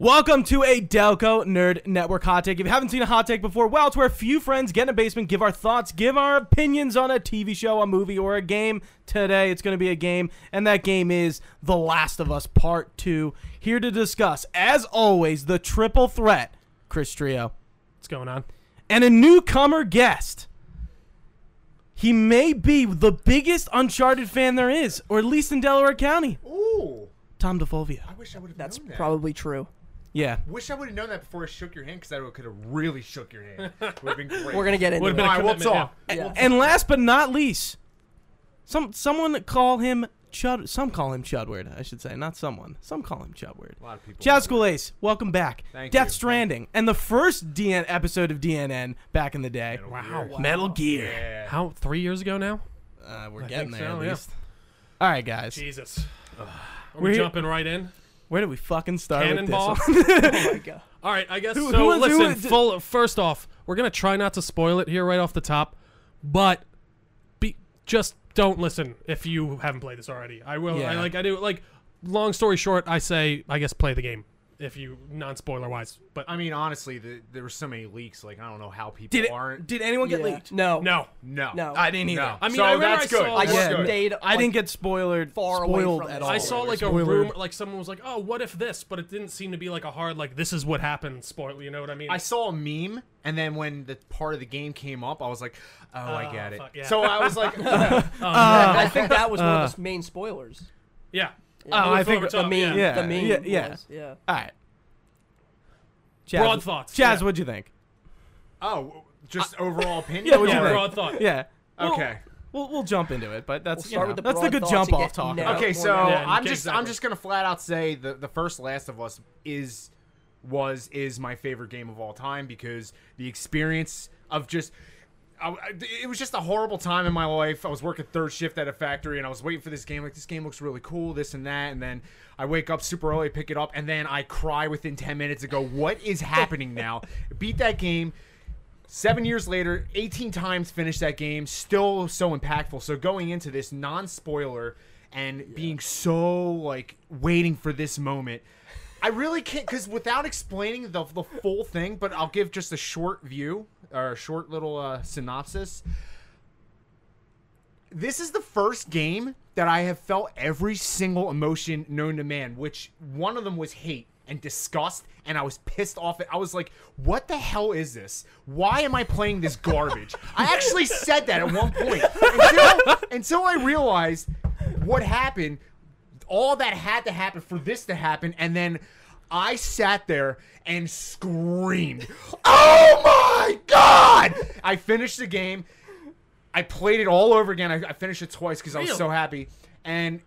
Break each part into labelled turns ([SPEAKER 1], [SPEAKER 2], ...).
[SPEAKER 1] Welcome to a Delco Nerd Network hot take. If you haven't seen a hot take before, well, it's where a few friends get in a basement, give our thoughts, give our opinions on a TV show, a movie, or a game. Today, it's going to be a game, and that game is The Last of Us Part 2. Here to discuss, as always, the triple threat, Chris Trio,
[SPEAKER 2] What's going on?
[SPEAKER 1] and a newcomer guest. He may be the biggest Uncharted fan there is, or at least in Delaware County,
[SPEAKER 3] Ooh,
[SPEAKER 1] Tom DeFolvio.
[SPEAKER 3] I wish I would have
[SPEAKER 4] That's
[SPEAKER 3] known that.
[SPEAKER 4] probably true.
[SPEAKER 1] Yeah.
[SPEAKER 3] Wish I would have known that before I shook your hand, because I could have really shook your hand. Would have been great.
[SPEAKER 4] We're gonna get into
[SPEAKER 2] Would've
[SPEAKER 4] it.
[SPEAKER 2] been a
[SPEAKER 3] All right, we'll
[SPEAKER 2] commitment,
[SPEAKER 3] talk.
[SPEAKER 4] yeah.
[SPEAKER 3] We'll-
[SPEAKER 1] And last but not least, some someone call him Chud. Some call him Chudward, I should say, not someone. Some call him Chudward.
[SPEAKER 3] A lot of people.
[SPEAKER 1] Jazz School Ace, welcome back.
[SPEAKER 3] Thank
[SPEAKER 1] Death
[SPEAKER 3] you.
[SPEAKER 1] Stranding, and the first DN episode of DNN back in the day.
[SPEAKER 2] Wow.
[SPEAKER 1] Metal Gear.
[SPEAKER 3] Yeah.
[SPEAKER 2] How three years ago now?
[SPEAKER 1] Uh, we're
[SPEAKER 2] I
[SPEAKER 1] getting
[SPEAKER 2] think
[SPEAKER 1] there
[SPEAKER 2] so,
[SPEAKER 1] at
[SPEAKER 2] yeah.
[SPEAKER 1] least. All right, guys.
[SPEAKER 2] Jesus. Are
[SPEAKER 1] We're-
[SPEAKER 2] we jumping right in?
[SPEAKER 1] Where did we fucking start
[SPEAKER 2] Cannonball.
[SPEAKER 1] with this? one?
[SPEAKER 4] Oh my God.
[SPEAKER 2] All right, I guess.
[SPEAKER 1] Who-
[SPEAKER 2] so
[SPEAKER 1] who was- who
[SPEAKER 2] listen,
[SPEAKER 1] was-
[SPEAKER 2] full. First off, we're gonna try not to spoil it here right off the top, but be just don't listen if you haven't played this already. I will. I
[SPEAKER 1] Yeah.
[SPEAKER 2] like. I do. Like. Long story short, I say I guess play the game if you non-spoiler wise. But
[SPEAKER 3] I mean, honestly, the, there were so many leaks. Like, I don't know how people
[SPEAKER 1] did it?
[SPEAKER 3] aren't.
[SPEAKER 1] Did anyone get
[SPEAKER 4] Yeah.
[SPEAKER 1] leaked?
[SPEAKER 4] No.
[SPEAKER 2] no,
[SPEAKER 3] no.
[SPEAKER 4] No.
[SPEAKER 1] I didn't either.
[SPEAKER 3] No.
[SPEAKER 2] I mean,
[SPEAKER 3] so
[SPEAKER 2] I remember
[SPEAKER 3] that's
[SPEAKER 2] I
[SPEAKER 3] good.
[SPEAKER 2] saw-
[SPEAKER 4] I
[SPEAKER 3] that's
[SPEAKER 4] just
[SPEAKER 3] good.
[SPEAKER 4] stayed.
[SPEAKER 1] I didn't get spoiled.
[SPEAKER 4] far away
[SPEAKER 1] spoiled
[SPEAKER 4] from
[SPEAKER 1] at
[SPEAKER 4] it.
[SPEAKER 1] all.
[SPEAKER 2] I saw like a
[SPEAKER 1] Spoilered.
[SPEAKER 2] rumor, like someone was like, "Oh, what if this?" But it didn't seem to be like a hard, like this is what happened. Spoil, you know what I mean?
[SPEAKER 3] I saw a meme, and then when the part of the game came up, I was like, "Oh, I
[SPEAKER 2] Oh,
[SPEAKER 3] get it."
[SPEAKER 2] fuck, yeah.
[SPEAKER 3] So I was like,
[SPEAKER 2] Uh,
[SPEAKER 4] I think that was one of the main spoilers.
[SPEAKER 2] Um, yeah.
[SPEAKER 1] Oh, I think
[SPEAKER 4] The meme.
[SPEAKER 2] yeah.
[SPEAKER 1] yeah,
[SPEAKER 4] The meme.
[SPEAKER 1] yeah, yeah.
[SPEAKER 4] was, yeah.
[SPEAKER 1] All right.
[SPEAKER 2] Broad thoughts,
[SPEAKER 1] Jazz,
[SPEAKER 2] yeah.
[SPEAKER 1] what'd you think?
[SPEAKER 3] "Oh, just overall opinion."
[SPEAKER 1] Yeah, what'd
[SPEAKER 2] Yeah,
[SPEAKER 1] you think?
[SPEAKER 2] broad thought.
[SPEAKER 1] Yeah. We'll-
[SPEAKER 3] Okay.
[SPEAKER 1] We'll, we'll jump into it, but that's
[SPEAKER 4] We'll
[SPEAKER 1] you
[SPEAKER 4] start
[SPEAKER 1] know,
[SPEAKER 4] with the
[SPEAKER 1] that's the
[SPEAKER 4] broad
[SPEAKER 1] good
[SPEAKER 4] thoughts
[SPEAKER 1] jump
[SPEAKER 4] and
[SPEAKER 1] off
[SPEAKER 4] get
[SPEAKER 1] talk.
[SPEAKER 4] now.
[SPEAKER 1] about.
[SPEAKER 3] Okay,
[SPEAKER 4] more
[SPEAKER 3] so
[SPEAKER 4] than-
[SPEAKER 2] Yeah,
[SPEAKER 3] I'm
[SPEAKER 2] okay,
[SPEAKER 3] just I'm
[SPEAKER 2] exactly.
[SPEAKER 3] just gonna flat out say the the first Last of Us is was is my favorite game of all time because the experience of just. I, I- it was just a horrible time in my life. I was working third shift at a factory, and I was waiting for this game. Like this game looks really cool, this and that. And then I wake up super early, pick it up, and then I cry within ten minutes and go, "What is happening now?" Beat that game. Seven years later, 18 times finished that game, still so impactful. So going into this non-spoiler and being so like waiting for this moment, I really can't because without explaining the the full thing, but I'll give just a short view or a short little uh, synopsis. This is the first game that I have felt every single emotion known to man, which one of them was hate and disgust, and I was pissed off. I was like, what the hell is this? Why am I playing this garbage? I actually said that at one point. Until, until I realized what happened, all that had to happen for this to happen, and then I sat there and screamed, Oh my god! I finished the game. I played it all over again. I, I finished it twice because I was
[SPEAKER 2] Really?
[SPEAKER 3] so happy. And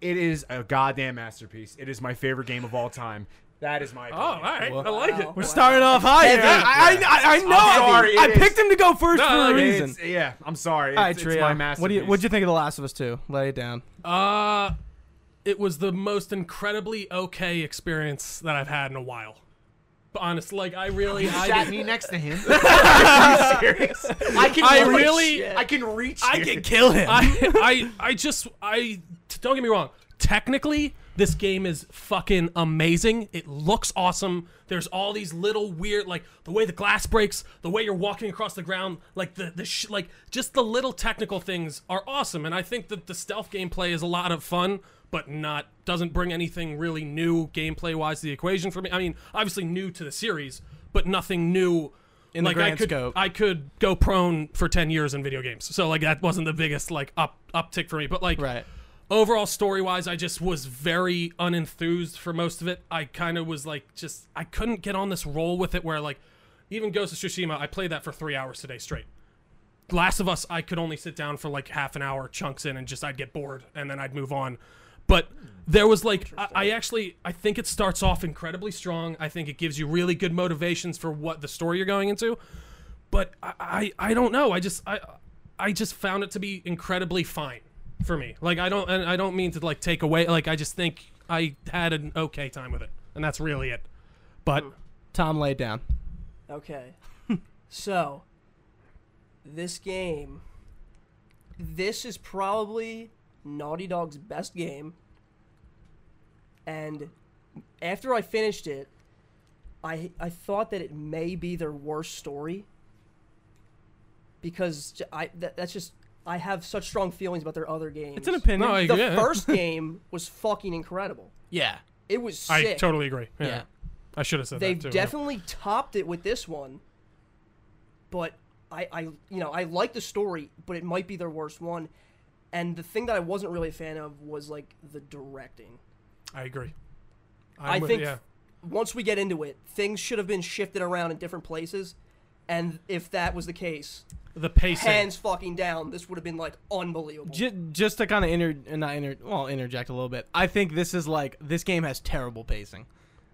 [SPEAKER 3] it is a goddamn masterpiece. It is my favorite game of all time. That is my
[SPEAKER 2] Oh, all
[SPEAKER 3] opinion.
[SPEAKER 2] right. I like it.
[SPEAKER 1] We're starting off high. here. I, I, I, I know.
[SPEAKER 3] I'm sorry,
[SPEAKER 1] I,
[SPEAKER 3] it
[SPEAKER 1] picked
[SPEAKER 3] is.
[SPEAKER 1] him to go first
[SPEAKER 2] No,
[SPEAKER 1] for a
[SPEAKER 2] like,
[SPEAKER 1] reason.
[SPEAKER 3] It's- yeah, I'm sorry. It's,
[SPEAKER 1] All right,
[SPEAKER 3] it's
[SPEAKER 1] Trio.
[SPEAKER 3] my masterpiece.
[SPEAKER 1] What do you what'd you think of The Last of Us 2? Lay it down.
[SPEAKER 2] Uh, it was the most incredibly okay experience that I've had in a while. But honest, like I really, I
[SPEAKER 3] Sat
[SPEAKER 2] did-
[SPEAKER 3] me next to him. Are you serious? I can.
[SPEAKER 2] I
[SPEAKER 3] reach.
[SPEAKER 2] really-
[SPEAKER 3] I can reach. here.
[SPEAKER 1] kill him.
[SPEAKER 2] I, I, I just, I t- don't get me wrong. Technically, this game is fucking amazing. It looks awesome. There's all these little weird, like the way the glass breaks, the way you're walking across the ground, like the the sh- like just the little technical things are awesome. And I think that the stealth gameplay is a lot of fun, but not doesn't bring anything really new gameplay wise to the equation for me. I mean, obviously new to the series, but nothing new.
[SPEAKER 1] In the
[SPEAKER 2] like I
[SPEAKER 1] grand
[SPEAKER 2] could,
[SPEAKER 1] scope.
[SPEAKER 2] I could go prone for 10 years in video games. So like that wasn't the biggest like up uptick for me, but like
[SPEAKER 1] Right.
[SPEAKER 2] overall story wise, I just was very unenthused for most of it. I kind of was like just I couldn't get on this roll with it where like even Ghost of Tsushima, I played that for 3 hours today straight. Last of Us, I could only sit down for like half an hour chunks in and just I'd get bored and then I'd move on. But there was like I, I actually I think it starts off incredibly strong. I think it gives you really good motivations for what the story you're going into. But I I, I don't know. I just I I just found it to be incredibly fine. for me. Like I don't and I don't mean to like take away. Like I just think I had an okay time with it, and that's really it. But
[SPEAKER 1] Tom laid down.
[SPEAKER 4] Okay. so, this game. This is probably Naughty Dog's best game. And after I finished it, I, I thought that it may be their worst story. Because j- I that, that's just. I have such strong feelings about their other games.
[SPEAKER 1] It's an opinion.
[SPEAKER 2] no, I,
[SPEAKER 4] The
[SPEAKER 2] yeah,
[SPEAKER 4] first game was fucking incredible.
[SPEAKER 1] yeah.
[SPEAKER 4] It was sick.
[SPEAKER 2] I totally agree. Yeah,
[SPEAKER 1] Yeah.
[SPEAKER 2] I should have said
[SPEAKER 4] They've
[SPEAKER 2] that too. yeah.
[SPEAKER 4] definitely topped it with this one, but I, I, you know, I like the story, but it might be their worst one. And the thing that I wasn't really a fan of was like the directing.
[SPEAKER 2] I agree.
[SPEAKER 4] i
[SPEAKER 2] I'm with-
[SPEAKER 4] think
[SPEAKER 2] yeah.
[SPEAKER 4] once we get into it, things should have been shifted around in different places. And if that was the case,
[SPEAKER 2] the pacing.
[SPEAKER 4] hands fucking down, this would have been like unbelievable.
[SPEAKER 1] J- just to kind of inter, not inter, well, interject a little bit. I think this is like this game has terrible pacing.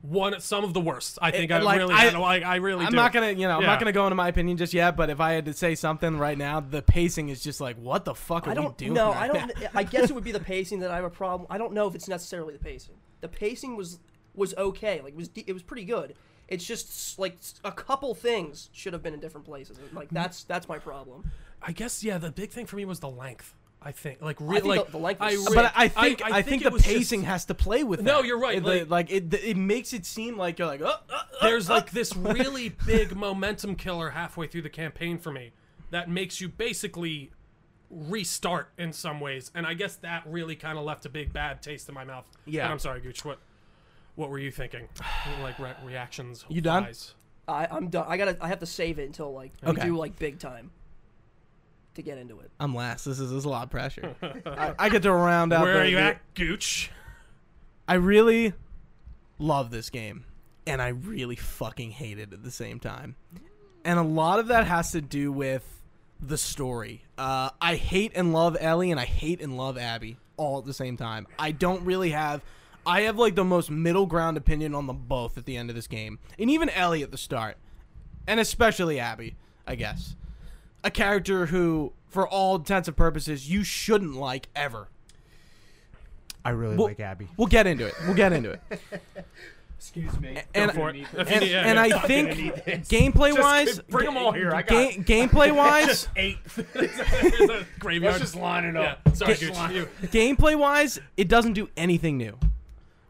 [SPEAKER 2] one some of the worst. I think I
[SPEAKER 1] like,
[SPEAKER 2] really,
[SPEAKER 1] I-
[SPEAKER 2] I, like, I really.
[SPEAKER 1] I'm
[SPEAKER 2] do.
[SPEAKER 1] not gonna, you know, I'm
[SPEAKER 2] Yeah.
[SPEAKER 1] not gonna go into my opinion just yet. But if I had to say something right now, the pacing is just like, what the fuck are
[SPEAKER 4] I
[SPEAKER 1] we
[SPEAKER 4] don't
[SPEAKER 1] doing?
[SPEAKER 4] know.
[SPEAKER 1] right
[SPEAKER 4] I don't.
[SPEAKER 1] now?
[SPEAKER 4] I guess it would be the pacing that I have a problem. I don't know if it's necessarily the pacing. The pacing was was okay. Like it was de- it was pretty good. It's just s- like s- a couple things should have been in different places. Like
[SPEAKER 1] Mm-hmm.
[SPEAKER 4] that's that's my problem.
[SPEAKER 2] I guess yeah. The big thing for me was the length. I think like
[SPEAKER 4] I
[SPEAKER 2] really
[SPEAKER 4] think
[SPEAKER 2] like
[SPEAKER 4] the- the length was
[SPEAKER 2] re-
[SPEAKER 4] sick.
[SPEAKER 1] But I think I, think,
[SPEAKER 2] it
[SPEAKER 1] the
[SPEAKER 2] was just-
[SPEAKER 1] pacing has to play with.
[SPEAKER 2] No,
[SPEAKER 1] that.
[SPEAKER 2] you're right,
[SPEAKER 1] It,
[SPEAKER 2] like-
[SPEAKER 1] like it, it makes it seem like you're like, oh, oh, oh.
[SPEAKER 2] there's like this really big momentum killer halfway through the campaign for me that makes you basically restart in some ways, and I guess that really kind of left a big bad taste in my mouth.
[SPEAKER 1] Yeah.
[SPEAKER 2] And I'm sorry, Gooch. What what were you thinking? like re- reactions.
[SPEAKER 1] You done?
[SPEAKER 2] wise.
[SPEAKER 4] I I'm done. I gotta I have to save it until like we
[SPEAKER 1] Okay.
[SPEAKER 4] do like big time to get into it.
[SPEAKER 1] I'm last. This is, this is a lot of pressure. I, I get to round out.
[SPEAKER 2] Where
[SPEAKER 1] the-
[SPEAKER 2] are you
[SPEAKER 1] the-
[SPEAKER 2] at, Gooch?
[SPEAKER 1] I really love this game, and I really fucking hate it at the same time. And a lot of that has to do with the story. Uh, I hate and love Ellie, and I hate and love Abby all at the same time. I don't really have. I have like the most middle ground opinion on them both at the end of this game, and even Ellie at the start, and especially Abby, I guess. A character who, for all intents and purposes, you shouldn't like ever.
[SPEAKER 3] I really
[SPEAKER 1] Well-
[SPEAKER 3] like Abby.
[SPEAKER 1] We'll get into it. Well get into it.
[SPEAKER 3] Excuse me.
[SPEAKER 1] and-
[SPEAKER 2] for it. If you
[SPEAKER 1] and,
[SPEAKER 2] need- yeah,
[SPEAKER 1] and
[SPEAKER 2] yeah.
[SPEAKER 1] I think gameplay wise,
[SPEAKER 3] Just bring 'em all here, I got
[SPEAKER 1] gameplay wise,
[SPEAKER 2] eight. There's a
[SPEAKER 3] Let's
[SPEAKER 2] graveyard.
[SPEAKER 3] just line it
[SPEAKER 2] yeah.
[SPEAKER 3] up.
[SPEAKER 2] Sorry,
[SPEAKER 3] Just
[SPEAKER 2] Gooch.
[SPEAKER 3] line-
[SPEAKER 2] You.
[SPEAKER 1] gameplay wise, it doesn't do anything new.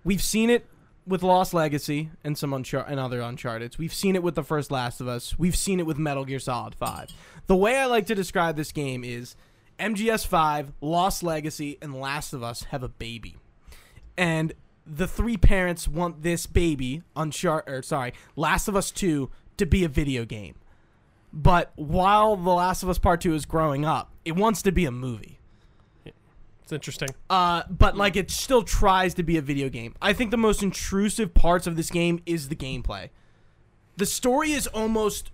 [SPEAKER 1] We've seen it with Lost Legacy and some Unchar- and other Uncharted. We've seen it with the first Last of Us. We've seen it with Metal Gear Solid Five. The way I like to describe this game is MGS Five, Lost Legacy, and Last of Us have a baby. and the three parents want this baby on or sorry last of us 2 to be a video game but while the last of us part 2 is growing up it wants to be a movie
[SPEAKER 2] It's interesting.
[SPEAKER 1] uh,
[SPEAKER 2] Hmm.
[SPEAKER 1] but like it still tries to be a video game i think the most intrusive parts of this game is the gameplay the story is almost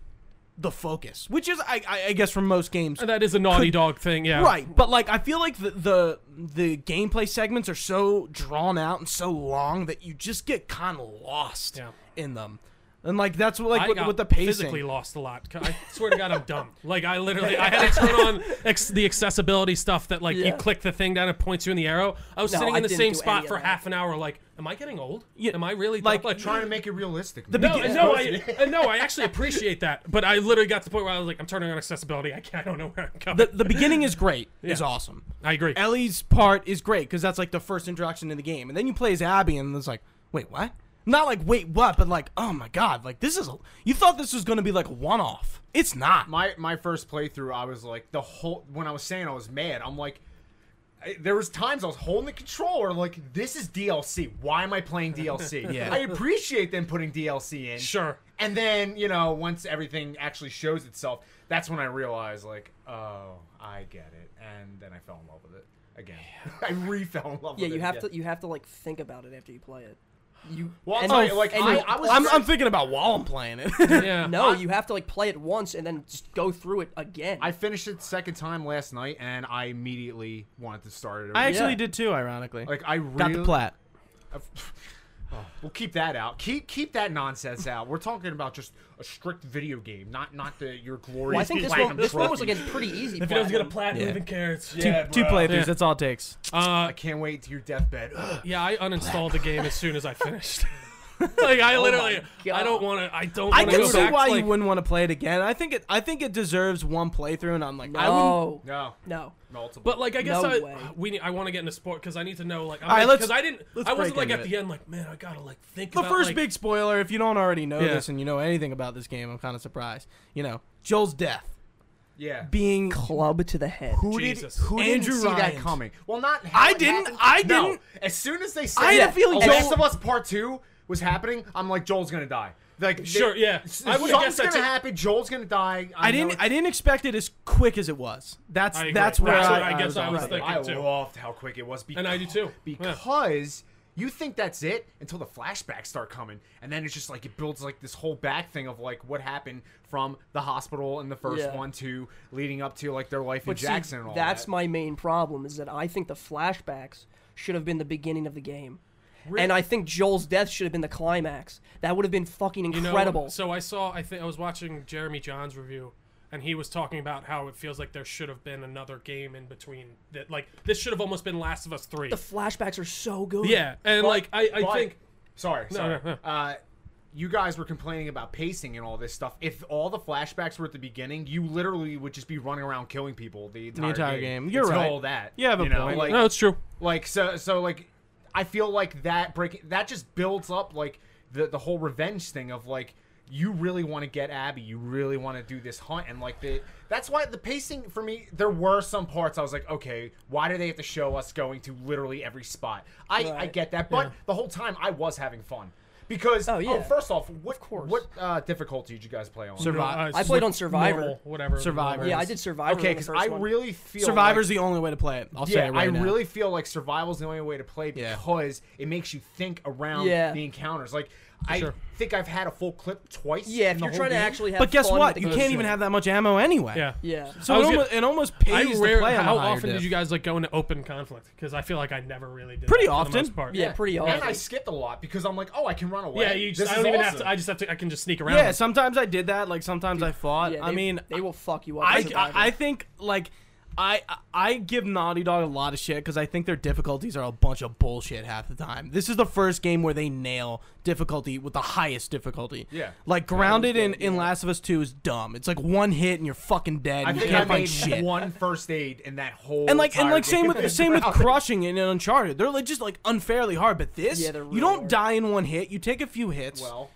[SPEAKER 1] the focus which is i, I, I guess for most games
[SPEAKER 2] And that is a Naughty Dog thing, yeah.
[SPEAKER 1] Right, but like I feel like the, the the gameplay segments are so drawn out and so long that you just get kind of lost
[SPEAKER 2] Yeah.
[SPEAKER 1] in them, and like that's what like
[SPEAKER 2] I
[SPEAKER 1] with,
[SPEAKER 2] got
[SPEAKER 1] with the pacing.
[SPEAKER 2] physically lost a lot. I swear to God, I'm dumb. Like I literally, I had to turn on ex- the accessibility stuff that like you
[SPEAKER 4] Yeah.
[SPEAKER 2] click the thing down and points you in the arrow. I was
[SPEAKER 4] No,
[SPEAKER 2] sitting
[SPEAKER 4] I
[SPEAKER 2] in the
[SPEAKER 4] didn't
[SPEAKER 2] same
[SPEAKER 4] do any
[SPEAKER 2] spot
[SPEAKER 4] of
[SPEAKER 2] for
[SPEAKER 4] that.
[SPEAKER 2] half an hour. Like, am I getting old?
[SPEAKER 1] Yeah,
[SPEAKER 2] am I really
[SPEAKER 1] like,
[SPEAKER 2] dumb? like
[SPEAKER 3] Trying to make it realistic.
[SPEAKER 1] The
[SPEAKER 3] man.
[SPEAKER 2] No, no, I, uh, no, I actually appreciate that, but I literally got to the point where I was like, I'm turning on accessibility. I, can't, I don't know where I'm going.
[SPEAKER 1] the the beginning is great, is
[SPEAKER 2] Yeah.
[SPEAKER 1] awesome.
[SPEAKER 2] I agree.
[SPEAKER 1] Ellie's part is great because that's like the first introduction in the game, and then you play as Abby, and it's like, wait, what? Not like wait, what? But like, oh my god, like this is a, you thought this was gonna be like a one off. It's not.
[SPEAKER 3] my my first playthrough, I was like the whole when I was saying I was mad, I'm like. I- There was times I was holding the controller, like this is DLC. Why am I playing DLC?
[SPEAKER 1] Yeah.
[SPEAKER 3] I appreciate them putting DLC in,
[SPEAKER 2] Sure.
[SPEAKER 3] And then you know, once everything actually shows itself, that's when I realized, like, oh, I get it. And then I fell in love with it again. I re fell in love.
[SPEAKER 4] Yeah,
[SPEAKER 3] with
[SPEAKER 4] you
[SPEAKER 3] it
[SPEAKER 4] have
[SPEAKER 3] again.
[SPEAKER 4] to you have to like think about it after you play it. You
[SPEAKER 3] Well, I'll
[SPEAKER 4] and-
[SPEAKER 3] tell you, like,
[SPEAKER 4] and
[SPEAKER 3] I-
[SPEAKER 4] you-
[SPEAKER 3] I was
[SPEAKER 1] I'm, I'm thinking about while I'm playing it.
[SPEAKER 2] yeah.
[SPEAKER 4] no, you have to like play it once and then just go through it again.
[SPEAKER 3] I finished it second time last night, and I immediately wanted to start it. Over.
[SPEAKER 1] I actually
[SPEAKER 4] Yeah.
[SPEAKER 1] did too, ironically.
[SPEAKER 3] like I really
[SPEAKER 1] Got the plat.
[SPEAKER 3] oh, We'll keep that out. Keep keep that nonsense out. We're talking about just a strict video game, not not the your glorious.
[SPEAKER 4] Well, I think this
[SPEAKER 3] platinum
[SPEAKER 4] one, this one was
[SPEAKER 3] trophy.
[SPEAKER 4] like a pretty easy.
[SPEAKER 2] If he doesn't get a
[SPEAKER 4] platinum.
[SPEAKER 2] platinum,
[SPEAKER 1] Yeah.
[SPEAKER 2] even carrots.
[SPEAKER 1] Two,
[SPEAKER 2] Yeah,
[SPEAKER 1] two
[SPEAKER 2] bro.
[SPEAKER 1] playthroughs.
[SPEAKER 2] Yeah.
[SPEAKER 1] That's all it takes.
[SPEAKER 2] Uh,
[SPEAKER 3] I can't wait to your deathbed. Ugh.
[SPEAKER 2] yeah, I uninstalled the game as soon as I finished. like I literally, I don't want to. I don't.
[SPEAKER 1] Oh I
[SPEAKER 2] wanna
[SPEAKER 1] can
[SPEAKER 2] go
[SPEAKER 1] see
[SPEAKER 2] back,
[SPEAKER 1] why
[SPEAKER 2] like,
[SPEAKER 1] you wouldn't want to play it again. I think it. I think it deserves one playthrough, and I'm like, I wouldn't. All
[SPEAKER 4] No,
[SPEAKER 3] No,
[SPEAKER 4] no.
[SPEAKER 3] multiple.
[SPEAKER 2] But like, I guess
[SPEAKER 4] No
[SPEAKER 2] I
[SPEAKER 4] way.
[SPEAKER 2] we need, I want to get into sport because I need to know like
[SPEAKER 1] right,
[SPEAKER 2] I'm
[SPEAKER 1] let's-
[SPEAKER 2] because I didn't
[SPEAKER 1] let's
[SPEAKER 2] I wasn't
[SPEAKER 1] break
[SPEAKER 2] like at
[SPEAKER 1] into
[SPEAKER 2] the end like man I gotta like think
[SPEAKER 1] The
[SPEAKER 2] about,
[SPEAKER 1] first
[SPEAKER 2] like,
[SPEAKER 1] big spoiler, if you don't already know
[SPEAKER 2] Yeah.
[SPEAKER 1] this and you know anything about this game, I'm kind of surprised. You know, Joel's death
[SPEAKER 3] yeah,
[SPEAKER 1] being.
[SPEAKER 4] Club to the head.
[SPEAKER 3] who
[SPEAKER 2] Jesus.
[SPEAKER 3] did who
[SPEAKER 1] Andrew
[SPEAKER 3] didn't see that
[SPEAKER 1] Ryan.
[SPEAKER 3] coming? Well, not how
[SPEAKER 1] I
[SPEAKER 3] it
[SPEAKER 1] didn't-
[SPEAKER 3] happened.
[SPEAKER 1] I
[SPEAKER 3] No.
[SPEAKER 1] didn't-
[SPEAKER 3] As soon as they said,
[SPEAKER 1] had a
[SPEAKER 3] that
[SPEAKER 1] feeling
[SPEAKER 3] Last
[SPEAKER 1] Joel-
[SPEAKER 3] of Us Part Two was happening, I'm like, Joel's gonna die. Like, they-
[SPEAKER 2] Sure, yeah. I
[SPEAKER 3] something's
[SPEAKER 2] would've guessed that
[SPEAKER 3] gonna
[SPEAKER 2] too.
[SPEAKER 3] happen. Joel's gonna die.
[SPEAKER 1] I
[SPEAKER 3] know
[SPEAKER 1] didn't.
[SPEAKER 3] it's-
[SPEAKER 1] I didn't expect it as quick as it was. That's
[SPEAKER 2] I agree.
[SPEAKER 1] that's where
[SPEAKER 2] That's
[SPEAKER 1] I, uh,
[SPEAKER 2] what I guess I
[SPEAKER 1] on
[SPEAKER 2] was
[SPEAKER 1] that.
[SPEAKER 2] thinking.
[SPEAKER 3] I
[SPEAKER 2] too.
[SPEAKER 3] loved how quick it was. Because,
[SPEAKER 2] And I do too. Yeah.
[SPEAKER 3] Because you think that's it until the flashbacks start coming, and then it's just like it builds like this whole back thing of like what happened from the hospital in the first
[SPEAKER 4] Yeah.
[SPEAKER 3] one to leading up to like their life in
[SPEAKER 4] But see,
[SPEAKER 3] Jackson. and all
[SPEAKER 4] that's
[SPEAKER 3] that.
[SPEAKER 4] my main problem is that I think the flashbacks should have been the beginning of the game. And I think Joel's death should have been the climax. That would have been fucking
[SPEAKER 2] you know,
[SPEAKER 4] incredible.
[SPEAKER 2] so I saw I think I was watching Jeremy John's review and he was talking about how it feels like there should have been another game in between that like this should have almost been Last of Us three
[SPEAKER 4] the flashbacks are so good.
[SPEAKER 2] yeah and
[SPEAKER 3] But-
[SPEAKER 2] like I I
[SPEAKER 3] but-
[SPEAKER 2] think
[SPEAKER 3] Sorry, sorry.
[SPEAKER 2] no, no.
[SPEAKER 3] Uh, you guys were complaining about pacing and all this stuff. If all the flashbacks were at the beginning, you literally would just be running around killing people the entire,
[SPEAKER 1] entire game. You're
[SPEAKER 3] Until
[SPEAKER 1] right.
[SPEAKER 3] All that.
[SPEAKER 1] You have a
[SPEAKER 3] you know,
[SPEAKER 1] point.
[SPEAKER 3] Like,
[SPEAKER 2] no it's true
[SPEAKER 3] Like so so like I feel like that breaking that just builds up like the the whole revenge thing of like you really want to get Abby, you really want to do this hunt and like the that's why the pacing for me there were some parts I was like, okay, why do they have to show us going to literally every spot? I I
[SPEAKER 4] Right.
[SPEAKER 3] get that, but the whole time I was having fun. Because oh,
[SPEAKER 4] yeah.
[SPEAKER 3] first off, what
[SPEAKER 4] course.
[SPEAKER 3] what uh, difficulty did you guys play on?
[SPEAKER 1] Survi-
[SPEAKER 2] Uh,
[SPEAKER 4] I played on
[SPEAKER 2] s-
[SPEAKER 4] Survivor.
[SPEAKER 2] normal, whatever
[SPEAKER 1] Survivor.
[SPEAKER 4] Yeah, I did Survivor.
[SPEAKER 3] okay,
[SPEAKER 4] because
[SPEAKER 3] because I really feel like-
[SPEAKER 1] Survivor's the only way to play it. I'll say
[SPEAKER 3] Yeah,
[SPEAKER 1] it right
[SPEAKER 3] I
[SPEAKER 1] now.
[SPEAKER 3] really feel like survival's the only way to play
[SPEAKER 1] Yeah.
[SPEAKER 3] because it makes you think around
[SPEAKER 4] Yeah.
[SPEAKER 3] the encounters. Like I
[SPEAKER 2] sure.
[SPEAKER 3] think I've had a full clip twice. in
[SPEAKER 4] Yeah, if
[SPEAKER 3] the
[SPEAKER 4] you're
[SPEAKER 3] whole
[SPEAKER 4] trying to
[SPEAKER 3] game.
[SPEAKER 4] actually have
[SPEAKER 1] But guess
[SPEAKER 4] fun with
[SPEAKER 1] what?
[SPEAKER 4] the
[SPEAKER 1] You
[SPEAKER 4] game-
[SPEAKER 1] can't even have that much ammo anyway.
[SPEAKER 2] yeah
[SPEAKER 4] Yeah.
[SPEAKER 1] So
[SPEAKER 2] I
[SPEAKER 1] it
[SPEAKER 2] was
[SPEAKER 1] almost, it almost pays
[SPEAKER 2] I
[SPEAKER 1] to
[SPEAKER 2] rare
[SPEAKER 1] play on
[SPEAKER 2] how
[SPEAKER 1] a higher
[SPEAKER 2] often
[SPEAKER 1] diff.
[SPEAKER 2] did you guys like go into open conflict because I feel like I never really did
[SPEAKER 1] Pretty
[SPEAKER 2] that for the
[SPEAKER 1] often.
[SPEAKER 2] most part.
[SPEAKER 4] Yeah, pretty
[SPEAKER 3] And I
[SPEAKER 4] often.
[SPEAKER 3] skipped a lot because I'm like, oh, I can run away.
[SPEAKER 2] yeah you just
[SPEAKER 3] This
[SPEAKER 2] I
[SPEAKER 3] is
[SPEAKER 2] don't even have
[SPEAKER 3] awesome.
[SPEAKER 2] to I just have to I can just sneak around
[SPEAKER 1] Yeah, sometimes I did that. Like sometimes I fought.
[SPEAKER 4] Yeah,
[SPEAKER 1] I
[SPEAKER 4] they-
[SPEAKER 1] mean,
[SPEAKER 4] they will fuck you up.
[SPEAKER 1] I,
[SPEAKER 4] in
[SPEAKER 1] I
[SPEAKER 4] Survivor.
[SPEAKER 1] I think like I I- I give Naughty Dog a lot of shit because I think their difficulties are a bunch of bullshit half the time. This is the first game where they nail difficulty with the highest difficulty.
[SPEAKER 3] Yeah.
[SPEAKER 1] like grounded in, in Last of Us Two is dumb. It's like one hit and you're fucking dead.
[SPEAKER 3] I
[SPEAKER 1] and you
[SPEAKER 3] think
[SPEAKER 1] can't
[SPEAKER 3] I
[SPEAKER 1] find
[SPEAKER 3] made
[SPEAKER 1] shit.
[SPEAKER 3] one first aid in that whole
[SPEAKER 1] and like and
[SPEAKER 3] entire
[SPEAKER 1] like same
[SPEAKER 3] game.
[SPEAKER 1] with same with crushing and Uncharted. They're like just like unfairly hard. But this,
[SPEAKER 4] Yeah, they're
[SPEAKER 1] you
[SPEAKER 4] really
[SPEAKER 1] don't
[SPEAKER 4] hard.
[SPEAKER 1] die in one hit. You take a few hits.
[SPEAKER 3] Well,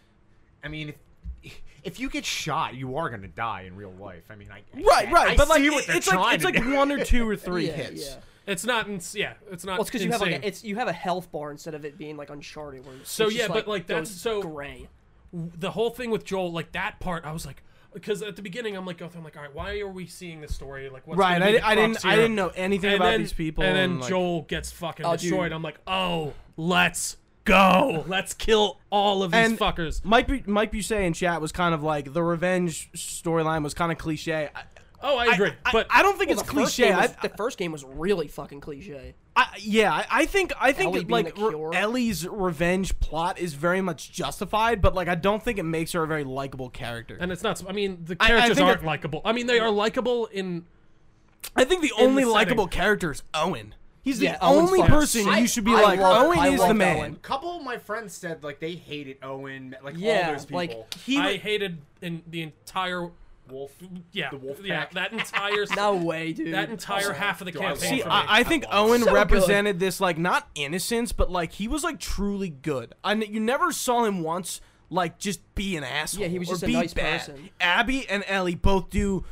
[SPEAKER 3] I mean, if, if you get shot, you are gonna die in real life. I mean, I, I
[SPEAKER 1] right,
[SPEAKER 3] get-
[SPEAKER 1] right.
[SPEAKER 3] I
[SPEAKER 1] but like
[SPEAKER 3] see what they're
[SPEAKER 1] it's like
[SPEAKER 3] trying
[SPEAKER 1] it's
[SPEAKER 3] to
[SPEAKER 1] like
[SPEAKER 3] do.
[SPEAKER 1] one or two or three
[SPEAKER 4] Yeah,
[SPEAKER 1] hits.
[SPEAKER 4] Yeah.
[SPEAKER 2] it's not ins- yeah it's not
[SPEAKER 4] Well, it's because you have like
[SPEAKER 2] insane.
[SPEAKER 4] a, it's you have a health bar instead of it being like Uncharted. Where it's
[SPEAKER 2] So,
[SPEAKER 4] it's
[SPEAKER 2] yeah,
[SPEAKER 4] just,
[SPEAKER 2] but, like, that's
[SPEAKER 4] goes
[SPEAKER 2] so-
[SPEAKER 4] gray.
[SPEAKER 2] the whole thing with Joel, like that part, I was like, because at the beginning, I'm like, oh, I'm like, all right, why are we seeing this story? Like, what's
[SPEAKER 1] Right,
[SPEAKER 2] gonna
[SPEAKER 1] I,
[SPEAKER 2] be the
[SPEAKER 1] di- I
[SPEAKER 2] crux
[SPEAKER 1] didn't. I
[SPEAKER 2] here?
[SPEAKER 1] didn't know anything about
[SPEAKER 2] then-
[SPEAKER 1] these people.
[SPEAKER 2] And then
[SPEAKER 1] like-
[SPEAKER 2] Joel gets fucking
[SPEAKER 4] Oh, dude.
[SPEAKER 2] destroyed. I'm like, oh, let's go, let's kill all of these
[SPEAKER 1] and
[SPEAKER 2] fuckers.
[SPEAKER 1] Mike, Bu- Mike Busey in chat was kind of like the revenge storyline was kind of cliche. I,
[SPEAKER 2] Oh, I agree,
[SPEAKER 1] I-
[SPEAKER 2] but
[SPEAKER 1] I don't think
[SPEAKER 4] Well,
[SPEAKER 1] it's
[SPEAKER 4] the first
[SPEAKER 1] cliche.
[SPEAKER 4] game was-
[SPEAKER 1] I,
[SPEAKER 4] the first game was really fucking cliche.
[SPEAKER 1] I, yeah, I, I think I think
[SPEAKER 4] Ellie
[SPEAKER 1] that,
[SPEAKER 4] being
[SPEAKER 1] like
[SPEAKER 4] the
[SPEAKER 1] re-
[SPEAKER 4] cure.
[SPEAKER 1] Ellie's revenge plot is very much justified, but like I don't think it makes her a very likable character.
[SPEAKER 2] and it's not. I mean, the
[SPEAKER 1] I- I
[SPEAKER 2] characters
[SPEAKER 1] think
[SPEAKER 2] aren't
[SPEAKER 1] that-
[SPEAKER 2] likable. I mean, they are likable in.
[SPEAKER 1] I think the
[SPEAKER 2] the
[SPEAKER 1] only
[SPEAKER 2] setting.
[SPEAKER 1] likable character is Owen. He's the
[SPEAKER 4] Yeah, Owen's
[SPEAKER 1] only
[SPEAKER 4] fucking
[SPEAKER 1] person
[SPEAKER 4] sick.
[SPEAKER 1] you should be
[SPEAKER 3] I
[SPEAKER 1] like.
[SPEAKER 3] love-
[SPEAKER 1] Owen
[SPEAKER 4] I
[SPEAKER 1] is
[SPEAKER 4] love
[SPEAKER 1] the man.
[SPEAKER 4] Owen.
[SPEAKER 3] A couple of my friends said like they hated Owen, like all
[SPEAKER 4] Yeah,
[SPEAKER 3] those people.
[SPEAKER 4] like,
[SPEAKER 1] He
[SPEAKER 2] I
[SPEAKER 1] was-
[SPEAKER 2] hated in the entire.
[SPEAKER 3] wolf,
[SPEAKER 2] Yeah,
[SPEAKER 3] the wolf pack.
[SPEAKER 2] yeah, that entire
[SPEAKER 4] No way, dude.
[SPEAKER 2] that entire half of the
[SPEAKER 3] Do I
[SPEAKER 2] campaign.
[SPEAKER 1] See,
[SPEAKER 3] want
[SPEAKER 2] for
[SPEAKER 3] to
[SPEAKER 2] me.
[SPEAKER 1] I, I think
[SPEAKER 3] I love
[SPEAKER 1] Owen
[SPEAKER 4] it. So
[SPEAKER 1] represented this like not innocence, but like he was like truly good. And you never saw him once like just be an asshole.
[SPEAKER 4] Yeah, he was
[SPEAKER 1] or
[SPEAKER 4] just a
[SPEAKER 1] be
[SPEAKER 4] nice
[SPEAKER 1] bad.
[SPEAKER 4] person.
[SPEAKER 1] Abby and Ellie both do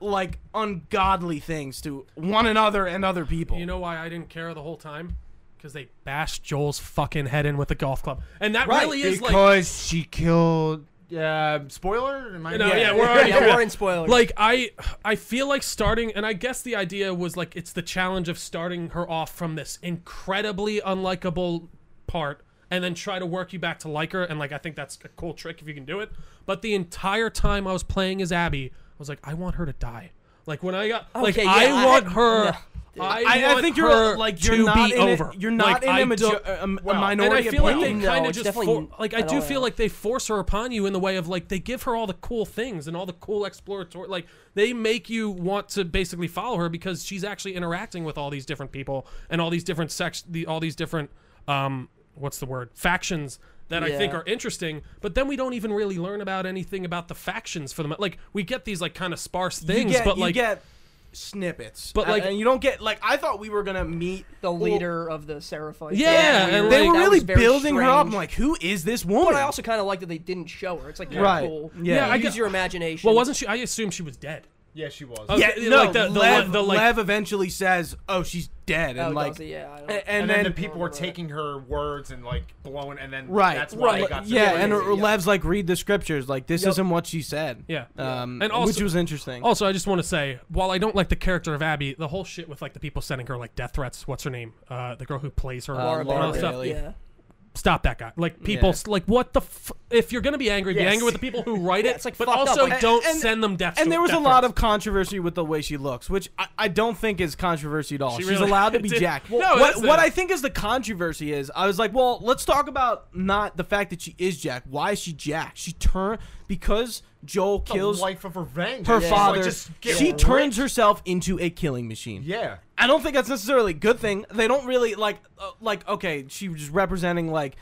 [SPEAKER 1] like ungodly things to one another and other people.
[SPEAKER 2] You know why I didn't care the whole time? Because they bashed Joel's fucking head in with a golf club, and that
[SPEAKER 1] Right,
[SPEAKER 2] really is like
[SPEAKER 3] she killed. Uh, spoiler? Am I-
[SPEAKER 2] No, yeah, we're already
[SPEAKER 4] yeah,
[SPEAKER 2] yeah.
[SPEAKER 4] we're in spoilers.
[SPEAKER 2] like I I feel like starting and I guess the idea was like it's the challenge of starting her off from this incredibly unlikable part and then try to work you back to like her and like I think that's a cool trick if you can do it. But the entire time I was playing as Abby, I was like I want her to die. Like when I got like
[SPEAKER 4] Okay, yeah,
[SPEAKER 2] I
[SPEAKER 4] I-
[SPEAKER 2] want her
[SPEAKER 4] no.
[SPEAKER 1] I, I
[SPEAKER 2] want
[SPEAKER 1] think
[SPEAKER 2] her
[SPEAKER 1] you're like you're
[SPEAKER 2] to
[SPEAKER 1] not
[SPEAKER 2] be
[SPEAKER 1] in
[SPEAKER 2] over.
[SPEAKER 1] A, you're not
[SPEAKER 2] Like,
[SPEAKER 1] in
[SPEAKER 2] I
[SPEAKER 1] a, uh, majo-
[SPEAKER 2] don't-
[SPEAKER 1] a- a
[SPEAKER 3] well,
[SPEAKER 1] minority.
[SPEAKER 2] and I feel like they
[SPEAKER 1] opinion.
[SPEAKER 4] No,
[SPEAKER 2] kind of
[SPEAKER 4] it's
[SPEAKER 2] just
[SPEAKER 4] definitely-
[SPEAKER 2] for, like
[SPEAKER 4] I
[SPEAKER 2] I do
[SPEAKER 4] don't
[SPEAKER 2] feel
[SPEAKER 4] know.
[SPEAKER 2] like they force her upon you in the way of like they give her all the cool things and all the cool exploratory like they make you want to basically follow her because she's actually interacting with all these different people and all these different sex the all these different um what's the word factions that I think
[SPEAKER 4] Yeah.
[SPEAKER 2] are interesting but then we don't even really learn about anything about the factions for them like we get these like kind of sparse
[SPEAKER 1] you
[SPEAKER 2] things
[SPEAKER 1] get,
[SPEAKER 2] but
[SPEAKER 1] you
[SPEAKER 2] like
[SPEAKER 1] get snippets,
[SPEAKER 2] But,
[SPEAKER 1] Uh,
[SPEAKER 2] like-
[SPEAKER 1] and you don't get like I thought we were gonna meet
[SPEAKER 4] the
[SPEAKER 1] well,
[SPEAKER 4] leader of the Seraphite.
[SPEAKER 2] Yeah,
[SPEAKER 4] That was
[SPEAKER 2] and
[SPEAKER 4] weird.
[SPEAKER 1] They
[SPEAKER 2] like-
[SPEAKER 1] were
[SPEAKER 4] That
[SPEAKER 1] really
[SPEAKER 4] was very
[SPEAKER 1] building her up. I'm
[SPEAKER 4] strange.
[SPEAKER 1] like, who is this woman?
[SPEAKER 4] But I also kind of like that they didn't show her. It's like kinda
[SPEAKER 1] Right.
[SPEAKER 4] cool.
[SPEAKER 1] Yeah.
[SPEAKER 2] Yeah, I
[SPEAKER 4] use
[SPEAKER 2] get-
[SPEAKER 4] your imagination.
[SPEAKER 2] well wasn't she I assume she was dead
[SPEAKER 3] Yeah, she was.
[SPEAKER 2] Okay.
[SPEAKER 1] yeah,
[SPEAKER 2] yeah,
[SPEAKER 1] no.
[SPEAKER 2] like the- the
[SPEAKER 1] Lev,
[SPEAKER 2] one- the, like-
[SPEAKER 1] Lev eventually says, "Oh, she's dead,"
[SPEAKER 4] Oh,
[SPEAKER 1] and like,
[SPEAKER 4] does it? yeah, I don't-
[SPEAKER 1] a- and,
[SPEAKER 3] And,
[SPEAKER 1] then,
[SPEAKER 3] then, the people were taking her words and like blowing, and then
[SPEAKER 1] right,
[SPEAKER 3] That's why they
[SPEAKER 4] right,
[SPEAKER 3] got so
[SPEAKER 1] yeah,
[SPEAKER 3] crazy.
[SPEAKER 1] and
[SPEAKER 4] yeah.
[SPEAKER 1] Lev's like, "Read the scriptures." Like, this
[SPEAKER 4] Yep.
[SPEAKER 1] isn't what she said.
[SPEAKER 2] Yeah.
[SPEAKER 1] um, which
[SPEAKER 2] And also-
[SPEAKER 1] was interesting.
[SPEAKER 2] Also, I just want to say, while I don't like the character of Abby, the whole shit with like the people sending her like death threats. What's her name? Uh, the girl who plays her.
[SPEAKER 4] Laura
[SPEAKER 2] and all that
[SPEAKER 1] Bailey.
[SPEAKER 2] stuff.
[SPEAKER 1] Bailey.
[SPEAKER 4] yeah.
[SPEAKER 2] Stop that guy. Like people,
[SPEAKER 1] Yeah.
[SPEAKER 2] s like what the? F- if you're gonna be angry, be
[SPEAKER 3] Yes.
[SPEAKER 2] angry with the people who write it.
[SPEAKER 4] it's, like,
[SPEAKER 2] but
[SPEAKER 4] fucked up.
[SPEAKER 2] also
[SPEAKER 4] Like-
[SPEAKER 2] don't
[SPEAKER 1] and-
[SPEAKER 2] send them death.
[SPEAKER 1] and there was a
[SPEAKER 2] death
[SPEAKER 1] lot of
[SPEAKER 2] threats.
[SPEAKER 1] controversy with the way she looks, which I, I don't think is controversy at all.
[SPEAKER 2] She
[SPEAKER 1] She's
[SPEAKER 2] really-
[SPEAKER 1] allowed to be
[SPEAKER 2] Dude,
[SPEAKER 1] jacked.
[SPEAKER 2] no,
[SPEAKER 1] what,
[SPEAKER 2] that's
[SPEAKER 1] what
[SPEAKER 2] a-
[SPEAKER 1] I think is the controversy is, I was like, well, let's talk about not the fact that she is jacked. Why is she jacked? She turned because Joel
[SPEAKER 3] The
[SPEAKER 1] kills her
[SPEAKER 3] life of revenge. It's like,
[SPEAKER 1] father.
[SPEAKER 3] just get
[SPEAKER 1] she
[SPEAKER 3] ripped.
[SPEAKER 1] turns herself into a killing machine.
[SPEAKER 3] Yeah.
[SPEAKER 1] I don't think that's necessarily a good thing. They don't really like uh, like okay, she was representing like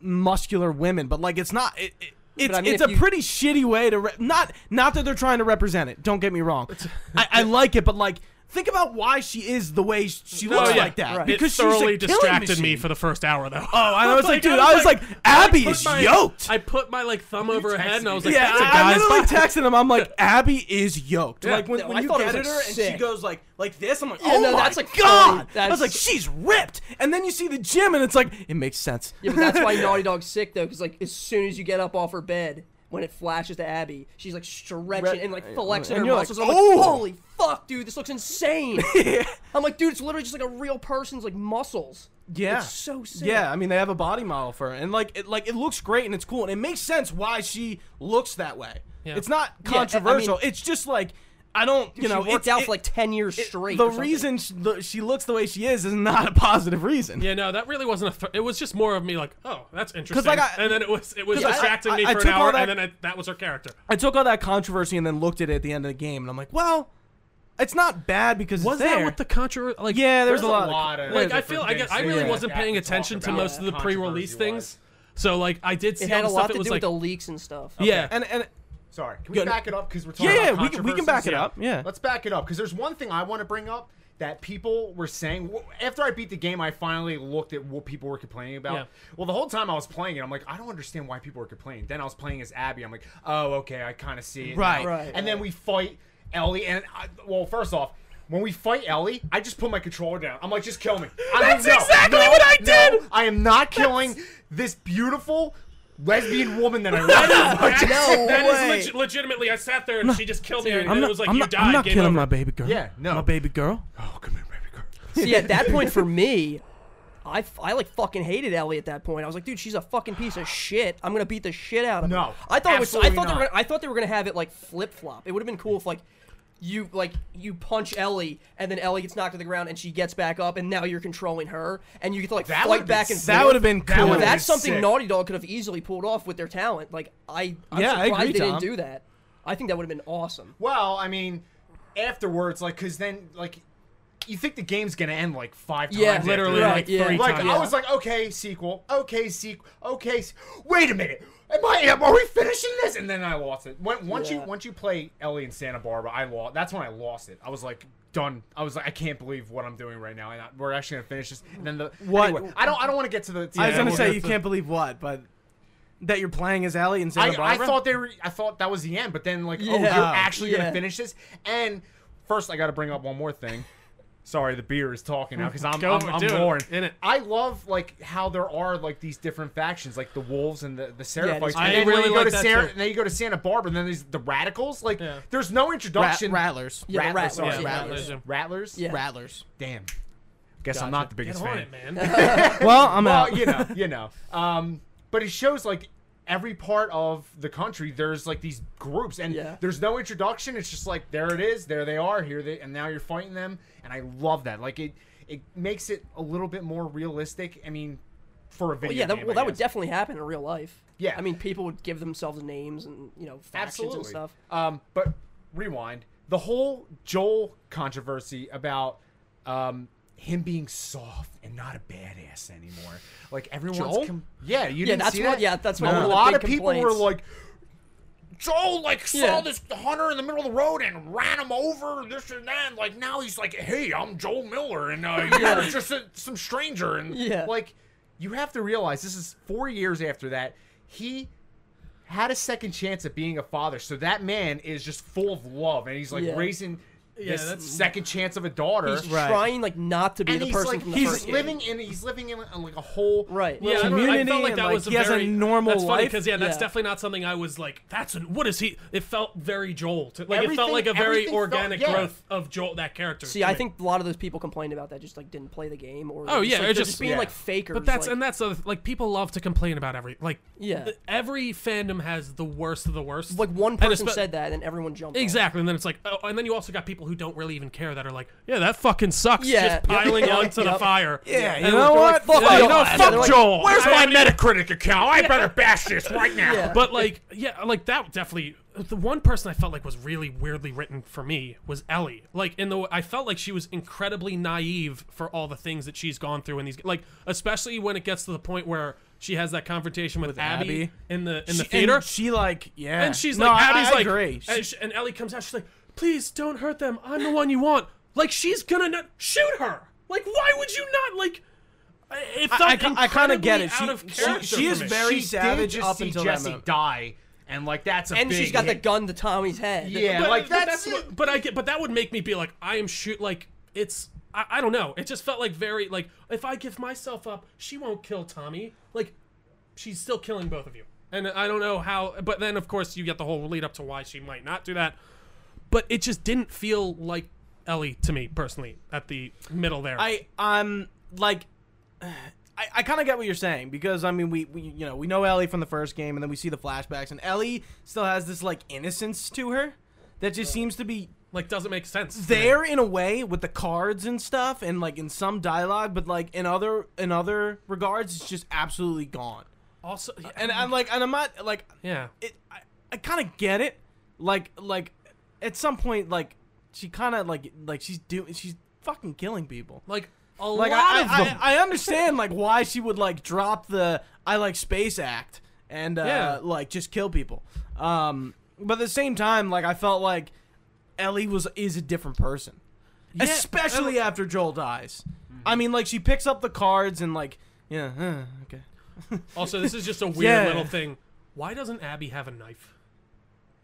[SPEAKER 1] muscular women, but like it's not it, it, it's,
[SPEAKER 4] I mean,
[SPEAKER 1] it's
[SPEAKER 4] if
[SPEAKER 1] a
[SPEAKER 4] you-
[SPEAKER 1] pretty shitty way to re- not not that they're trying to represent it. Don't get me wrong, I, I like it, but like think about why she is the way she
[SPEAKER 2] Oh,
[SPEAKER 1] looks
[SPEAKER 2] yeah.
[SPEAKER 1] like that
[SPEAKER 4] Right.
[SPEAKER 2] It
[SPEAKER 1] because she's
[SPEAKER 2] thoroughly
[SPEAKER 1] a killing
[SPEAKER 2] distracted me
[SPEAKER 1] machine.
[SPEAKER 2] for the first hour though.
[SPEAKER 1] Oh, and I was like, dude, I was like, Abby
[SPEAKER 2] put
[SPEAKER 1] is
[SPEAKER 2] my-
[SPEAKER 1] yoked.
[SPEAKER 2] I put my like thumb over her head and I was like,
[SPEAKER 1] yeah,
[SPEAKER 2] that's a
[SPEAKER 1] I, I
[SPEAKER 2] guy's
[SPEAKER 1] literally
[SPEAKER 2] body.
[SPEAKER 1] texted him. I'm like, Abby is yoked. Like when,
[SPEAKER 4] No,
[SPEAKER 1] when
[SPEAKER 4] I
[SPEAKER 1] you
[SPEAKER 4] thought
[SPEAKER 1] get
[SPEAKER 4] it
[SPEAKER 1] at
[SPEAKER 4] was,
[SPEAKER 1] her
[SPEAKER 4] like,
[SPEAKER 1] and she
[SPEAKER 4] sick.
[SPEAKER 1] goes like like this, I'm like,
[SPEAKER 4] Yeah,
[SPEAKER 1] oh
[SPEAKER 4] no,
[SPEAKER 1] my
[SPEAKER 4] that's, like,
[SPEAKER 1] god!
[SPEAKER 4] funny.
[SPEAKER 1] I was like,
[SPEAKER 4] That's-
[SPEAKER 1] she's ripped. And then you see the gym, and it's like, it makes sense.
[SPEAKER 4] Yeah, but that's why Naughty Dog's sick though, because like as soon as you get up off her bed, when it flashes to Abby, she's like stretching and like flexing
[SPEAKER 1] and
[SPEAKER 4] her
[SPEAKER 1] you're like,
[SPEAKER 4] muscles. I'm
[SPEAKER 1] "Oh!"
[SPEAKER 4] like, holy fuck, dude, this looks insane. I'm like, dude, it's literally just like a real person's like muscles.
[SPEAKER 1] Yeah.
[SPEAKER 4] it's so sick.
[SPEAKER 1] Yeah, I mean they have a body model for her, and like it, like it looks great and it's cool, and it makes sense why she looks that way.
[SPEAKER 2] Yeah.
[SPEAKER 1] It's not
[SPEAKER 4] I- I mean-
[SPEAKER 1] controversial. it's just like I don't, you
[SPEAKER 4] she
[SPEAKER 1] know,
[SPEAKER 4] worked
[SPEAKER 1] it's,
[SPEAKER 4] out
[SPEAKER 1] it-
[SPEAKER 4] for like ten years
[SPEAKER 1] it-
[SPEAKER 4] straight.
[SPEAKER 1] The
[SPEAKER 4] or something.
[SPEAKER 1] reason she, the, she looks the way she is is not a positive reason.
[SPEAKER 2] Yeah, no, that really wasn't a. Th- it was just more of me like, oh, that's interesting.
[SPEAKER 1] like, I-
[SPEAKER 2] and then it was it was
[SPEAKER 1] 'cause I-
[SPEAKER 2] distracting
[SPEAKER 1] I-
[SPEAKER 2] me
[SPEAKER 1] I
[SPEAKER 2] for an
[SPEAKER 1] took all
[SPEAKER 2] hour,
[SPEAKER 1] that-
[SPEAKER 2] and then I, that was her character.
[SPEAKER 1] I took all that controversy and then looked at it at the end of the game, and I'm like, well, it's not bad because
[SPEAKER 2] Was
[SPEAKER 1] it's there.
[SPEAKER 2] that what the controversy? Like,
[SPEAKER 1] yeah, there's,
[SPEAKER 3] There's a
[SPEAKER 1] lot.
[SPEAKER 3] lot
[SPEAKER 1] of,
[SPEAKER 3] of-
[SPEAKER 2] like
[SPEAKER 1] there's
[SPEAKER 2] I
[SPEAKER 1] a-
[SPEAKER 2] feel
[SPEAKER 3] different
[SPEAKER 2] I guess
[SPEAKER 3] things
[SPEAKER 2] I really
[SPEAKER 3] that
[SPEAKER 2] wasn't
[SPEAKER 3] you have
[SPEAKER 2] paying
[SPEAKER 3] to talk
[SPEAKER 2] attention to
[SPEAKER 3] about
[SPEAKER 2] most of the pre-release things.
[SPEAKER 3] controversy-wise.
[SPEAKER 2] So like I did see
[SPEAKER 4] it
[SPEAKER 2] all
[SPEAKER 4] had
[SPEAKER 2] the
[SPEAKER 4] a
[SPEAKER 2] stuff
[SPEAKER 4] lot
[SPEAKER 2] that
[SPEAKER 4] to
[SPEAKER 2] was
[SPEAKER 4] do
[SPEAKER 2] like
[SPEAKER 4] with the leaks and stuff.
[SPEAKER 2] yeah.
[SPEAKER 1] and and
[SPEAKER 3] Sorry, can we
[SPEAKER 1] Good.
[SPEAKER 3] back it up because we're talking
[SPEAKER 1] yeah, yeah,
[SPEAKER 3] about
[SPEAKER 1] we can, we can back it
[SPEAKER 3] controversies.
[SPEAKER 1] up. Yeah,
[SPEAKER 3] Let's back it up because there's one thing I want to bring up that people were saying w- after I beat the game. I finally looked at what people were complaining about.
[SPEAKER 2] Yeah.
[SPEAKER 3] Well, the whole time I was playing it, I'm like, I don't understand why people are complaining. Then I was playing as Abby. I'm like, oh, okay, I kind of see it.
[SPEAKER 1] Right.
[SPEAKER 3] now.
[SPEAKER 4] Right,
[SPEAKER 3] And then
[SPEAKER 4] right.
[SPEAKER 3] we fight Ellie, and I, well, first off. When we fight Ellie, I just put my controller down. I'm like, just kill me. I'm
[SPEAKER 1] That's
[SPEAKER 3] like, no,
[SPEAKER 1] exactly
[SPEAKER 3] no,
[SPEAKER 1] what I
[SPEAKER 3] no,
[SPEAKER 1] did!
[SPEAKER 3] I am not killing this beautiful lesbian woman that I love.
[SPEAKER 2] That-
[SPEAKER 4] No
[SPEAKER 2] that is
[SPEAKER 1] way.
[SPEAKER 2] legi- legitimately, I sat there and she just killed me, and
[SPEAKER 1] I'm
[SPEAKER 2] it
[SPEAKER 1] not,
[SPEAKER 2] was like
[SPEAKER 1] I'm
[SPEAKER 2] you
[SPEAKER 1] not,
[SPEAKER 2] died.
[SPEAKER 1] I'm not
[SPEAKER 2] game
[SPEAKER 1] killing
[SPEAKER 2] over.
[SPEAKER 1] my baby girl.
[SPEAKER 3] Yeah, no.
[SPEAKER 1] my baby girl.
[SPEAKER 3] Oh, come here, baby girl.
[SPEAKER 4] See, at that point for me, I, f- I, like fucking hated Ellie at that point. I was like, dude, she's a fucking piece of shit. I'm gonna beat the shit out of her.
[SPEAKER 3] No,
[SPEAKER 4] I thought it was. I
[SPEAKER 3] absolutely
[SPEAKER 4] thought they were.
[SPEAKER 3] not.
[SPEAKER 4] Gonna, I thought they were gonna have it like flip flop. It would have been cool if like. You like you punch Ellie, and then Ellie gets knocked to the ground, and she gets back up, and now you're controlling her, and you get to like
[SPEAKER 3] That
[SPEAKER 4] fight
[SPEAKER 3] would've been
[SPEAKER 4] back and
[SPEAKER 3] sick.
[SPEAKER 1] That
[SPEAKER 4] forth.
[SPEAKER 1] would've been
[SPEAKER 4] Now,
[SPEAKER 1] cool.
[SPEAKER 3] That would've been
[SPEAKER 4] That's something
[SPEAKER 3] sick.
[SPEAKER 4] Naughty Dog could have easily pulled off with their talent. Like I, I'm
[SPEAKER 1] Yeah, I
[SPEAKER 4] surprised
[SPEAKER 1] agree,
[SPEAKER 4] they
[SPEAKER 1] Tom.
[SPEAKER 4] didn't do that. I think that would have been awesome.
[SPEAKER 3] Well, I mean, afterwards, like, cause then, like, you think the game's gonna end like five times?
[SPEAKER 4] Yeah,
[SPEAKER 3] after
[SPEAKER 2] Literally
[SPEAKER 3] that.
[SPEAKER 4] Right,
[SPEAKER 2] like
[SPEAKER 4] yeah.
[SPEAKER 2] three
[SPEAKER 3] Like,
[SPEAKER 2] times.
[SPEAKER 4] yeah.
[SPEAKER 3] I was like, okay, sequel, okay, sequel, okay. Se- Wait a minute, am I? Am, are we finishing this? And then I lost it. When, once
[SPEAKER 4] Yeah.
[SPEAKER 3] you once you play Ellie and Santa Barbara, I lost. That's when I lost it. I was like. Done. I was like, I can't believe what I'm doing right now, and I, we're actually gonna finish this. And then the
[SPEAKER 1] What-
[SPEAKER 3] anyway, I don't. I don't want to get to the.
[SPEAKER 1] I was
[SPEAKER 2] Yeah,
[SPEAKER 1] gonna
[SPEAKER 2] we'll
[SPEAKER 1] say
[SPEAKER 2] get
[SPEAKER 1] you
[SPEAKER 2] to-
[SPEAKER 1] can't believe what, but that you're playing as Ellie and Santa
[SPEAKER 3] I, I
[SPEAKER 1] Barbara.
[SPEAKER 3] thought they were. I thought that was the end, but then like, oh, you're
[SPEAKER 4] Yeah.
[SPEAKER 3] actually
[SPEAKER 4] Yeah.
[SPEAKER 3] gonna finish this. And first, I got to bring up one more thing. Sorry, the beer is talking now because I'm
[SPEAKER 2] Go
[SPEAKER 3] I'm,
[SPEAKER 2] for it,
[SPEAKER 3] I'm
[SPEAKER 2] do it.
[SPEAKER 3] roaring.
[SPEAKER 2] In it.
[SPEAKER 3] I love like how there are like these different factions, like the wolves and the the seraphites.
[SPEAKER 4] I
[SPEAKER 3] and then
[SPEAKER 2] really
[SPEAKER 3] when you go
[SPEAKER 2] like
[SPEAKER 3] to
[SPEAKER 2] that
[SPEAKER 3] Santa,
[SPEAKER 2] too.
[SPEAKER 3] and then you go to Santa Barbara, and then there's the radicals. Like,
[SPEAKER 2] Yeah.
[SPEAKER 3] there's no introduction.
[SPEAKER 1] rattlers.
[SPEAKER 4] Yeah, the
[SPEAKER 3] Rattlers,
[SPEAKER 4] Rattlers,
[SPEAKER 3] sorry,
[SPEAKER 4] yeah.
[SPEAKER 3] rattlers,
[SPEAKER 2] Yeah.
[SPEAKER 3] rattlers.
[SPEAKER 4] Yeah.
[SPEAKER 1] Rattlers.
[SPEAKER 3] Damn. Guess I'm not the biggest
[SPEAKER 2] Get on
[SPEAKER 3] fan.
[SPEAKER 2] it, man.
[SPEAKER 1] Well, I'm
[SPEAKER 3] Well,
[SPEAKER 1] out.
[SPEAKER 3] you know, you know. Um, but it shows like every part of the country there's like these groups and
[SPEAKER 4] Yeah.
[SPEAKER 3] there's no introduction it's just like there it is there they are here they and now you're fighting them and i love that like it it makes it a little bit more realistic i mean for a video
[SPEAKER 4] Well, yeah, that,
[SPEAKER 3] game,
[SPEAKER 4] well,
[SPEAKER 3] I
[SPEAKER 4] that would
[SPEAKER 3] guess.
[SPEAKER 4] definitely happen in real life.
[SPEAKER 3] Yeah.
[SPEAKER 4] I mean, people would give themselves names and you know factions
[SPEAKER 3] Absolutely.
[SPEAKER 4] and stuff.
[SPEAKER 3] Um, but rewind the whole Joel controversy about um, him being soft and not a badass anymore. Like everyone's,
[SPEAKER 2] Joel?
[SPEAKER 3] com- yeah, you didn't
[SPEAKER 4] that's
[SPEAKER 3] see
[SPEAKER 4] what-
[SPEAKER 3] that.
[SPEAKER 4] yeah, that's
[SPEAKER 3] a
[SPEAKER 4] one of the
[SPEAKER 3] lot
[SPEAKER 4] big
[SPEAKER 3] of people were
[SPEAKER 4] complaints.
[SPEAKER 3] like. Joel like saw
[SPEAKER 4] Yeah.
[SPEAKER 3] this hunter in the middle of the road and ran him over, this and that. and, Like now he's like, "Hey, I'm Joel Miller, and uh, you're just a, some stranger." And
[SPEAKER 4] Yeah.
[SPEAKER 3] like, you have to realize this is four years after that. He had a second chance at being a father. So that man is just full of love, and he's like
[SPEAKER 4] Yeah.
[SPEAKER 3] raising this
[SPEAKER 2] that's-
[SPEAKER 3] second chance of a daughter.
[SPEAKER 4] He's
[SPEAKER 1] Right.
[SPEAKER 4] trying like not to be
[SPEAKER 3] and
[SPEAKER 4] the
[SPEAKER 3] he's
[SPEAKER 4] person
[SPEAKER 3] like
[SPEAKER 4] from the
[SPEAKER 3] he's
[SPEAKER 4] first
[SPEAKER 3] living in he's living in, in like a whole
[SPEAKER 4] game. right.
[SPEAKER 2] Yeah, I don't know, I felt
[SPEAKER 1] community
[SPEAKER 2] like
[SPEAKER 1] and,
[SPEAKER 2] that
[SPEAKER 1] like,
[SPEAKER 2] was a
[SPEAKER 1] he has a
[SPEAKER 2] very,
[SPEAKER 1] normal
[SPEAKER 2] that's funny
[SPEAKER 1] life.
[SPEAKER 2] because yeah, that's
[SPEAKER 4] Yeah.
[SPEAKER 2] definitely not something I was like. That's an, what is he? It felt very Joel. To, like it felt
[SPEAKER 3] Everything-
[SPEAKER 2] like a very
[SPEAKER 3] everything felt-
[SPEAKER 2] organic
[SPEAKER 3] yeah.
[SPEAKER 2] growth of Joel that character.
[SPEAKER 4] See,
[SPEAKER 2] to
[SPEAKER 4] I
[SPEAKER 2] me.
[SPEAKER 4] think a lot of those people complained about that just like didn't play the game or
[SPEAKER 2] Oh, yeah,
[SPEAKER 4] like,
[SPEAKER 2] or
[SPEAKER 4] they're
[SPEAKER 2] just-
[SPEAKER 4] being
[SPEAKER 3] yeah.
[SPEAKER 4] like fakers.
[SPEAKER 2] But that's
[SPEAKER 4] like,
[SPEAKER 2] and that's the like people love to complain about every like
[SPEAKER 4] Yeah.
[SPEAKER 2] th- every fandom has the worst of the worst.
[SPEAKER 4] like one
[SPEAKER 2] And
[SPEAKER 4] person
[SPEAKER 2] espe-
[SPEAKER 4] said that and everyone jumped. on it.
[SPEAKER 2] exactly, and then it's like oh, and then you also got people who don't really even care that are like yeah that fucking sucks
[SPEAKER 4] Yeah.
[SPEAKER 2] just piling
[SPEAKER 4] Yep.
[SPEAKER 2] onto the
[SPEAKER 4] Yep.
[SPEAKER 2] fire.
[SPEAKER 1] Yeah, you
[SPEAKER 2] And
[SPEAKER 1] know
[SPEAKER 2] they're
[SPEAKER 1] what?
[SPEAKER 2] like,
[SPEAKER 1] Fuck
[SPEAKER 2] yeah, you
[SPEAKER 1] Joel.
[SPEAKER 2] know,
[SPEAKER 1] They're
[SPEAKER 2] fuck
[SPEAKER 4] like,
[SPEAKER 2] Joel.
[SPEAKER 3] Where's
[SPEAKER 2] I
[SPEAKER 3] my
[SPEAKER 2] already-
[SPEAKER 3] Metacritic account? I better bash this right now.
[SPEAKER 4] Yeah.
[SPEAKER 2] But like, yeah, like that definitely. The one person I felt like was really weirdly written for me was Ellie. Like in the, I felt like she was incredibly naive for all the things that she's gone through in these. Like especially when it gets to the point where she has that confrontation with, Abby,
[SPEAKER 1] Abby.
[SPEAKER 2] in the in
[SPEAKER 1] She-
[SPEAKER 2] the
[SPEAKER 1] and
[SPEAKER 2] theater, and,
[SPEAKER 1] she like yeah,
[SPEAKER 2] she's
[SPEAKER 1] No,
[SPEAKER 2] like,
[SPEAKER 1] I-
[SPEAKER 2] Abby's
[SPEAKER 1] I
[SPEAKER 2] like,
[SPEAKER 1] agree. She-
[SPEAKER 2] and, she- and Ellie comes out, she's like, please don't hurt them. I'm the one you want. Like she's gonna not shoot her. Like why would you not like? I- It felt
[SPEAKER 1] I, I, kind
[SPEAKER 2] incredibly
[SPEAKER 1] of get it.
[SPEAKER 2] Out of
[SPEAKER 1] She, she,
[SPEAKER 2] character
[SPEAKER 1] she is
[SPEAKER 2] for me.
[SPEAKER 1] very
[SPEAKER 3] she
[SPEAKER 1] savage
[SPEAKER 3] did just
[SPEAKER 1] up
[SPEAKER 3] see
[SPEAKER 1] until that
[SPEAKER 3] Jesse
[SPEAKER 1] moment.
[SPEAKER 3] die, and like that's a
[SPEAKER 4] And
[SPEAKER 3] big
[SPEAKER 4] she's got the
[SPEAKER 3] hit.
[SPEAKER 4] gun to Tommy's head.
[SPEAKER 3] Yeah.
[SPEAKER 2] but,
[SPEAKER 3] like,
[SPEAKER 2] but
[SPEAKER 3] that's
[SPEAKER 2] that's,
[SPEAKER 3] it.
[SPEAKER 2] what, but I get but that would make me be like I am shoot like it's I, I don't know it just felt like very like if I give myself up she won't kill Tommy like she's still killing both of you and I don't know how but then of course you get the whole lead up to why she might not do that but it just didn't feel like Ellie to me personally at the middle there
[SPEAKER 1] I I'm like I, I kind of get what you're saying because I mean we, we you know we know Ellie from the first game and then we see the flashbacks and Ellie still has this like innocence to her that just seems to be
[SPEAKER 2] like doesn't make sense to me.
[SPEAKER 1] there in a way with the cards and stuff and like in some dialogue but like in other in other regards it's just absolutely gone
[SPEAKER 2] also yeah,
[SPEAKER 1] and I'm like and I'm not like
[SPEAKER 2] yeah
[SPEAKER 1] it I, I kind of get it. Like like at some point like she kind of like like she's doing she's fucking killing people.
[SPEAKER 2] like a
[SPEAKER 1] Like
[SPEAKER 2] lot
[SPEAKER 1] I,
[SPEAKER 2] of
[SPEAKER 1] I,
[SPEAKER 2] them
[SPEAKER 1] I I understand like why she would like drop the I like space act and uh,
[SPEAKER 2] Yeah.
[SPEAKER 1] like just kill people. Um, but at the same time like I felt like Ellie was is a different person. Especially after Joel dies.
[SPEAKER 2] Mm-hmm.
[SPEAKER 1] I mean like she picks up the cards and like yeah, uh, okay.
[SPEAKER 2] also this is just a weird
[SPEAKER 1] Yeah.
[SPEAKER 2] little thing why doesn't Abby have a knife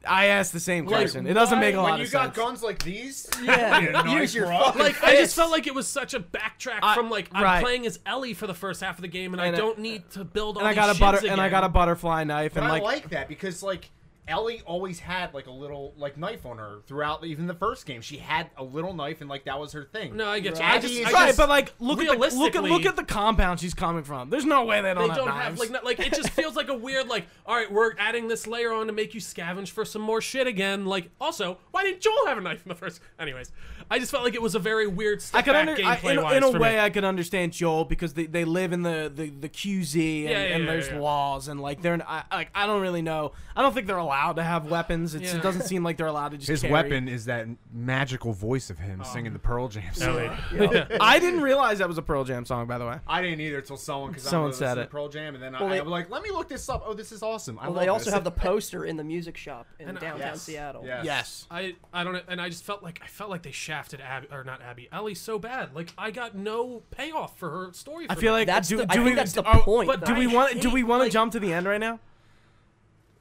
[SPEAKER 1] I asked the same
[SPEAKER 4] Like,
[SPEAKER 1] question. it doesn't make a lot
[SPEAKER 3] When
[SPEAKER 1] of
[SPEAKER 3] you
[SPEAKER 1] sense.
[SPEAKER 3] got guns like these,
[SPEAKER 4] Yeah.
[SPEAKER 3] you're nice,
[SPEAKER 4] Use your
[SPEAKER 3] bro.
[SPEAKER 4] fucking
[SPEAKER 2] like I just
[SPEAKER 4] Yes.
[SPEAKER 2] felt like it was such a backtrack
[SPEAKER 1] I-
[SPEAKER 2] from like I'm
[SPEAKER 1] right.
[SPEAKER 2] playing as Ellie for the first half of the game, and,
[SPEAKER 1] And
[SPEAKER 2] I
[SPEAKER 1] I-
[SPEAKER 2] don't need to build all
[SPEAKER 1] and I
[SPEAKER 2] these
[SPEAKER 1] got a
[SPEAKER 2] shits
[SPEAKER 1] butter
[SPEAKER 2] again.
[SPEAKER 1] and I got a butterfly knife
[SPEAKER 3] But
[SPEAKER 1] and
[SPEAKER 3] I
[SPEAKER 1] like,
[SPEAKER 3] like that because like Ellie always had like a little like knife on her throughout even the first game. She had a little knife and like that was her thing.
[SPEAKER 2] No, I get you.
[SPEAKER 3] Right.
[SPEAKER 2] I just, I
[SPEAKER 3] Right,
[SPEAKER 1] right,
[SPEAKER 2] just-
[SPEAKER 1] but like look at the, look at
[SPEAKER 2] realistically,
[SPEAKER 1] look at the compound she's coming from. There's no way they
[SPEAKER 2] They
[SPEAKER 1] don't,
[SPEAKER 2] don't
[SPEAKER 1] knives.
[SPEAKER 2] have like not, like it just feels like a weird like all right we're adding this layer on to make you scavenge for some more shit again like also why didn't Joel have a knife in the first anyways I just felt like it was a very weird step
[SPEAKER 1] I could
[SPEAKER 2] back
[SPEAKER 1] under, I,
[SPEAKER 2] gameplay
[SPEAKER 1] in, a-
[SPEAKER 2] wise
[SPEAKER 1] in a
[SPEAKER 2] for
[SPEAKER 1] way
[SPEAKER 2] me.
[SPEAKER 1] I could understand Joel because they, they live in the, the, the QZ and,
[SPEAKER 2] Yeah, yeah,
[SPEAKER 1] and
[SPEAKER 2] yeah,
[SPEAKER 1] there's
[SPEAKER 2] yeah.
[SPEAKER 1] laws and like they're I, like I don't really know I don't think they're allowed to have weapons. It's,
[SPEAKER 2] Yeah.
[SPEAKER 1] It doesn't seem like they're allowed to just
[SPEAKER 3] His
[SPEAKER 1] carry.
[SPEAKER 3] weapon is that magical voice of him singing the Pearl Jam song.
[SPEAKER 2] Oh. Ellie.
[SPEAKER 1] I didn't realize that was a Pearl Jam song by the way.
[SPEAKER 3] I didn't either till someone because
[SPEAKER 1] Someone
[SPEAKER 3] I
[SPEAKER 1] said
[SPEAKER 3] said
[SPEAKER 1] it.
[SPEAKER 3] to Pearl Jam and then I,
[SPEAKER 4] Well, they-
[SPEAKER 3] I was like, let me look this up. Oh, this is awesome. I
[SPEAKER 4] Well,
[SPEAKER 3] love
[SPEAKER 4] they also
[SPEAKER 3] this.
[SPEAKER 4] have the poster in the music shop in
[SPEAKER 2] And, uh,
[SPEAKER 4] downtown
[SPEAKER 3] Yes.
[SPEAKER 4] Seattle.
[SPEAKER 3] Yes.
[SPEAKER 1] Yes.
[SPEAKER 2] I I don't know, and I just felt like I felt like they shafted Abby or not Abby Ellie so bad. Like I got no payoff for her story.
[SPEAKER 1] I
[SPEAKER 2] for
[SPEAKER 1] feel
[SPEAKER 2] that.
[SPEAKER 1] like
[SPEAKER 4] That's
[SPEAKER 1] do,
[SPEAKER 4] the,
[SPEAKER 1] do
[SPEAKER 4] I
[SPEAKER 1] we
[SPEAKER 4] think that's the
[SPEAKER 1] are-
[SPEAKER 4] point.
[SPEAKER 2] but
[SPEAKER 1] do
[SPEAKER 4] though.
[SPEAKER 1] we
[SPEAKER 2] I
[SPEAKER 1] want do we
[SPEAKER 2] hate,
[SPEAKER 1] want to
[SPEAKER 2] like-
[SPEAKER 1] jump to the end right now?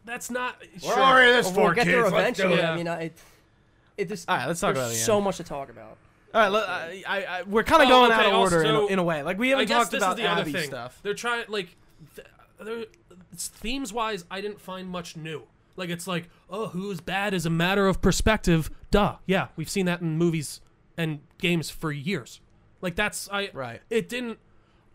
[SPEAKER 2] that's not.
[SPEAKER 3] We're
[SPEAKER 2] sure.
[SPEAKER 3] already this
[SPEAKER 4] Well,
[SPEAKER 3] far,
[SPEAKER 4] we'll get there
[SPEAKER 3] kids. Let's do
[SPEAKER 4] eventually.
[SPEAKER 3] it.
[SPEAKER 2] Yeah.
[SPEAKER 4] I mean, I, it just
[SPEAKER 1] All right, let's talk
[SPEAKER 4] there's
[SPEAKER 1] about it again.
[SPEAKER 4] so much to talk about.
[SPEAKER 1] All right, let, I, I, I, we're kind of
[SPEAKER 2] Oh,
[SPEAKER 1] going
[SPEAKER 2] okay,
[SPEAKER 1] out of order in a-
[SPEAKER 2] also,
[SPEAKER 1] in, a way. Like we
[SPEAKER 2] I
[SPEAKER 1] haven't
[SPEAKER 2] guess
[SPEAKER 1] talked
[SPEAKER 2] this
[SPEAKER 1] about
[SPEAKER 2] is the
[SPEAKER 1] Abby
[SPEAKER 2] other thing.
[SPEAKER 1] stuff.
[SPEAKER 2] They're trying like, th- they're it's, themes wise. I didn't find much new. Like it's like, oh, who's bad is a matter of perspective. Duh. Yeah, we've seen that in movies and games for years. Like that's I.
[SPEAKER 1] Right.
[SPEAKER 2] It didn't.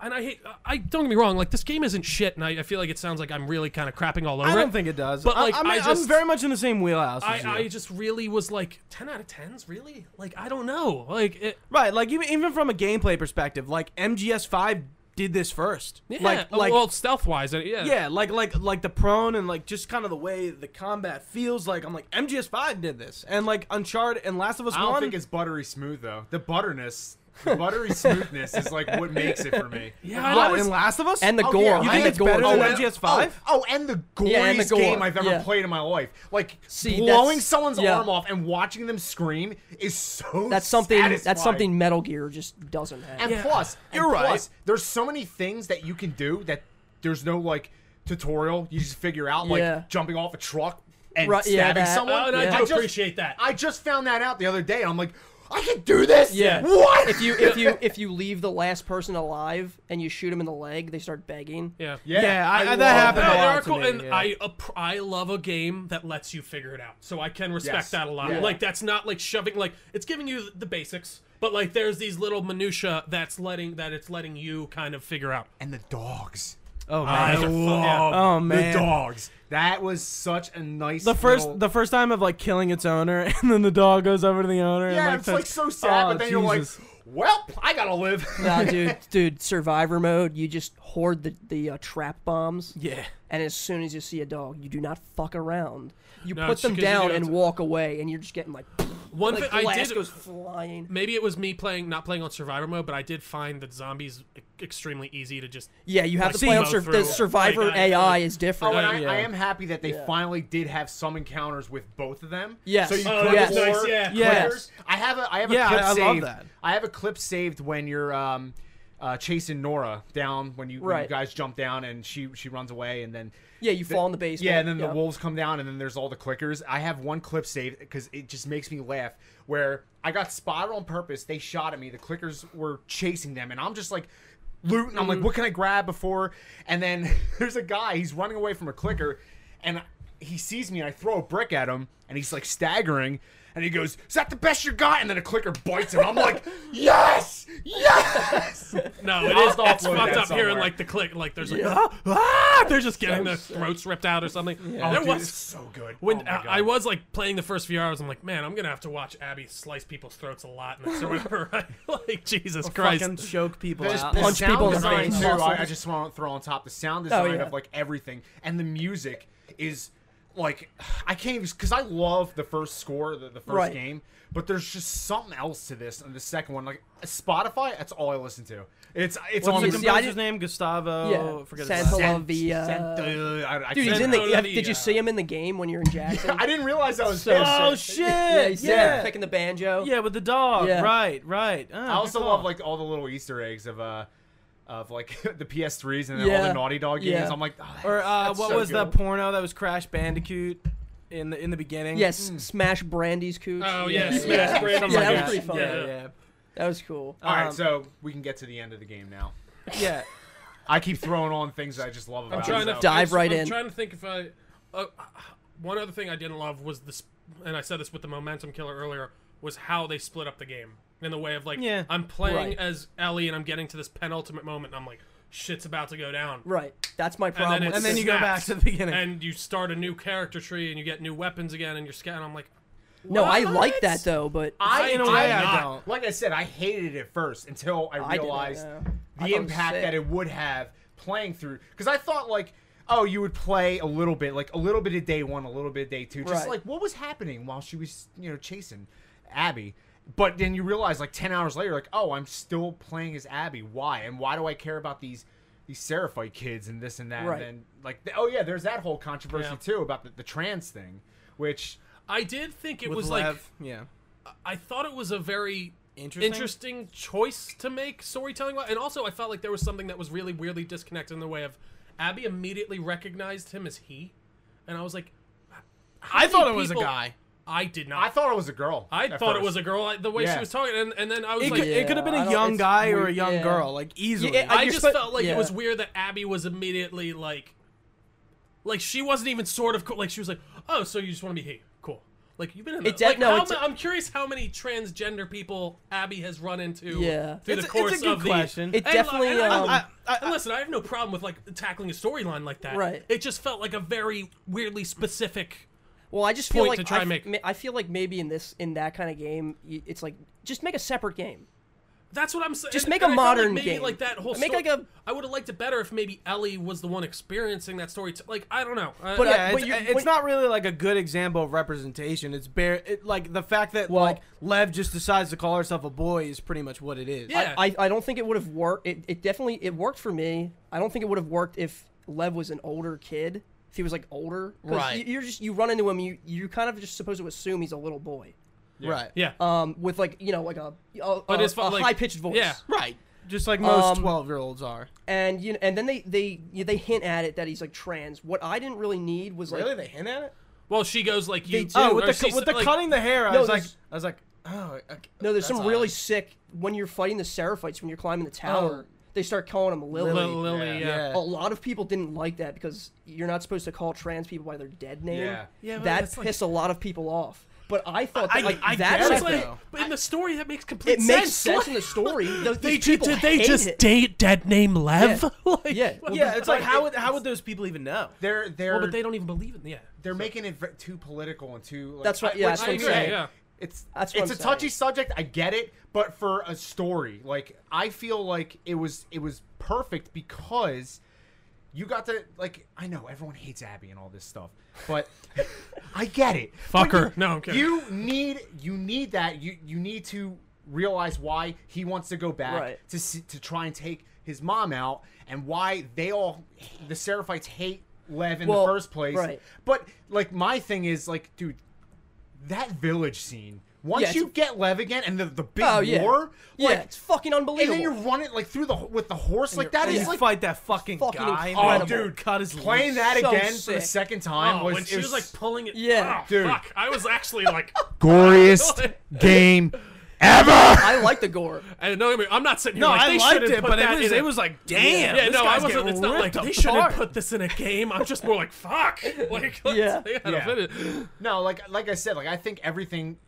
[SPEAKER 2] and I hate. I don't get me wrong. Like this game isn't shit, and I, I feel like it sounds like I'm really kind of crapping all over.
[SPEAKER 1] I don't
[SPEAKER 2] it.
[SPEAKER 1] think it does.
[SPEAKER 2] But,
[SPEAKER 1] I-
[SPEAKER 2] like,
[SPEAKER 1] I'm,
[SPEAKER 2] I
[SPEAKER 1] I'm
[SPEAKER 2] just-
[SPEAKER 1] very much in the same wheelhouse. as you.
[SPEAKER 2] I, I just really was like ten out of tens. Really, like I don't know. Like it,
[SPEAKER 1] Right, like even even from a gameplay perspective, like MGS five did this first.
[SPEAKER 2] yeah,
[SPEAKER 1] like
[SPEAKER 3] oh,
[SPEAKER 1] like
[SPEAKER 2] well, stealth wise, yeah,
[SPEAKER 1] yeah, like like like the prone and like just kind of the way the combat feels. Like I'm like MGS five did this, and like Uncharted and Last of Us
[SPEAKER 3] I don't
[SPEAKER 1] one.
[SPEAKER 3] think it's buttery smooth though. The butterness, the buttery smoothness is like what makes it for me.
[SPEAKER 2] Yeah,
[SPEAKER 1] What,
[SPEAKER 2] I was-
[SPEAKER 1] in Last of Us
[SPEAKER 4] And the
[SPEAKER 1] oh,
[SPEAKER 4] gore.
[SPEAKER 1] yeah, you
[SPEAKER 4] I
[SPEAKER 1] think
[SPEAKER 4] had
[SPEAKER 1] it's
[SPEAKER 4] gore
[SPEAKER 1] better
[SPEAKER 4] too.
[SPEAKER 1] than
[SPEAKER 4] Oh,
[SPEAKER 1] MGS five?
[SPEAKER 3] Oh, oh, and the goriest
[SPEAKER 4] Yeah, and the gore,
[SPEAKER 3] game I've ever
[SPEAKER 4] yeah.
[SPEAKER 3] played in my life. Like
[SPEAKER 4] See,
[SPEAKER 3] blowing
[SPEAKER 4] that's-
[SPEAKER 3] someone's
[SPEAKER 4] yeah.
[SPEAKER 3] arm off and watching them scream is so.
[SPEAKER 4] That's something.
[SPEAKER 3] satisfying.
[SPEAKER 4] That's something Metal Gear just doesn't have.
[SPEAKER 3] And plus,
[SPEAKER 1] You're
[SPEAKER 3] you're
[SPEAKER 1] right.
[SPEAKER 3] plus, There's so many things that you can do that there's no like tutorial. You just figure out like
[SPEAKER 4] Yeah.
[SPEAKER 3] jumping off a truck and
[SPEAKER 4] Right, yeah,
[SPEAKER 3] stabbing
[SPEAKER 4] that.
[SPEAKER 3] someone.
[SPEAKER 2] Oh, and I do
[SPEAKER 3] just,
[SPEAKER 2] appreciate that.
[SPEAKER 3] I just found that out the other day. and I'm like, I can do this.
[SPEAKER 4] Yeah.
[SPEAKER 3] What?
[SPEAKER 4] if you if you if you leave the last person alive and you shoot them in the leg, they start begging.
[SPEAKER 2] yeah.
[SPEAKER 1] Yeah, I, I- that happened
[SPEAKER 2] No,
[SPEAKER 1] a
[SPEAKER 2] there
[SPEAKER 1] lot
[SPEAKER 2] are
[SPEAKER 1] to
[SPEAKER 2] cool,
[SPEAKER 1] me,
[SPEAKER 2] and
[SPEAKER 1] yeah.
[SPEAKER 2] I app- I love a game that lets you figure it out. So I can respect
[SPEAKER 3] Yes.
[SPEAKER 2] that a lot.
[SPEAKER 3] Yeah.
[SPEAKER 2] Like that's not like shoving. Like it's giving you the basics, but like there's these little minutia that's letting that it's letting you kind of figure out.
[SPEAKER 3] and the dogs.
[SPEAKER 1] Oh
[SPEAKER 2] I
[SPEAKER 1] man,
[SPEAKER 2] love
[SPEAKER 1] Oh, man.
[SPEAKER 3] the dogs. That was such a nice.
[SPEAKER 1] the first
[SPEAKER 3] little-
[SPEAKER 1] the first time of like killing its owner, and then the dog goes over to the owner.
[SPEAKER 3] yeah,
[SPEAKER 1] and, like,
[SPEAKER 3] it's
[SPEAKER 1] touch-
[SPEAKER 3] like so sad,
[SPEAKER 1] Oh,
[SPEAKER 3] but then
[SPEAKER 1] Jesus.
[SPEAKER 3] you're like, "Welp, I gotta live."
[SPEAKER 4] Nah, dude, dude, survivor mode. You just hoard the the uh, trap bombs.
[SPEAKER 1] yeah.
[SPEAKER 4] And as soon as you see a dog, you do not fuck around. You
[SPEAKER 2] No,
[SPEAKER 4] put
[SPEAKER 2] it's
[SPEAKER 4] them
[SPEAKER 2] 'cause you
[SPEAKER 4] down
[SPEAKER 2] do
[SPEAKER 4] and
[SPEAKER 2] it-
[SPEAKER 4] walk away, and you're just getting like,
[SPEAKER 2] One
[SPEAKER 4] like
[SPEAKER 2] thing I
[SPEAKER 4] glass
[SPEAKER 2] did
[SPEAKER 4] goes flying.
[SPEAKER 2] Maybe it was me playing, not playing on survivor mode, but I did find that zombies e- extremely easy to just.
[SPEAKER 4] Yeah, you have
[SPEAKER 2] Like,
[SPEAKER 4] to play on
[SPEAKER 2] see,
[SPEAKER 4] sur-
[SPEAKER 2] go
[SPEAKER 4] the
[SPEAKER 2] through,
[SPEAKER 4] survivor
[SPEAKER 2] like, I-
[SPEAKER 4] AI
[SPEAKER 2] like-
[SPEAKER 4] is different.
[SPEAKER 3] Oh, and I,
[SPEAKER 1] Yeah.
[SPEAKER 3] I am happy that they
[SPEAKER 4] Yeah.
[SPEAKER 3] finally did have some encounters with both of them.
[SPEAKER 4] Yes.
[SPEAKER 3] So you
[SPEAKER 4] Oh,
[SPEAKER 3] could
[SPEAKER 4] yes.
[SPEAKER 3] explore
[SPEAKER 2] Nice, yeah.
[SPEAKER 3] clickers.
[SPEAKER 1] Yes.
[SPEAKER 3] I have a I have a
[SPEAKER 1] Yeah,
[SPEAKER 3] clip
[SPEAKER 1] I- I love
[SPEAKER 3] saved.
[SPEAKER 1] that.
[SPEAKER 3] I have a clip saved when you're um uh, chasing Nora down when you, when you
[SPEAKER 4] Right.
[SPEAKER 3] guys jump down and she she runs away and then
[SPEAKER 4] yeah, you fall in the basement.
[SPEAKER 3] yeah, and then the
[SPEAKER 4] yeah.
[SPEAKER 3] wolves come down, and then there's all the clickers. I have one clip saved because it just makes me laugh. Where I got spotted on purpose, they shot at me. The clickers were chasing them, and I'm just like looting. I'm like,
[SPEAKER 4] Mm.
[SPEAKER 3] what can I grab before? And then there's a guy. He's running away from a clicker, and he sees me. and I throw a brick at him, and he's like staggering. And he goes, "Is that the best you got?" And then a clicker bites him. I'm like, "Yes, yes."
[SPEAKER 2] No, it
[SPEAKER 3] I'll
[SPEAKER 2] is. It's
[SPEAKER 3] upload
[SPEAKER 2] fucked
[SPEAKER 3] that
[SPEAKER 2] up here in
[SPEAKER 3] somewhere.
[SPEAKER 2] like the click. Like there's like ah, ah, they're just getting their throats ripped out or something.
[SPEAKER 3] Oh,
[SPEAKER 2] There
[SPEAKER 3] dude,
[SPEAKER 2] was
[SPEAKER 3] it's so good.
[SPEAKER 2] When
[SPEAKER 4] uh,
[SPEAKER 3] Oh my
[SPEAKER 2] I, I
[SPEAKER 3] God.
[SPEAKER 2] was like playing the first few hours, I'm like, man, I'm gonna have to watch Abby slice people's throats a lot in this or whatever. right? like Jesus Christ.
[SPEAKER 1] Fucking choke people
[SPEAKER 3] There's-
[SPEAKER 1] out.
[SPEAKER 3] the
[SPEAKER 4] Punch
[SPEAKER 3] sound
[SPEAKER 4] people in the
[SPEAKER 3] design
[SPEAKER 4] face.
[SPEAKER 3] too. I, I
[SPEAKER 4] Muscles.
[SPEAKER 3] just want to throw on top the sound design
[SPEAKER 4] yeah.
[SPEAKER 3] of like everything, and the music is like I can't even because I love the first score, the, the first
[SPEAKER 4] Right.
[SPEAKER 3] game, but there's just something else to this and the second one. Like Spotify, that's all I listen to. It's it's
[SPEAKER 1] What's
[SPEAKER 3] on
[SPEAKER 1] the
[SPEAKER 4] you
[SPEAKER 3] the
[SPEAKER 4] see, I
[SPEAKER 1] composer's
[SPEAKER 4] didn't-
[SPEAKER 1] name? Gustavo.
[SPEAKER 4] Yeah,
[SPEAKER 1] forget his
[SPEAKER 4] Santa-
[SPEAKER 1] last-
[SPEAKER 4] Love the, uh,
[SPEAKER 3] Santa- I- I
[SPEAKER 4] Dude, he's
[SPEAKER 3] can't-
[SPEAKER 4] in the.
[SPEAKER 2] Santa-
[SPEAKER 4] Did you see him in the game when you're in Jackson?
[SPEAKER 3] I didn't realize I was
[SPEAKER 4] So
[SPEAKER 3] there.
[SPEAKER 1] Oh
[SPEAKER 4] sick.
[SPEAKER 1] shit!
[SPEAKER 4] yeah,
[SPEAKER 1] Yeah,
[SPEAKER 4] he's sitting there
[SPEAKER 1] yeah.
[SPEAKER 4] picking the banjo.
[SPEAKER 1] with the dog.
[SPEAKER 4] Yeah.
[SPEAKER 1] Right, right. Ah,
[SPEAKER 3] I also
[SPEAKER 1] good
[SPEAKER 3] love
[SPEAKER 1] call.
[SPEAKER 3] like all the little Easter eggs of uh of like the PS3s and then all
[SPEAKER 4] Yeah.
[SPEAKER 3] the Naughty Dog games.
[SPEAKER 4] Yeah.
[SPEAKER 3] I'm like, oh,
[SPEAKER 1] Or uh,
[SPEAKER 3] that's
[SPEAKER 1] what
[SPEAKER 3] so
[SPEAKER 1] was that
[SPEAKER 3] good.
[SPEAKER 1] porno that was Crash Bandicoot in the in the beginning?
[SPEAKER 4] Yes, Smash Brandy's cooch.
[SPEAKER 2] Mm. Oh yeah,
[SPEAKER 1] Yeah.
[SPEAKER 2] Smash Uh,
[SPEAKER 1] Yeah.
[SPEAKER 2] Brandy's
[SPEAKER 1] Something like
[SPEAKER 4] Yeah, that was
[SPEAKER 2] Cooch.
[SPEAKER 4] pretty fun.
[SPEAKER 1] Yeah,
[SPEAKER 2] Yeah.
[SPEAKER 1] yeah,
[SPEAKER 4] That was cool.
[SPEAKER 3] All right,
[SPEAKER 1] um,
[SPEAKER 3] so we can get to the end of the game now.
[SPEAKER 1] yeah.
[SPEAKER 3] I keep throwing on things that I just love about
[SPEAKER 2] I'm trying
[SPEAKER 3] it.
[SPEAKER 2] to
[SPEAKER 3] so-
[SPEAKER 4] Dive
[SPEAKER 2] I just-
[SPEAKER 4] right
[SPEAKER 2] I'm
[SPEAKER 4] in.
[SPEAKER 2] trying to think if I. Uh, one other thing I didn't love was this, and I said this with the momentum killer earlier, was how they split up the game in the way of like,
[SPEAKER 1] Yeah.
[SPEAKER 2] I'm playing
[SPEAKER 4] Right.
[SPEAKER 2] as Ellie and I'm getting to this penultimate moment and I'm like, shit's about to go down.
[SPEAKER 4] Right. That's my
[SPEAKER 2] And
[SPEAKER 4] problem.
[SPEAKER 2] then,
[SPEAKER 4] with
[SPEAKER 2] it
[SPEAKER 1] And then
[SPEAKER 4] this.
[SPEAKER 1] you go
[SPEAKER 2] snaps,
[SPEAKER 1] back to the beginning.
[SPEAKER 2] And you start a new character tree and you get new weapons again and you're sca- and I'm like,
[SPEAKER 4] no, I like
[SPEAKER 2] What?
[SPEAKER 4] that though, but
[SPEAKER 3] I,
[SPEAKER 2] in a
[SPEAKER 3] I-
[SPEAKER 2] way,
[SPEAKER 1] I
[SPEAKER 3] not-
[SPEAKER 1] don't.
[SPEAKER 3] Like I said, I hated it at first until I
[SPEAKER 4] I didn't,
[SPEAKER 3] realized
[SPEAKER 4] yeah. I thought
[SPEAKER 3] the
[SPEAKER 4] it was
[SPEAKER 3] impact
[SPEAKER 4] sick.
[SPEAKER 3] that it would have playing through. Because I thought like, oh, you would play a little bit, like a little bit of day one, a little bit of day two, just
[SPEAKER 4] Right.
[SPEAKER 3] like what was happening while she was, you know, chasing Abby. But then you realize like ten hours later, like, oh, I'm still playing as Abby. Why? And why do I care about these? These Seraphite kids and this and that,
[SPEAKER 4] Right.
[SPEAKER 3] and then like, th- oh yeah, there's that whole controversy
[SPEAKER 2] Yeah.
[SPEAKER 3] too about the, the trans thing, which
[SPEAKER 2] I did think it
[SPEAKER 1] With
[SPEAKER 2] was like,
[SPEAKER 1] Lev, yeah.
[SPEAKER 2] I thought it was a very
[SPEAKER 1] Interesting?
[SPEAKER 2] interesting, choice to make storytelling wise. And also, I felt like there was something that was really weirdly disconnected in the way of Abby immediately recognized him as he. And I was like, how
[SPEAKER 1] I
[SPEAKER 2] many
[SPEAKER 1] thought it was a
[SPEAKER 2] people-
[SPEAKER 1] guy.
[SPEAKER 2] I did not.
[SPEAKER 3] I thought it was a girl.
[SPEAKER 2] I
[SPEAKER 3] at
[SPEAKER 2] thought it
[SPEAKER 3] first.
[SPEAKER 2] was a girl. I, the way
[SPEAKER 3] Yeah.
[SPEAKER 2] she was talking, and, and then I was
[SPEAKER 1] It,
[SPEAKER 2] like,
[SPEAKER 1] could, it could have been
[SPEAKER 4] I
[SPEAKER 1] a
[SPEAKER 4] don't-
[SPEAKER 1] young
[SPEAKER 4] it's
[SPEAKER 1] guy or a
[SPEAKER 4] weird,
[SPEAKER 1] young
[SPEAKER 4] yeah.
[SPEAKER 1] girl, like easily.
[SPEAKER 4] Yeah,
[SPEAKER 2] I
[SPEAKER 4] you're
[SPEAKER 2] just
[SPEAKER 4] spo-
[SPEAKER 2] felt like
[SPEAKER 4] yeah.
[SPEAKER 2] it was weird that Abby was immediately like, like she wasn't even sort of cool. Like she was like, oh, so you just want to be he? Cool. Like you've been in.
[SPEAKER 4] It
[SPEAKER 2] the,
[SPEAKER 4] def-
[SPEAKER 2] like,
[SPEAKER 4] no,
[SPEAKER 2] how
[SPEAKER 4] it's-
[SPEAKER 2] ma- I'm curious how many transgender people Abby has run into.
[SPEAKER 4] Yeah.
[SPEAKER 2] through
[SPEAKER 1] It's a- it's
[SPEAKER 2] the
[SPEAKER 1] a
[SPEAKER 2] course
[SPEAKER 1] good
[SPEAKER 2] of the.
[SPEAKER 1] question. It
[SPEAKER 2] and, like,
[SPEAKER 4] definitely,
[SPEAKER 2] and I-
[SPEAKER 4] um,
[SPEAKER 2] I- I- and listen, I have no problem with like tackling a storyline like that.
[SPEAKER 4] Right.
[SPEAKER 2] It just felt like a very weirdly specific.
[SPEAKER 4] Well, I just feel
[SPEAKER 2] point
[SPEAKER 4] like
[SPEAKER 2] to try
[SPEAKER 4] I,
[SPEAKER 2] and make.
[SPEAKER 4] ma- I feel like maybe in this in that kind of game, y- it's like just make a separate game.
[SPEAKER 2] That's what I'm saying.
[SPEAKER 4] Just
[SPEAKER 2] And-
[SPEAKER 4] make a
[SPEAKER 2] and I felt
[SPEAKER 4] modern
[SPEAKER 2] like maybe
[SPEAKER 4] game.
[SPEAKER 2] Like that whole.
[SPEAKER 4] Make
[SPEAKER 2] sto-
[SPEAKER 4] like a-
[SPEAKER 2] I would have liked it better if maybe Ellie was the one experiencing that story. T- like I don't know. I-
[SPEAKER 4] But, uh,
[SPEAKER 1] Yeah,
[SPEAKER 4] when
[SPEAKER 1] it's,
[SPEAKER 4] you-
[SPEAKER 1] it's
[SPEAKER 4] when-
[SPEAKER 1] not really like a good example of representation. It's bare, it, like the fact that
[SPEAKER 4] Well-
[SPEAKER 1] like Lev just decides to call herself a boy is pretty much what it is.
[SPEAKER 2] Yeah.
[SPEAKER 4] I, I don't think it would have worked. It, it definitely it worked for me. I don't think it would have worked if Lev was an older kid. If he was like older, 'Cause
[SPEAKER 2] Right.
[SPEAKER 4] You, are just you run into him. You you kind of just supposed to assume he's a little boy.
[SPEAKER 1] Right.
[SPEAKER 2] yeah.
[SPEAKER 4] Um, with like you know like a a,
[SPEAKER 2] But it's felt like-
[SPEAKER 4] high pitched voice.
[SPEAKER 2] yeah.
[SPEAKER 1] Right. Just like most
[SPEAKER 4] Um,
[SPEAKER 1] 12 year olds are.
[SPEAKER 4] And you know, and then they they you they hint at it that he's like trans. What I didn't really need was like
[SPEAKER 1] They hint at it?
[SPEAKER 2] well, she goes like you.
[SPEAKER 4] They do.
[SPEAKER 1] Oh,
[SPEAKER 2] or
[SPEAKER 1] with the,
[SPEAKER 2] she's,
[SPEAKER 1] cu- with the
[SPEAKER 2] like-
[SPEAKER 1] cutting the hair, I
[SPEAKER 4] No,
[SPEAKER 1] was like,
[SPEAKER 4] there's-
[SPEAKER 1] I was like, oh. Okay.
[SPEAKER 4] No, there's
[SPEAKER 1] that's
[SPEAKER 4] some really
[SPEAKER 1] odd.
[SPEAKER 4] sick when you're fighting the Seraphites when you're climbing the tower. They start calling him Lily.
[SPEAKER 2] Lily.
[SPEAKER 3] Yeah.
[SPEAKER 2] yeah.
[SPEAKER 1] Yeah.
[SPEAKER 4] A lot of people didn't like that because you're not supposed to call trans people by their dead name.
[SPEAKER 3] Yeah.
[SPEAKER 2] Yeah, but
[SPEAKER 4] that
[SPEAKER 2] that's like-
[SPEAKER 4] pissed a lot of people off. But I thought that
[SPEAKER 2] I,
[SPEAKER 4] like
[SPEAKER 2] I
[SPEAKER 4] that
[SPEAKER 2] guess,
[SPEAKER 1] it,
[SPEAKER 4] is
[SPEAKER 1] though.
[SPEAKER 2] like,
[SPEAKER 4] like,
[SPEAKER 2] but in the story that makes complete
[SPEAKER 4] it makes sense in the story. Th-
[SPEAKER 2] they
[SPEAKER 4] these people
[SPEAKER 2] did they
[SPEAKER 4] hate
[SPEAKER 2] just
[SPEAKER 4] it.
[SPEAKER 2] date dead name Lev?
[SPEAKER 4] Yeah.
[SPEAKER 2] like,
[SPEAKER 4] Yeah.
[SPEAKER 2] Well,
[SPEAKER 1] Yeah, it's like,
[SPEAKER 3] Like,
[SPEAKER 1] how
[SPEAKER 3] it-
[SPEAKER 1] would how would those people even know?
[SPEAKER 3] They're they're
[SPEAKER 2] well, but they don't even believe in yeah.
[SPEAKER 3] they, are making it v- too political and too. Like,
[SPEAKER 4] That's what-
[SPEAKER 3] I-
[SPEAKER 4] yeah,
[SPEAKER 3] which
[SPEAKER 4] that's what
[SPEAKER 3] I
[SPEAKER 4] I'm
[SPEAKER 3] agree,
[SPEAKER 4] saying.
[SPEAKER 2] Yeah.
[SPEAKER 3] It's
[SPEAKER 4] That's what
[SPEAKER 3] it's
[SPEAKER 4] I'm
[SPEAKER 3] a touchy
[SPEAKER 4] saying.
[SPEAKER 3] subject. I get it, but for a story, like I feel like it was it was perfect because you got to like I know everyone hates Abby and all this stuff, but I get it.
[SPEAKER 2] Fuck
[SPEAKER 3] But
[SPEAKER 2] her.
[SPEAKER 3] you-
[SPEAKER 2] No, I'm kidding.
[SPEAKER 3] You need you need that. You you need to realize why he wants to go back
[SPEAKER 4] Right.
[SPEAKER 3] to s- to try and take his mom out and why they all the Seraphites hate Lev in
[SPEAKER 4] Well,
[SPEAKER 3] the first place.
[SPEAKER 4] right.
[SPEAKER 3] But like my thing is like dude that village scene. Once
[SPEAKER 4] Yeah, it's-
[SPEAKER 3] you get Lev again and the, the big
[SPEAKER 4] Oh yeah.
[SPEAKER 3] war,
[SPEAKER 4] yeah,
[SPEAKER 3] like,
[SPEAKER 4] it's fucking
[SPEAKER 3] and
[SPEAKER 4] unbelievable.
[SPEAKER 3] then you're running like through the with the horse, like that
[SPEAKER 1] And
[SPEAKER 3] is
[SPEAKER 1] you
[SPEAKER 3] like
[SPEAKER 1] fight that fucking,
[SPEAKER 4] fucking
[SPEAKER 1] guy. and
[SPEAKER 4] incredible.
[SPEAKER 1] that dude, cut his
[SPEAKER 3] playing
[SPEAKER 1] limbs.
[SPEAKER 3] that
[SPEAKER 4] so
[SPEAKER 3] again for the
[SPEAKER 4] sick.
[SPEAKER 3] second time
[SPEAKER 2] oh,
[SPEAKER 3] was
[SPEAKER 2] when
[SPEAKER 3] it
[SPEAKER 2] she was,
[SPEAKER 3] was
[SPEAKER 2] like pulling it.
[SPEAKER 4] Yeah.
[SPEAKER 2] oh,
[SPEAKER 3] Dude.
[SPEAKER 2] Fuck, I was actually like,
[SPEAKER 3] goriest game ever.
[SPEAKER 4] I like the gore.
[SPEAKER 2] I don't know. I'm not sitting here.
[SPEAKER 1] No,
[SPEAKER 2] like,
[SPEAKER 1] I
[SPEAKER 2] they
[SPEAKER 1] liked
[SPEAKER 2] shouldn't
[SPEAKER 1] it,
[SPEAKER 2] put
[SPEAKER 1] but it
[SPEAKER 2] that
[SPEAKER 1] was
[SPEAKER 2] in a-
[SPEAKER 1] it was like, damn.
[SPEAKER 2] Yeah,
[SPEAKER 1] this
[SPEAKER 2] no, I
[SPEAKER 1] guy's
[SPEAKER 2] wasn't.
[SPEAKER 1] getting
[SPEAKER 2] It's not like
[SPEAKER 1] ripped
[SPEAKER 2] they should have
[SPEAKER 1] apart.
[SPEAKER 2] put this in a game. I'm just more like, fuck. Like,
[SPEAKER 4] Yeah.
[SPEAKER 2] let's- I don't
[SPEAKER 3] Yeah.
[SPEAKER 2] fit it.
[SPEAKER 3] No, like like I said, like I think everything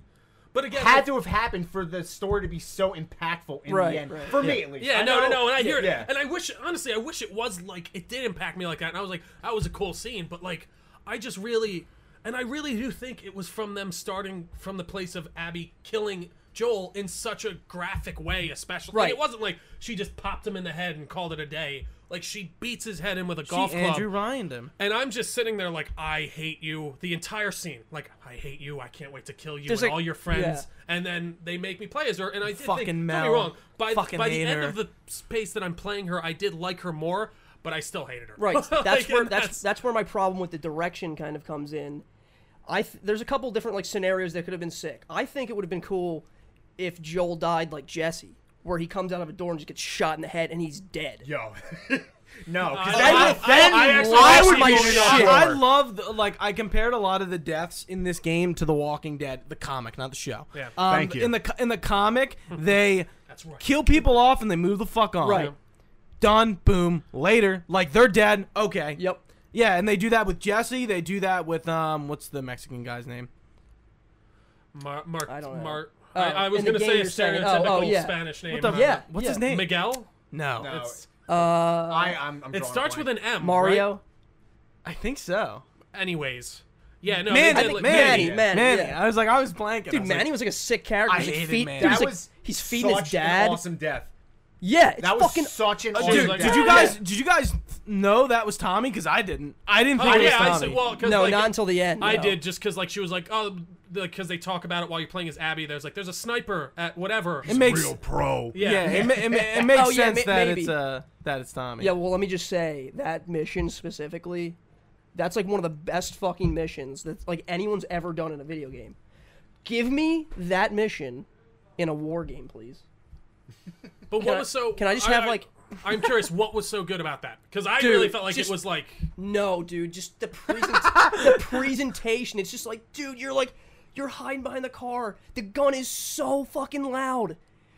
[SPEAKER 2] But again,
[SPEAKER 3] had to have happened for the story to be so impactful in
[SPEAKER 4] Right,
[SPEAKER 3] the end.
[SPEAKER 4] right.
[SPEAKER 3] For me at least.
[SPEAKER 2] Yeah,
[SPEAKER 3] I
[SPEAKER 2] no, no,
[SPEAKER 3] know-
[SPEAKER 2] no. And I hear it,
[SPEAKER 3] yeah.
[SPEAKER 2] and I wish, honestly, I wish it was like it did impact me like that. And I was like, that was a cool scene, but like, I just really, and I really do think it was from them starting from the place of Abby killing Joel in such a graphic way, especially. Like,
[SPEAKER 4] Right.
[SPEAKER 2] it wasn't like she just popped him in the head and called it a day. Like she beats his head in with a golf
[SPEAKER 1] She
[SPEAKER 2] club.
[SPEAKER 1] Andrew Ryan him.
[SPEAKER 2] And I'm just sitting there like, I hate you. The entire scene, like, I hate you. I can't wait to kill you
[SPEAKER 4] There's,
[SPEAKER 2] and
[SPEAKER 4] like-
[SPEAKER 2] all your friends.
[SPEAKER 4] yeah.
[SPEAKER 2] And then they make me play as her. And I did
[SPEAKER 1] Fucking
[SPEAKER 2] think, Don't
[SPEAKER 1] Mel.
[SPEAKER 2] be wrong. By
[SPEAKER 1] Fucking
[SPEAKER 2] by the
[SPEAKER 1] hate
[SPEAKER 2] end
[SPEAKER 1] her.
[SPEAKER 2] of the space that I'm playing her, I did like her more, but I still hated her.
[SPEAKER 4] Right.
[SPEAKER 2] Like,
[SPEAKER 4] That's where
[SPEAKER 2] and
[SPEAKER 4] that's that's where my problem with the direction kind of comes in. I th- there's a couple different like scenarios that could have been sick. I think it would have been cool if Joel died like Jesse, where he comes out of a door and just gets shot in the head and he's dead.
[SPEAKER 3] Yo. no, 'cause
[SPEAKER 2] I-
[SPEAKER 3] that
[SPEAKER 2] I-
[SPEAKER 3] would- then
[SPEAKER 2] I actually
[SPEAKER 3] why
[SPEAKER 2] watched
[SPEAKER 3] would
[SPEAKER 2] the
[SPEAKER 3] my
[SPEAKER 2] movie on
[SPEAKER 3] shit?
[SPEAKER 2] Sure.
[SPEAKER 1] I love the, like I compared a lot of the deaths in this game to The Walking Dead, the comic, not the show.
[SPEAKER 2] Yeah.
[SPEAKER 1] Um,
[SPEAKER 3] Thank you.
[SPEAKER 1] In the co- in the comic, they
[SPEAKER 2] That's right.
[SPEAKER 1] kill people off and they move the fuck on.
[SPEAKER 4] Right.
[SPEAKER 1] Done. Boom. Later. Like they're dead. Okay.
[SPEAKER 4] Yep.
[SPEAKER 1] Yeah, and they do that with Jesse. They do that with um, what's the Mexican guy's name?
[SPEAKER 2] Mar- Mark.
[SPEAKER 4] I don't know.
[SPEAKER 2] Mark.
[SPEAKER 4] Oh,
[SPEAKER 2] I, I was
[SPEAKER 4] in the
[SPEAKER 2] gonna
[SPEAKER 4] game
[SPEAKER 2] say a
[SPEAKER 4] you're saying-
[SPEAKER 2] stereotypical
[SPEAKER 4] oh, oh, yeah.
[SPEAKER 2] Spanish name.
[SPEAKER 1] What the?
[SPEAKER 2] uh,
[SPEAKER 4] Yeah,
[SPEAKER 1] What's
[SPEAKER 4] yeah.
[SPEAKER 1] his name?
[SPEAKER 2] Miguel.
[SPEAKER 1] No.
[SPEAKER 3] No.
[SPEAKER 2] It's,
[SPEAKER 4] Uh,
[SPEAKER 3] I, I'm, I'm
[SPEAKER 2] it
[SPEAKER 3] drawing a
[SPEAKER 2] starts
[SPEAKER 3] blank.
[SPEAKER 2] with an M.
[SPEAKER 4] Mario.
[SPEAKER 2] right?
[SPEAKER 1] I think so.
[SPEAKER 2] Anyways. Yeah. No.
[SPEAKER 1] Manny,
[SPEAKER 2] they
[SPEAKER 1] I
[SPEAKER 2] did,
[SPEAKER 1] think
[SPEAKER 2] like,
[SPEAKER 1] Manny,
[SPEAKER 4] Manny,
[SPEAKER 1] Manny.
[SPEAKER 4] Manny, yeah.
[SPEAKER 1] I was like, I was blanking. I
[SPEAKER 4] Dude,
[SPEAKER 1] was
[SPEAKER 4] Manny was like a sick character.
[SPEAKER 1] I
[SPEAKER 4] He was, like,
[SPEAKER 1] hated
[SPEAKER 4] feed-
[SPEAKER 1] Manny.
[SPEAKER 4] he was,
[SPEAKER 3] That
[SPEAKER 4] like,
[SPEAKER 3] was
[SPEAKER 4] he's feeding
[SPEAKER 3] such
[SPEAKER 4] his
[SPEAKER 3] an
[SPEAKER 4] dad.
[SPEAKER 3] awesome death.
[SPEAKER 4] Yeah, it's
[SPEAKER 3] That was
[SPEAKER 4] fucking.
[SPEAKER 3] such an
[SPEAKER 2] Oh,
[SPEAKER 3] awesome
[SPEAKER 2] dude,
[SPEAKER 1] Dude,
[SPEAKER 3] death.
[SPEAKER 2] like
[SPEAKER 1] did
[SPEAKER 2] that.
[SPEAKER 1] you guys? Did you guys know that was Tommy? Because I didn't. I didn't think
[SPEAKER 2] Oh
[SPEAKER 1] it was
[SPEAKER 2] yeah. I
[SPEAKER 1] Tommy.
[SPEAKER 2] said, well, 'cause,
[SPEAKER 4] no,
[SPEAKER 2] like,
[SPEAKER 4] not until the end.
[SPEAKER 2] I
[SPEAKER 4] no.
[SPEAKER 2] did just because like she was like oh because they talk about it while you're playing as Abby. There's like there's a sniper at whatever.
[SPEAKER 1] it makes
[SPEAKER 3] pro.
[SPEAKER 1] yeah,
[SPEAKER 2] yeah.
[SPEAKER 1] It, ma- it, ma- it makes
[SPEAKER 4] Oh, yeah,
[SPEAKER 1] sense
[SPEAKER 4] ma-
[SPEAKER 1] that
[SPEAKER 4] maybe.
[SPEAKER 1] it's uh that it's Tommy.
[SPEAKER 4] Yeah, well, let me just say that mission specifically, that's like one of the best fucking missions that like anyone's ever done in a video game. Give me that mission in a war game, please.
[SPEAKER 2] But what
[SPEAKER 4] I-
[SPEAKER 2] was so?
[SPEAKER 4] can I just have, like-
[SPEAKER 2] I'm curious what was so good about that because I
[SPEAKER 4] Dude,
[SPEAKER 2] really felt like
[SPEAKER 4] just-
[SPEAKER 2] it was like
[SPEAKER 4] No, dude, just the present the presentation. It's just like, dude, you're like you're hiding behind the car. The gun is so fucking loud.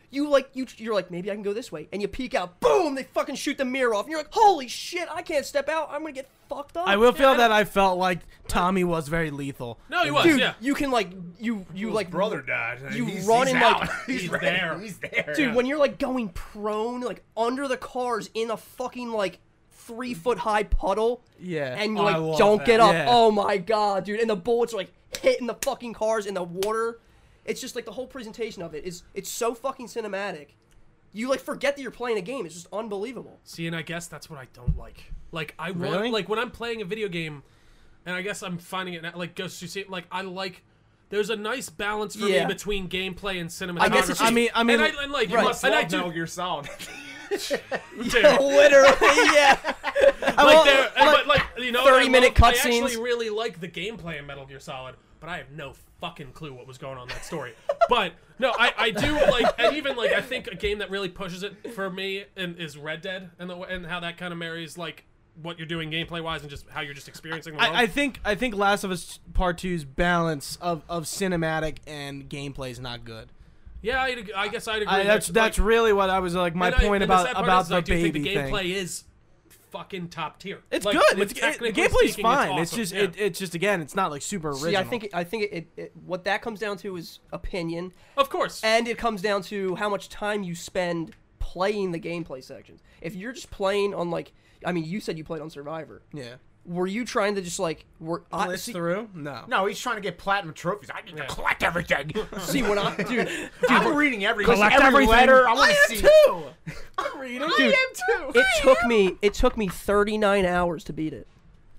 [SPEAKER 4] You like you you're like maybe I can go this way, and you peek out. Boom! They fucking shoot the mirror off, and you're like, holy shit! I can't step out. I'm gonna get fucked up.
[SPEAKER 1] I will feel
[SPEAKER 2] I
[SPEAKER 1] that I felt like Tommy was very lethal.
[SPEAKER 2] No, Oh, he was.
[SPEAKER 4] Dude,
[SPEAKER 2] yeah.
[SPEAKER 4] you can like you you like
[SPEAKER 3] brother died.
[SPEAKER 4] you run in, like-
[SPEAKER 3] he's,
[SPEAKER 2] He's
[SPEAKER 3] ready.
[SPEAKER 2] there.
[SPEAKER 3] He's there.
[SPEAKER 4] Dude, when you're like going prone, like under the cars in a fucking like three foot high puddle,
[SPEAKER 1] Yeah.
[SPEAKER 4] and you
[SPEAKER 1] Oh, I
[SPEAKER 4] like
[SPEAKER 1] love
[SPEAKER 4] don't
[SPEAKER 1] that.
[SPEAKER 4] get up.
[SPEAKER 1] Yeah.
[SPEAKER 4] Oh my god, dude! And the bullets are like hitting the fucking cars in the water. It's just like the whole presentation of it is it's so fucking cinematic. You like forget that you're playing a game. It's just unbelievable.
[SPEAKER 2] See, and I guess that's what I don't like. Like I want,
[SPEAKER 1] Really?
[SPEAKER 2] like when I'm playing a video game, and I guess I'm finding it now, like Ghost of Tsushima. Like I like, there's a nice balance for
[SPEAKER 4] Yeah.
[SPEAKER 2] me between gameplay and cinematography.
[SPEAKER 4] I guess it's just-
[SPEAKER 1] I mean- I mean-
[SPEAKER 2] and I, and like,
[SPEAKER 4] Right.
[SPEAKER 2] you must, and I do,
[SPEAKER 3] Metal Gear Solid.
[SPEAKER 2] dude,
[SPEAKER 4] Literally, yeah.
[SPEAKER 2] like, there, and- but like, you know,
[SPEAKER 4] 30
[SPEAKER 2] I
[SPEAKER 4] minute
[SPEAKER 2] love- I
[SPEAKER 4] cutscenes.
[SPEAKER 2] actually really like the gameplay in Metal Gear Solid, but I have no fucking clue what was going on in that story. but no, I, I do like, and even like, I think a game that really pushes it for me and is Red Dead, and the, way- and how that kind of marries like what you're doing gameplay wise and just how you're just experiencing the world.
[SPEAKER 1] I, I think I think Last of Us Part Two's balance of, of cinematic and gameplay is not good.
[SPEAKER 2] yeah, I'd, ag- I guess I'd agree.
[SPEAKER 1] I, that's
[SPEAKER 2] there.
[SPEAKER 1] that's
[SPEAKER 2] Like,
[SPEAKER 1] really what I was like my
[SPEAKER 2] and I-
[SPEAKER 1] point
[SPEAKER 2] and the
[SPEAKER 1] about
[SPEAKER 2] sad part
[SPEAKER 1] about
[SPEAKER 2] is
[SPEAKER 1] the
[SPEAKER 2] I do
[SPEAKER 1] baby
[SPEAKER 2] think the
[SPEAKER 1] thing.
[SPEAKER 2] gameplay is fucking top tier.
[SPEAKER 1] It's
[SPEAKER 2] Like,
[SPEAKER 1] good. It's, it, the
[SPEAKER 2] technically
[SPEAKER 1] gameplay's
[SPEAKER 2] speaking,
[SPEAKER 1] fine.
[SPEAKER 2] awesome.
[SPEAKER 1] It's just
[SPEAKER 2] Yeah.
[SPEAKER 1] it, it's just again, it's not like super original.
[SPEAKER 4] See, I think I think it, it, it what that comes down to is opinion.
[SPEAKER 2] of course.
[SPEAKER 4] And it comes down to how much time you spend playing the gameplay sections. If you're just playing on like, I mean, you said you played on Survivor.
[SPEAKER 1] yeah.
[SPEAKER 4] Were you trying to just like, were I
[SPEAKER 1] Blitz
[SPEAKER 4] see,
[SPEAKER 1] through? No.
[SPEAKER 3] no, he's trying to get platinum trophies. I need to collect everything.
[SPEAKER 4] see when I dude,
[SPEAKER 3] I'm reading every, collect every
[SPEAKER 1] everything.
[SPEAKER 3] letter. I want to see.
[SPEAKER 1] too.
[SPEAKER 3] Dude, I am
[SPEAKER 4] it took me it took me 39 hours to beat it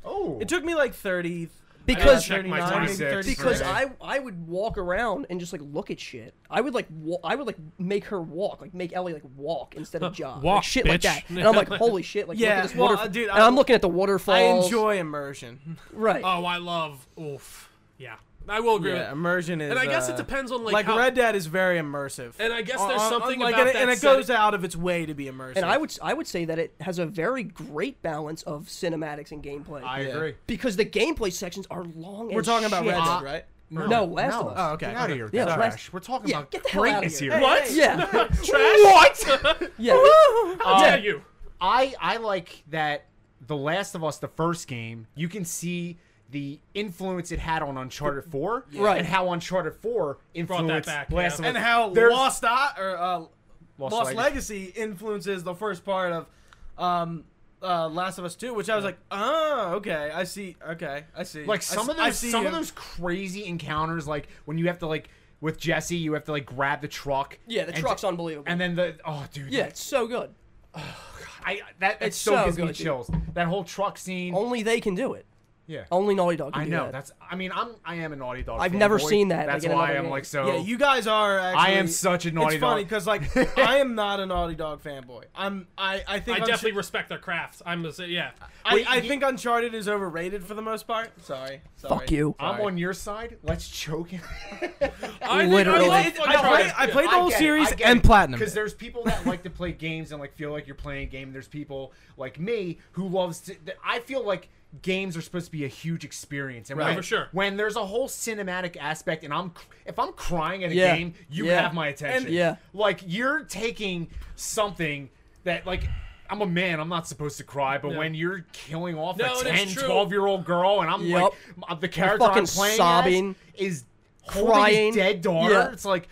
[SPEAKER 3] Oh,
[SPEAKER 1] It took me like uh, 30
[SPEAKER 4] because
[SPEAKER 2] check my
[SPEAKER 1] 39, maybe
[SPEAKER 3] 26
[SPEAKER 1] 36.
[SPEAKER 4] because
[SPEAKER 3] Right.
[SPEAKER 4] I I would walk around and just like look at shit. I would like wa- I would like make her walk, like make Ellie like walk instead of jog,
[SPEAKER 2] Walk,
[SPEAKER 4] like, shit like
[SPEAKER 2] bitch.
[SPEAKER 4] that. And I'm like, holy shit, like look
[SPEAKER 1] Yeah,
[SPEAKER 4] at this
[SPEAKER 1] well,
[SPEAKER 4] waterfall.
[SPEAKER 1] uh, dude,
[SPEAKER 4] and
[SPEAKER 1] I-
[SPEAKER 4] I'm looking at the waterfall.
[SPEAKER 1] I enjoy immersion.
[SPEAKER 4] right.
[SPEAKER 2] oh, I love. Oof. Yeah, I will agree.
[SPEAKER 1] Yeah,
[SPEAKER 2] with
[SPEAKER 1] immersion is.
[SPEAKER 2] And I guess
[SPEAKER 1] uh,
[SPEAKER 2] it depends on like,
[SPEAKER 1] Like
[SPEAKER 2] how,
[SPEAKER 1] Red Dead is very immersive.
[SPEAKER 2] And I guess there's
[SPEAKER 1] Un- un-
[SPEAKER 2] something
[SPEAKER 1] like,
[SPEAKER 2] about
[SPEAKER 1] and, it-
[SPEAKER 2] that
[SPEAKER 1] and it goes
[SPEAKER 2] setting-
[SPEAKER 1] out of its way to be immersive.
[SPEAKER 4] And I would I would say that it has a very great balance of cinematics and gameplay.
[SPEAKER 3] I
[SPEAKER 1] Yeah.
[SPEAKER 3] agree.
[SPEAKER 4] because the gameplay sections are long.
[SPEAKER 1] We're talking about Red Dead, right?
[SPEAKER 4] No, Last of Us.
[SPEAKER 1] Oh, okay.
[SPEAKER 3] Get out of here,
[SPEAKER 4] Yeah,
[SPEAKER 3] trash.
[SPEAKER 4] Last-
[SPEAKER 3] We're talking
[SPEAKER 4] Yeah,
[SPEAKER 3] about
[SPEAKER 4] get the hell outta
[SPEAKER 3] greatness
[SPEAKER 4] here.
[SPEAKER 3] here.
[SPEAKER 4] Hey,
[SPEAKER 2] What?
[SPEAKER 4] Yeah,
[SPEAKER 3] What?
[SPEAKER 4] yeah.
[SPEAKER 2] How dare you?
[SPEAKER 3] I I like that The Last of Us, the first game, you can see the influence it had on Uncharted 4,
[SPEAKER 4] Right.
[SPEAKER 3] And how Uncharted 4 influenced
[SPEAKER 2] back,
[SPEAKER 3] Last
[SPEAKER 2] yeah.
[SPEAKER 3] of Us.
[SPEAKER 1] And how
[SPEAKER 3] There's-
[SPEAKER 1] Lost I, or uh, Lost,
[SPEAKER 3] Lost
[SPEAKER 1] Legacy. influences the first part of um, uh, Last of Us Two, which I was like, oh, okay, I see. Okay, I see.
[SPEAKER 3] like
[SPEAKER 1] I
[SPEAKER 3] some
[SPEAKER 1] s-
[SPEAKER 3] of
[SPEAKER 1] I
[SPEAKER 3] those
[SPEAKER 1] see
[SPEAKER 3] some
[SPEAKER 1] you.
[SPEAKER 3] of those crazy encounters, like when you have to like with Jesse, you have to like grab the truck.
[SPEAKER 4] Yeah, the
[SPEAKER 3] and-
[SPEAKER 4] truck's unbelievable.
[SPEAKER 3] And then the oh dude,
[SPEAKER 4] yeah, it's so good.
[SPEAKER 3] I that, that
[SPEAKER 4] It's
[SPEAKER 3] still
[SPEAKER 4] so
[SPEAKER 3] gives
[SPEAKER 4] good,
[SPEAKER 3] me
[SPEAKER 4] dude.
[SPEAKER 3] chills. That whole truck scene.
[SPEAKER 4] Only they can do it.
[SPEAKER 3] yeah.
[SPEAKER 4] Only Naughty Dog can
[SPEAKER 3] I
[SPEAKER 4] do
[SPEAKER 3] know.
[SPEAKER 4] that.
[SPEAKER 3] That's. I mean, I'm. I am a naughty dog.
[SPEAKER 4] I've never
[SPEAKER 3] fanboy.
[SPEAKER 4] seen that, like,
[SPEAKER 3] That's
[SPEAKER 4] in
[SPEAKER 3] why
[SPEAKER 4] another
[SPEAKER 3] I'm
[SPEAKER 4] game.
[SPEAKER 3] like so.
[SPEAKER 1] Yeah, you guys are. Actually,
[SPEAKER 3] I am such a Naughty
[SPEAKER 1] It's funny
[SPEAKER 3] Dog.
[SPEAKER 1] because like I am not a Naughty Dog fanboy. I'm. I I think
[SPEAKER 2] I
[SPEAKER 1] Unch-
[SPEAKER 2] definitely respect their craft. I'm the sa- yeah.
[SPEAKER 1] I, I think Uncharted is overrated for the most part. Sorry. sorry.
[SPEAKER 4] Fuck you.
[SPEAKER 3] I'm
[SPEAKER 1] Sorry.
[SPEAKER 3] on your side. Let's choke him.
[SPEAKER 2] I think
[SPEAKER 1] I,
[SPEAKER 4] Literally.
[SPEAKER 2] I,
[SPEAKER 1] played,
[SPEAKER 2] love
[SPEAKER 1] I, played,
[SPEAKER 2] Uncharted.
[SPEAKER 1] I
[SPEAKER 2] Yeah.
[SPEAKER 1] played the whole series and platinum.
[SPEAKER 3] Because there's people that like to play games and like feel like you're playing a game. There's people like me who loves to. That I feel like games are supposed to be a huge experience. And
[SPEAKER 2] Right.
[SPEAKER 3] when,
[SPEAKER 2] For sure.
[SPEAKER 3] When there's a whole cinematic aspect, and I'm cr- if I'm crying at a
[SPEAKER 4] Yeah.
[SPEAKER 3] game, you
[SPEAKER 4] Yeah.
[SPEAKER 3] have my attention.
[SPEAKER 4] And- Yeah.
[SPEAKER 3] Like you're taking something that like. I'm a man. I'm not supposed to cry, but when you're killing off
[SPEAKER 2] No,
[SPEAKER 3] a
[SPEAKER 2] and it's
[SPEAKER 3] 10,
[SPEAKER 2] true.
[SPEAKER 3] 12 year old girl, and I'm
[SPEAKER 4] Yep.
[SPEAKER 3] like, m- the character I'm
[SPEAKER 4] fucking
[SPEAKER 3] playing
[SPEAKER 4] sobbing.
[SPEAKER 3] as is holding
[SPEAKER 4] Crying.
[SPEAKER 3] his dead daughter.
[SPEAKER 4] Yeah.
[SPEAKER 3] It's like,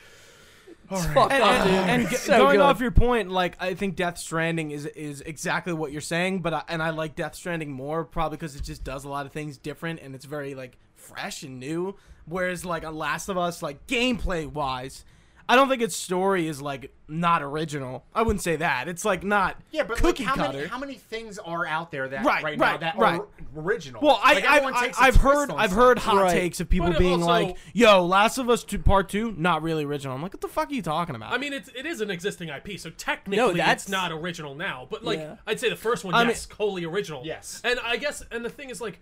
[SPEAKER 3] all right.
[SPEAKER 4] Fuck
[SPEAKER 1] and,
[SPEAKER 4] off,
[SPEAKER 1] and-
[SPEAKER 4] dude.
[SPEAKER 1] and g-
[SPEAKER 4] It's so
[SPEAKER 1] going
[SPEAKER 4] good.
[SPEAKER 1] off your point, like I think Death Stranding is is exactly what you're saying, but I, and I like Death Stranding more probably because it just does a lot of things different and it's very like fresh and new. Whereas like a Last of Us, like gameplay wise, I don't think its story is like not original. I wouldn't say that. It's like not
[SPEAKER 3] Yeah, but
[SPEAKER 1] cookie
[SPEAKER 3] like, how
[SPEAKER 1] cutter.
[SPEAKER 3] many how many things are out there that
[SPEAKER 1] Right,
[SPEAKER 3] right, now
[SPEAKER 1] right,
[SPEAKER 3] that
[SPEAKER 1] right.
[SPEAKER 3] are original?
[SPEAKER 1] Well, I,
[SPEAKER 3] Like, everyone
[SPEAKER 1] I,
[SPEAKER 3] takes a
[SPEAKER 1] I have
[SPEAKER 3] twist
[SPEAKER 1] heard
[SPEAKER 3] on
[SPEAKER 1] I've
[SPEAKER 3] something.
[SPEAKER 1] heard hot
[SPEAKER 4] Right.
[SPEAKER 1] takes of people
[SPEAKER 2] But
[SPEAKER 1] being
[SPEAKER 2] also-
[SPEAKER 1] like, "Yo, Last of Us two, Part Two, not really original." I'm like, "What the fuck are you talking about?"
[SPEAKER 2] I mean, it's it is an existing IP, so technically
[SPEAKER 4] that's-
[SPEAKER 2] it's not original now. But like,
[SPEAKER 4] Yeah.
[SPEAKER 2] I'd say the first one,
[SPEAKER 1] I
[SPEAKER 2] yes, wholly original.
[SPEAKER 3] Yes.
[SPEAKER 2] And I guess, and the thing is, like,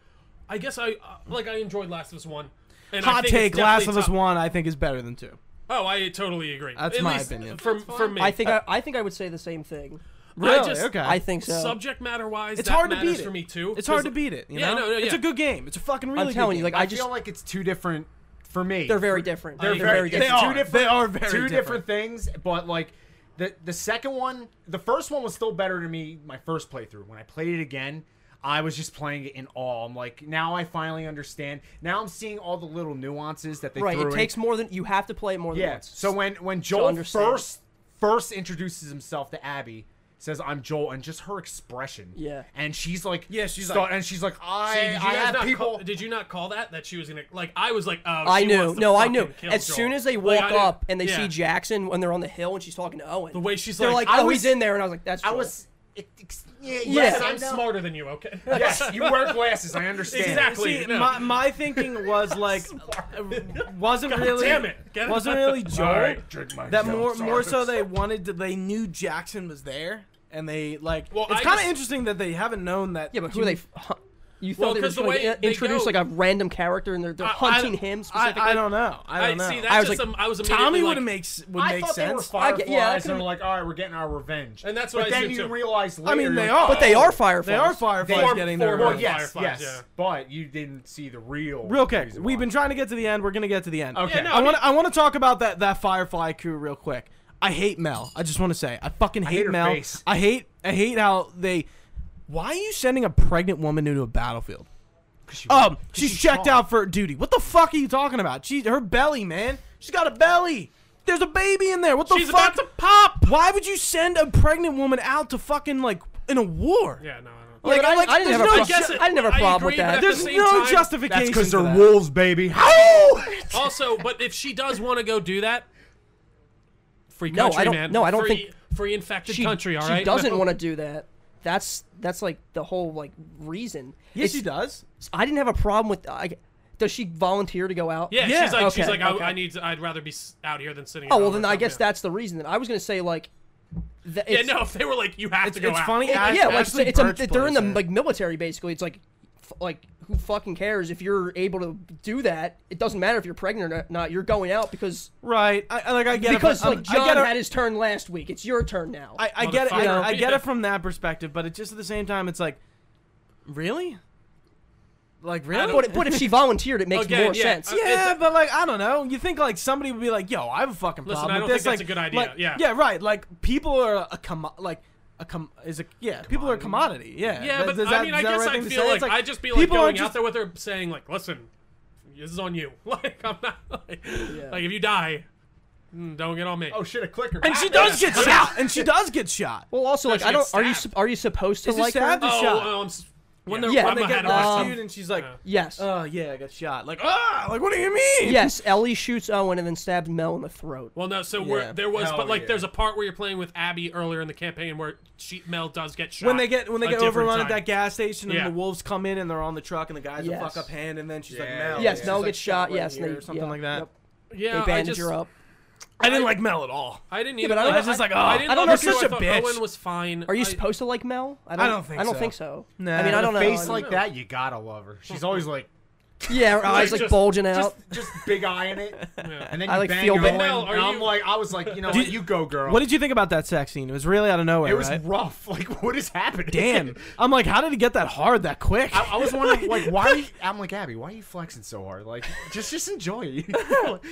[SPEAKER 2] I guess I uh, like I enjoyed Last of Us one. And I
[SPEAKER 1] hot
[SPEAKER 2] think it's
[SPEAKER 1] take: Last of
[SPEAKER 2] definitely
[SPEAKER 1] Us
[SPEAKER 2] top-
[SPEAKER 1] One, I think, is better than two.
[SPEAKER 2] Oh, I totally agree.
[SPEAKER 1] That's
[SPEAKER 2] At
[SPEAKER 1] my
[SPEAKER 2] least
[SPEAKER 1] opinion.
[SPEAKER 2] For, for me,
[SPEAKER 4] I think I, I think I would say the same thing.
[SPEAKER 1] Really?
[SPEAKER 2] just-
[SPEAKER 1] okay.
[SPEAKER 4] I think so.
[SPEAKER 2] subject matter wise,
[SPEAKER 1] it's hard to beat it
[SPEAKER 2] for me too.
[SPEAKER 1] It's hard to
[SPEAKER 2] 'cause-
[SPEAKER 1] beat it. You
[SPEAKER 2] Yeah,
[SPEAKER 1] know?
[SPEAKER 2] no, no,
[SPEAKER 1] it's
[SPEAKER 2] yeah.
[SPEAKER 1] a good game. It's a fucking really.
[SPEAKER 4] I'm telling
[SPEAKER 1] good
[SPEAKER 4] you,
[SPEAKER 1] game.
[SPEAKER 4] like
[SPEAKER 3] I,
[SPEAKER 4] I just
[SPEAKER 3] feel like it's two different for me.
[SPEAKER 4] they're very different.
[SPEAKER 2] They're
[SPEAKER 4] They're
[SPEAKER 2] very-
[SPEAKER 4] very
[SPEAKER 1] They
[SPEAKER 3] it's
[SPEAKER 4] different.
[SPEAKER 3] two
[SPEAKER 1] are.
[SPEAKER 3] different
[SPEAKER 1] They are very
[SPEAKER 3] two
[SPEAKER 1] different.
[SPEAKER 3] different. things, but like The the second one, the first one was still better to me. My first playthrough, when I played it again, I was just playing it in awe. I'm like, now I finally understand. Now I'm seeing all the little nuances that they
[SPEAKER 4] right.
[SPEAKER 3] threw
[SPEAKER 4] It
[SPEAKER 3] in.
[SPEAKER 4] takes more than you have to play it more than
[SPEAKER 3] Yeah.
[SPEAKER 4] once.
[SPEAKER 3] So when when Joel
[SPEAKER 4] understand.
[SPEAKER 3] first first introduces himself to Abby, says I'm Joel, and just her expression.
[SPEAKER 4] Yeah.
[SPEAKER 3] And she's like,
[SPEAKER 2] Yeah, she's
[SPEAKER 3] sta-
[SPEAKER 2] like-
[SPEAKER 3] and she's like,
[SPEAKER 2] See, did
[SPEAKER 3] I
[SPEAKER 2] you
[SPEAKER 3] I
[SPEAKER 2] guys
[SPEAKER 3] have
[SPEAKER 2] not
[SPEAKER 3] people.
[SPEAKER 2] Call, did you not call that that she was gonna like? I was like, oh,
[SPEAKER 4] I
[SPEAKER 2] she
[SPEAKER 4] knew.
[SPEAKER 2] wants to
[SPEAKER 4] No, I
[SPEAKER 2] fucking
[SPEAKER 4] knew.
[SPEAKER 2] kill
[SPEAKER 4] As
[SPEAKER 2] Joel.
[SPEAKER 4] soon as they
[SPEAKER 2] Like,
[SPEAKER 4] walk
[SPEAKER 2] I didn't-
[SPEAKER 4] up and they
[SPEAKER 2] yeah.
[SPEAKER 4] see Jackson when they're on the hill and she's talking to Owen, the
[SPEAKER 2] way she's
[SPEAKER 4] they're
[SPEAKER 2] like,
[SPEAKER 4] like,
[SPEAKER 2] I
[SPEAKER 4] "Oh,
[SPEAKER 3] was-
[SPEAKER 4] he's in there," and I was like, "That's."
[SPEAKER 3] I
[SPEAKER 4] Joel."
[SPEAKER 3] was. It, ex- yeah,
[SPEAKER 2] yes,
[SPEAKER 3] yes, I
[SPEAKER 2] I'm
[SPEAKER 3] know.
[SPEAKER 2] smarter than you. Okay.
[SPEAKER 3] Yes, you wear glasses. I understand.
[SPEAKER 2] Exactly.
[SPEAKER 1] See,
[SPEAKER 2] no.
[SPEAKER 1] my, my thinking was like, uh, wasn't really,
[SPEAKER 2] damn it. Get it?
[SPEAKER 1] wasn't really Joel.
[SPEAKER 3] All right, drink my
[SPEAKER 1] That
[SPEAKER 3] gum,
[SPEAKER 1] more
[SPEAKER 3] sorry.
[SPEAKER 1] more so they wanted to, they knew Jackson was there and they like
[SPEAKER 2] Well,
[SPEAKER 1] it's
[SPEAKER 2] I
[SPEAKER 1] kind of
[SPEAKER 2] just-
[SPEAKER 1] interesting that they haven't known that
[SPEAKER 4] Yeah, but who are they? f- hu- You thought
[SPEAKER 2] Well,
[SPEAKER 4] they were
[SPEAKER 2] 'cause
[SPEAKER 4] just
[SPEAKER 2] the
[SPEAKER 4] going
[SPEAKER 2] way
[SPEAKER 4] to
[SPEAKER 2] they
[SPEAKER 4] introduce
[SPEAKER 2] go-
[SPEAKER 4] like a random character and they're, they're
[SPEAKER 2] I- I-
[SPEAKER 4] hunting him
[SPEAKER 1] I,
[SPEAKER 4] specifically?
[SPEAKER 1] I don't know I
[SPEAKER 2] I
[SPEAKER 1] don't know
[SPEAKER 2] see. That's
[SPEAKER 4] I was
[SPEAKER 2] just
[SPEAKER 4] like-
[SPEAKER 2] some. I was
[SPEAKER 1] Tommy
[SPEAKER 2] immediately
[SPEAKER 1] would
[SPEAKER 2] like,
[SPEAKER 1] have makes would
[SPEAKER 3] I
[SPEAKER 1] make
[SPEAKER 3] thought
[SPEAKER 1] sense
[SPEAKER 3] they were fireflies.
[SPEAKER 4] I get- yeah, that
[SPEAKER 3] and they're
[SPEAKER 4] could've-
[SPEAKER 3] like, all right, we're getting our revenge.
[SPEAKER 2] And that's what
[SPEAKER 3] but
[SPEAKER 2] I
[SPEAKER 3] then
[SPEAKER 2] assumed
[SPEAKER 3] you
[SPEAKER 2] too.
[SPEAKER 3] realize later.
[SPEAKER 1] I mean
[SPEAKER 3] you're
[SPEAKER 1] they
[SPEAKER 3] like,
[SPEAKER 1] are
[SPEAKER 4] But they are
[SPEAKER 1] they are
[SPEAKER 4] fireflies.
[SPEAKER 1] fireflies
[SPEAKER 3] Form-
[SPEAKER 1] getting their
[SPEAKER 2] form-
[SPEAKER 3] Well,
[SPEAKER 1] revenge.
[SPEAKER 3] yes,
[SPEAKER 2] Fireflies,
[SPEAKER 3] yes,
[SPEAKER 2] yeah.
[SPEAKER 3] but you didn't see the real.
[SPEAKER 1] Real quick,
[SPEAKER 3] reason
[SPEAKER 1] we've
[SPEAKER 3] why.
[SPEAKER 1] been trying to get to the end. We're gonna get to the end.
[SPEAKER 3] Okay. Yeah, no,
[SPEAKER 1] I
[SPEAKER 2] I
[SPEAKER 1] want I want to talk about that that Firefly crew real quick. I hate Mel. I just want to say I fucking hate,
[SPEAKER 3] hate her
[SPEAKER 1] Mel.
[SPEAKER 3] face.
[SPEAKER 1] I hate I hate how they. Why are you sending a pregnant woman into a battlefield?
[SPEAKER 3] 'Cause she-
[SPEAKER 1] Um,
[SPEAKER 3] 'cause
[SPEAKER 1] she's, checked
[SPEAKER 3] strong.
[SPEAKER 1] out for duty. What the fuck are you talking about? She her belly, man. She's got a belly. There's a baby in there. What the
[SPEAKER 2] She's
[SPEAKER 1] fuck?
[SPEAKER 2] about to pop.
[SPEAKER 1] Why would you send a pregnant woman out to fucking like in a war?
[SPEAKER 2] Yeah. No. I don't.
[SPEAKER 4] Yeah,
[SPEAKER 1] Like,
[SPEAKER 4] but I,
[SPEAKER 1] like,
[SPEAKER 4] I didn't
[SPEAKER 1] there's
[SPEAKER 4] have a
[SPEAKER 1] no
[SPEAKER 4] problem.
[SPEAKER 1] ju-
[SPEAKER 2] guess it-
[SPEAKER 4] I didn't have a
[SPEAKER 2] I
[SPEAKER 4] problem with
[SPEAKER 2] agree, but
[SPEAKER 4] that.
[SPEAKER 2] at the
[SPEAKER 1] There's
[SPEAKER 2] same
[SPEAKER 1] no
[SPEAKER 2] time-
[SPEAKER 1] justification.
[SPEAKER 3] That's because
[SPEAKER 1] for
[SPEAKER 3] they're
[SPEAKER 1] that.
[SPEAKER 3] wolves, baby.
[SPEAKER 2] also, but if she does want to go do that, free
[SPEAKER 4] No, I
[SPEAKER 2] country,
[SPEAKER 4] don't-
[SPEAKER 2] man.
[SPEAKER 4] no, I don't
[SPEAKER 2] free,
[SPEAKER 4] think-
[SPEAKER 2] free infected
[SPEAKER 4] she,
[SPEAKER 2] country. All
[SPEAKER 4] she
[SPEAKER 2] right.
[SPEAKER 4] doesn't
[SPEAKER 2] No.
[SPEAKER 4] want to do that. That's that's like the whole like reason.
[SPEAKER 1] Yes,
[SPEAKER 4] It's-
[SPEAKER 1] she does.
[SPEAKER 4] I didn't have a problem with. I, does she volunteer to go out?
[SPEAKER 2] Yeah,
[SPEAKER 1] Yeah,
[SPEAKER 2] she's like, she's
[SPEAKER 4] okay,
[SPEAKER 2] like, I,
[SPEAKER 4] okay.
[SPEAKER 2] I need, to, I'd rather be s- out here than sitting. at
[SPEAKER 4] Oh well,
[SPEAKER 2] home or
[SPEAKER 4] then I guess
[SPEAKER 2] something.
[SPEAKER 4] that's the reason. Then I was gonna say like. That
[SPEAKER 2] Yeah,
[SPEAKER 4] it's-
[SPEAKER 2] no, if they were like, you have
[SPEAKER 1] It's,
[SPEAKER 2] to go
[SPEAKER 1] it's
[SPEAKER 2] out.
[SPEAKER 1] funny.
[SPEAKER 4] it-
[SPEAKER 1] Ash-
[SPEAKER 4] yeah, like
[SPEAKER 1] Ashley
[SPEAKER 4] it's a,
[SPEAKER 1] Birch
[SPEAKER 4] they're in the
[SPEAKER 1] plays it.
[SPEAKER 4] like military basically. It's like, f- like who fucking cares if you're able to do that? It doesn't matter if you're pregnant or not. You're going out because
[SPEAKER 1] Right. I, I- like I get
[SPEAKER 4] because
[SPEAKER 1] it. but, um,
[SPEAKER 4] like John
[SPEAKER 1] I get it.
[SPEAKER 4] had his turn last week. It's your turn now.
[SPEAKER 1] I, I get it. I,
[SPEAKER 2] Motherfucker.
[SPEAKER 1] I get
[SPEAKER 2] Yeah.
[SPEAKER 1] it from that perspective, but it just at the same time, it's like, really, like really.
[SPEAKER 4] but, but if she volunteered, it makes
[SPEAKER 2] Again,
[SPEAKER 4] more
[SPEAKER 2] yeah,
[SPEAKER 4] sense.
[SPEAKER 2] uh,
[SPEAKER 1] yeah, but like I don't know. You think like somebody would be like, "Yo, I have a fucking
[SPEAKER 2] Listen,
[SPEAKER 1] problem
[SPEAKER 2] I
[SPEAKER 1] with
[SPEAKER 2] don't
[SPEAKER 1] this."
[SPEAKER 2] think
[SPEAKER 1] like,
[SPEAKER 2] that's a good idea.
[SPEAKER 1] like-
[SPEAKER 2] Yeah.
[SPEAKER 1] yeah, right. Like people are a com like a com is a yeah. People are a commodity. Yeah,
[SPEAKER 2] Yeah,
[SPEAKER 1] Th-
[SPEAKER 2] but
[SPEAKER 1] is
[SPEAKER 2] I
[SPEAKER 1] that-
[SPEAKER 2] mean,
[SPEAKER 1] is
[SPEAKER 2] I
[SPEAKER 1] that the
[SPEAKER 2] guess
[SPEAKER 1] right
[SPEAKER 2] I
[SPEAKER 1] thing to
[SPEAKER 2] feel
[SPEAKER 1] say?
[SPEAKER 2] like,
[SPEAKER 1] It's
[SPEAKER 2] I just be like
[SPEAKER 1] people are
[SPEAKER 2] going
[SPEAKER 1] just-
[SPEAKER 2] out there with her saying like, "Listen, this is on you. Like I'm not like, like if you die, mm, don't get on me."
[SPEAKER 3] Oh shit, a clicker.
[SPEAKER 1] and she does get shot, and she does get shot.
[SPEAKER 4] Well, also like
[SPEAKER 2] she
[SPEAKER 4] I don't.
[SPEAKER 2] gets
[SPEAKER 4] Are you
[SPEAKER 2] stabbed.
[SPEAKER 4] sup- are you supposed to
[SPEAKER 1] Is it
[SPEAKER 4] like her? Uh,
[SPEAKER 1] stabbed or-
[SPEAKER 2] oh,
[SPEAKER 1] shot.
[SPEAKER 2] oh, I'm s- when they're
[SPEAKER 4] Yeah,
[SPEAKER 2] I'm
[SPEAKER 1] And they
[SPEAKER 2] ahead
[SPEAKER 1] get
[SPEAKER 2] of us.
[SPEAKER 1] rescued, and she's like,
[SPEAKER 4] Yes.
[SPEAKER 1] "Oh yeah, I got shot." Like, ah, like what do you mean?
[SPEAKER 4] yes. Ellie shoots Owen and then stabs Mel in the throat.
[SPEAKER 2] Well, no. So we're,
[SPEAKER 1] Yeah.
[SPEAKER 2] there was,
[SPEAKER 3] Hell
[SPEAKER 2] but like,
[SPEAKER 3] yeah.
[SPEAKER 2] there's a part where you're playing with Abby earlier in the campaign where she, Mel does get shot.
[SPEAKER 1] when they get when they
[SPEAKER 2] a
[SPEAKER 1] get
[SPEAKER 2] different
[SPEAKER 1] overrun at
[SPEAKER 2] time.
[SPEAKER 1] that gas station and
[SPEAKER 2] Yeah.
[SPEAKER 1] the wolves come in and they're on the truck and the guys
[SPEAKER 4] Yes.
[SPEAKER 1] a fuck up hand and then she's like
[SPEAKER 3] Yeah,
[SPEAKER 1] Mel.
[SPEAKER 3] yeah.
[SPEAKER 4] yes,
[SPEAKER 1] Oh, She's
[SPEAKER 4] Mel
[SPEAKER 1] like
[SPEAKER 4] gets
[SPEAKER 1] shot
[SPEAKER 4] shot.
[SPEAKER 1] right
[SPEAKER 4] yes,
[SPEAKER 1] here
[SPEAKER 4] they,
[SPEAKER 1] or something
[SPEAKER 4] yeah,
[SPEAKER 1] like that.
[SPEAKER 4] yep.
[SPEAKER 2] yeah,
[SPEAKER 4] they
[SPEAKER 2] I
[SPEAKER 4] bandage
[SPEAKER 2] just,
[SPEAKER 4] her up.
[SPEAKER 1] I didn't like Mel at all.
[SPEAKER 2] I didn't
[SPEAKER 4] Yeah,
[SPEAKER 2] even.
[SPEAKER 1] I
[SPEAKER 4] but I don't-
[SPEAKER 1] was just like, oh,
[SPEAKER 2] I didn't.
[SPEAKER 1] I don't know.
[SPEAKER 2] love
[SPEAKER 1] Such
[SPEAKER 2] her.
[SPEAKER 1] a
[SPEAKER 2] I thought
[SPEAKER 1] bitch.
[SPEAKER 2] Owen was fine.
[SPEAKER 4] Are you
[SPEAKER 2] I-
[SPEAKER 4] supposed to like Mel? I
[SPEAKER 1] don't think
[SPEAKER 4] I don't
[SPEAKER 1] so.
[SPEAKER 4] think so.
[SPEAKER 1] Nah.
[SPEAKER 4] I mean, I don't know.
[SPEAKER 3] face
[SPEAKER 4] I-
[SPEAKER 3] like that, you gotta love her. She's always like,
[SPEAKER 4] yeah, her eyes like
[SPEAKER 2] just-
[SPEAKER 4] bulging out.
[SPEAKER 3] just, just big eye in it, and then you
[SPEAKER 4] I, like,
[SPEAKER 3] bang
[SPEAKER 4] feel
[SPEAKER 3] Owen,
[SPEAKER 4] bad.
[SPEAKER 2] Mel, are
[SPEAKER 3] and I'm
[SPEAKER 2] you-
[SPEAKER 3] like, I was like, you know,
[SPEAKER 1] Did-
[SPEAKER 3] what, you go, girl.
[SPEAKER 1] What did you think about that sex scene? It was really out of nowhere.
[SPEAKER 3] it was
[SPEAKER 1] right?
[SPEAKER 3] rough. Like, what is happening?
[SPEAKER 1] damn. I'm like, how did it get that hard that quick?
[SPEAKER 3] I, I was wondering, like, why? Are you, I'm like, Abby, why are you flexing so hard? Like, just just enjoy it.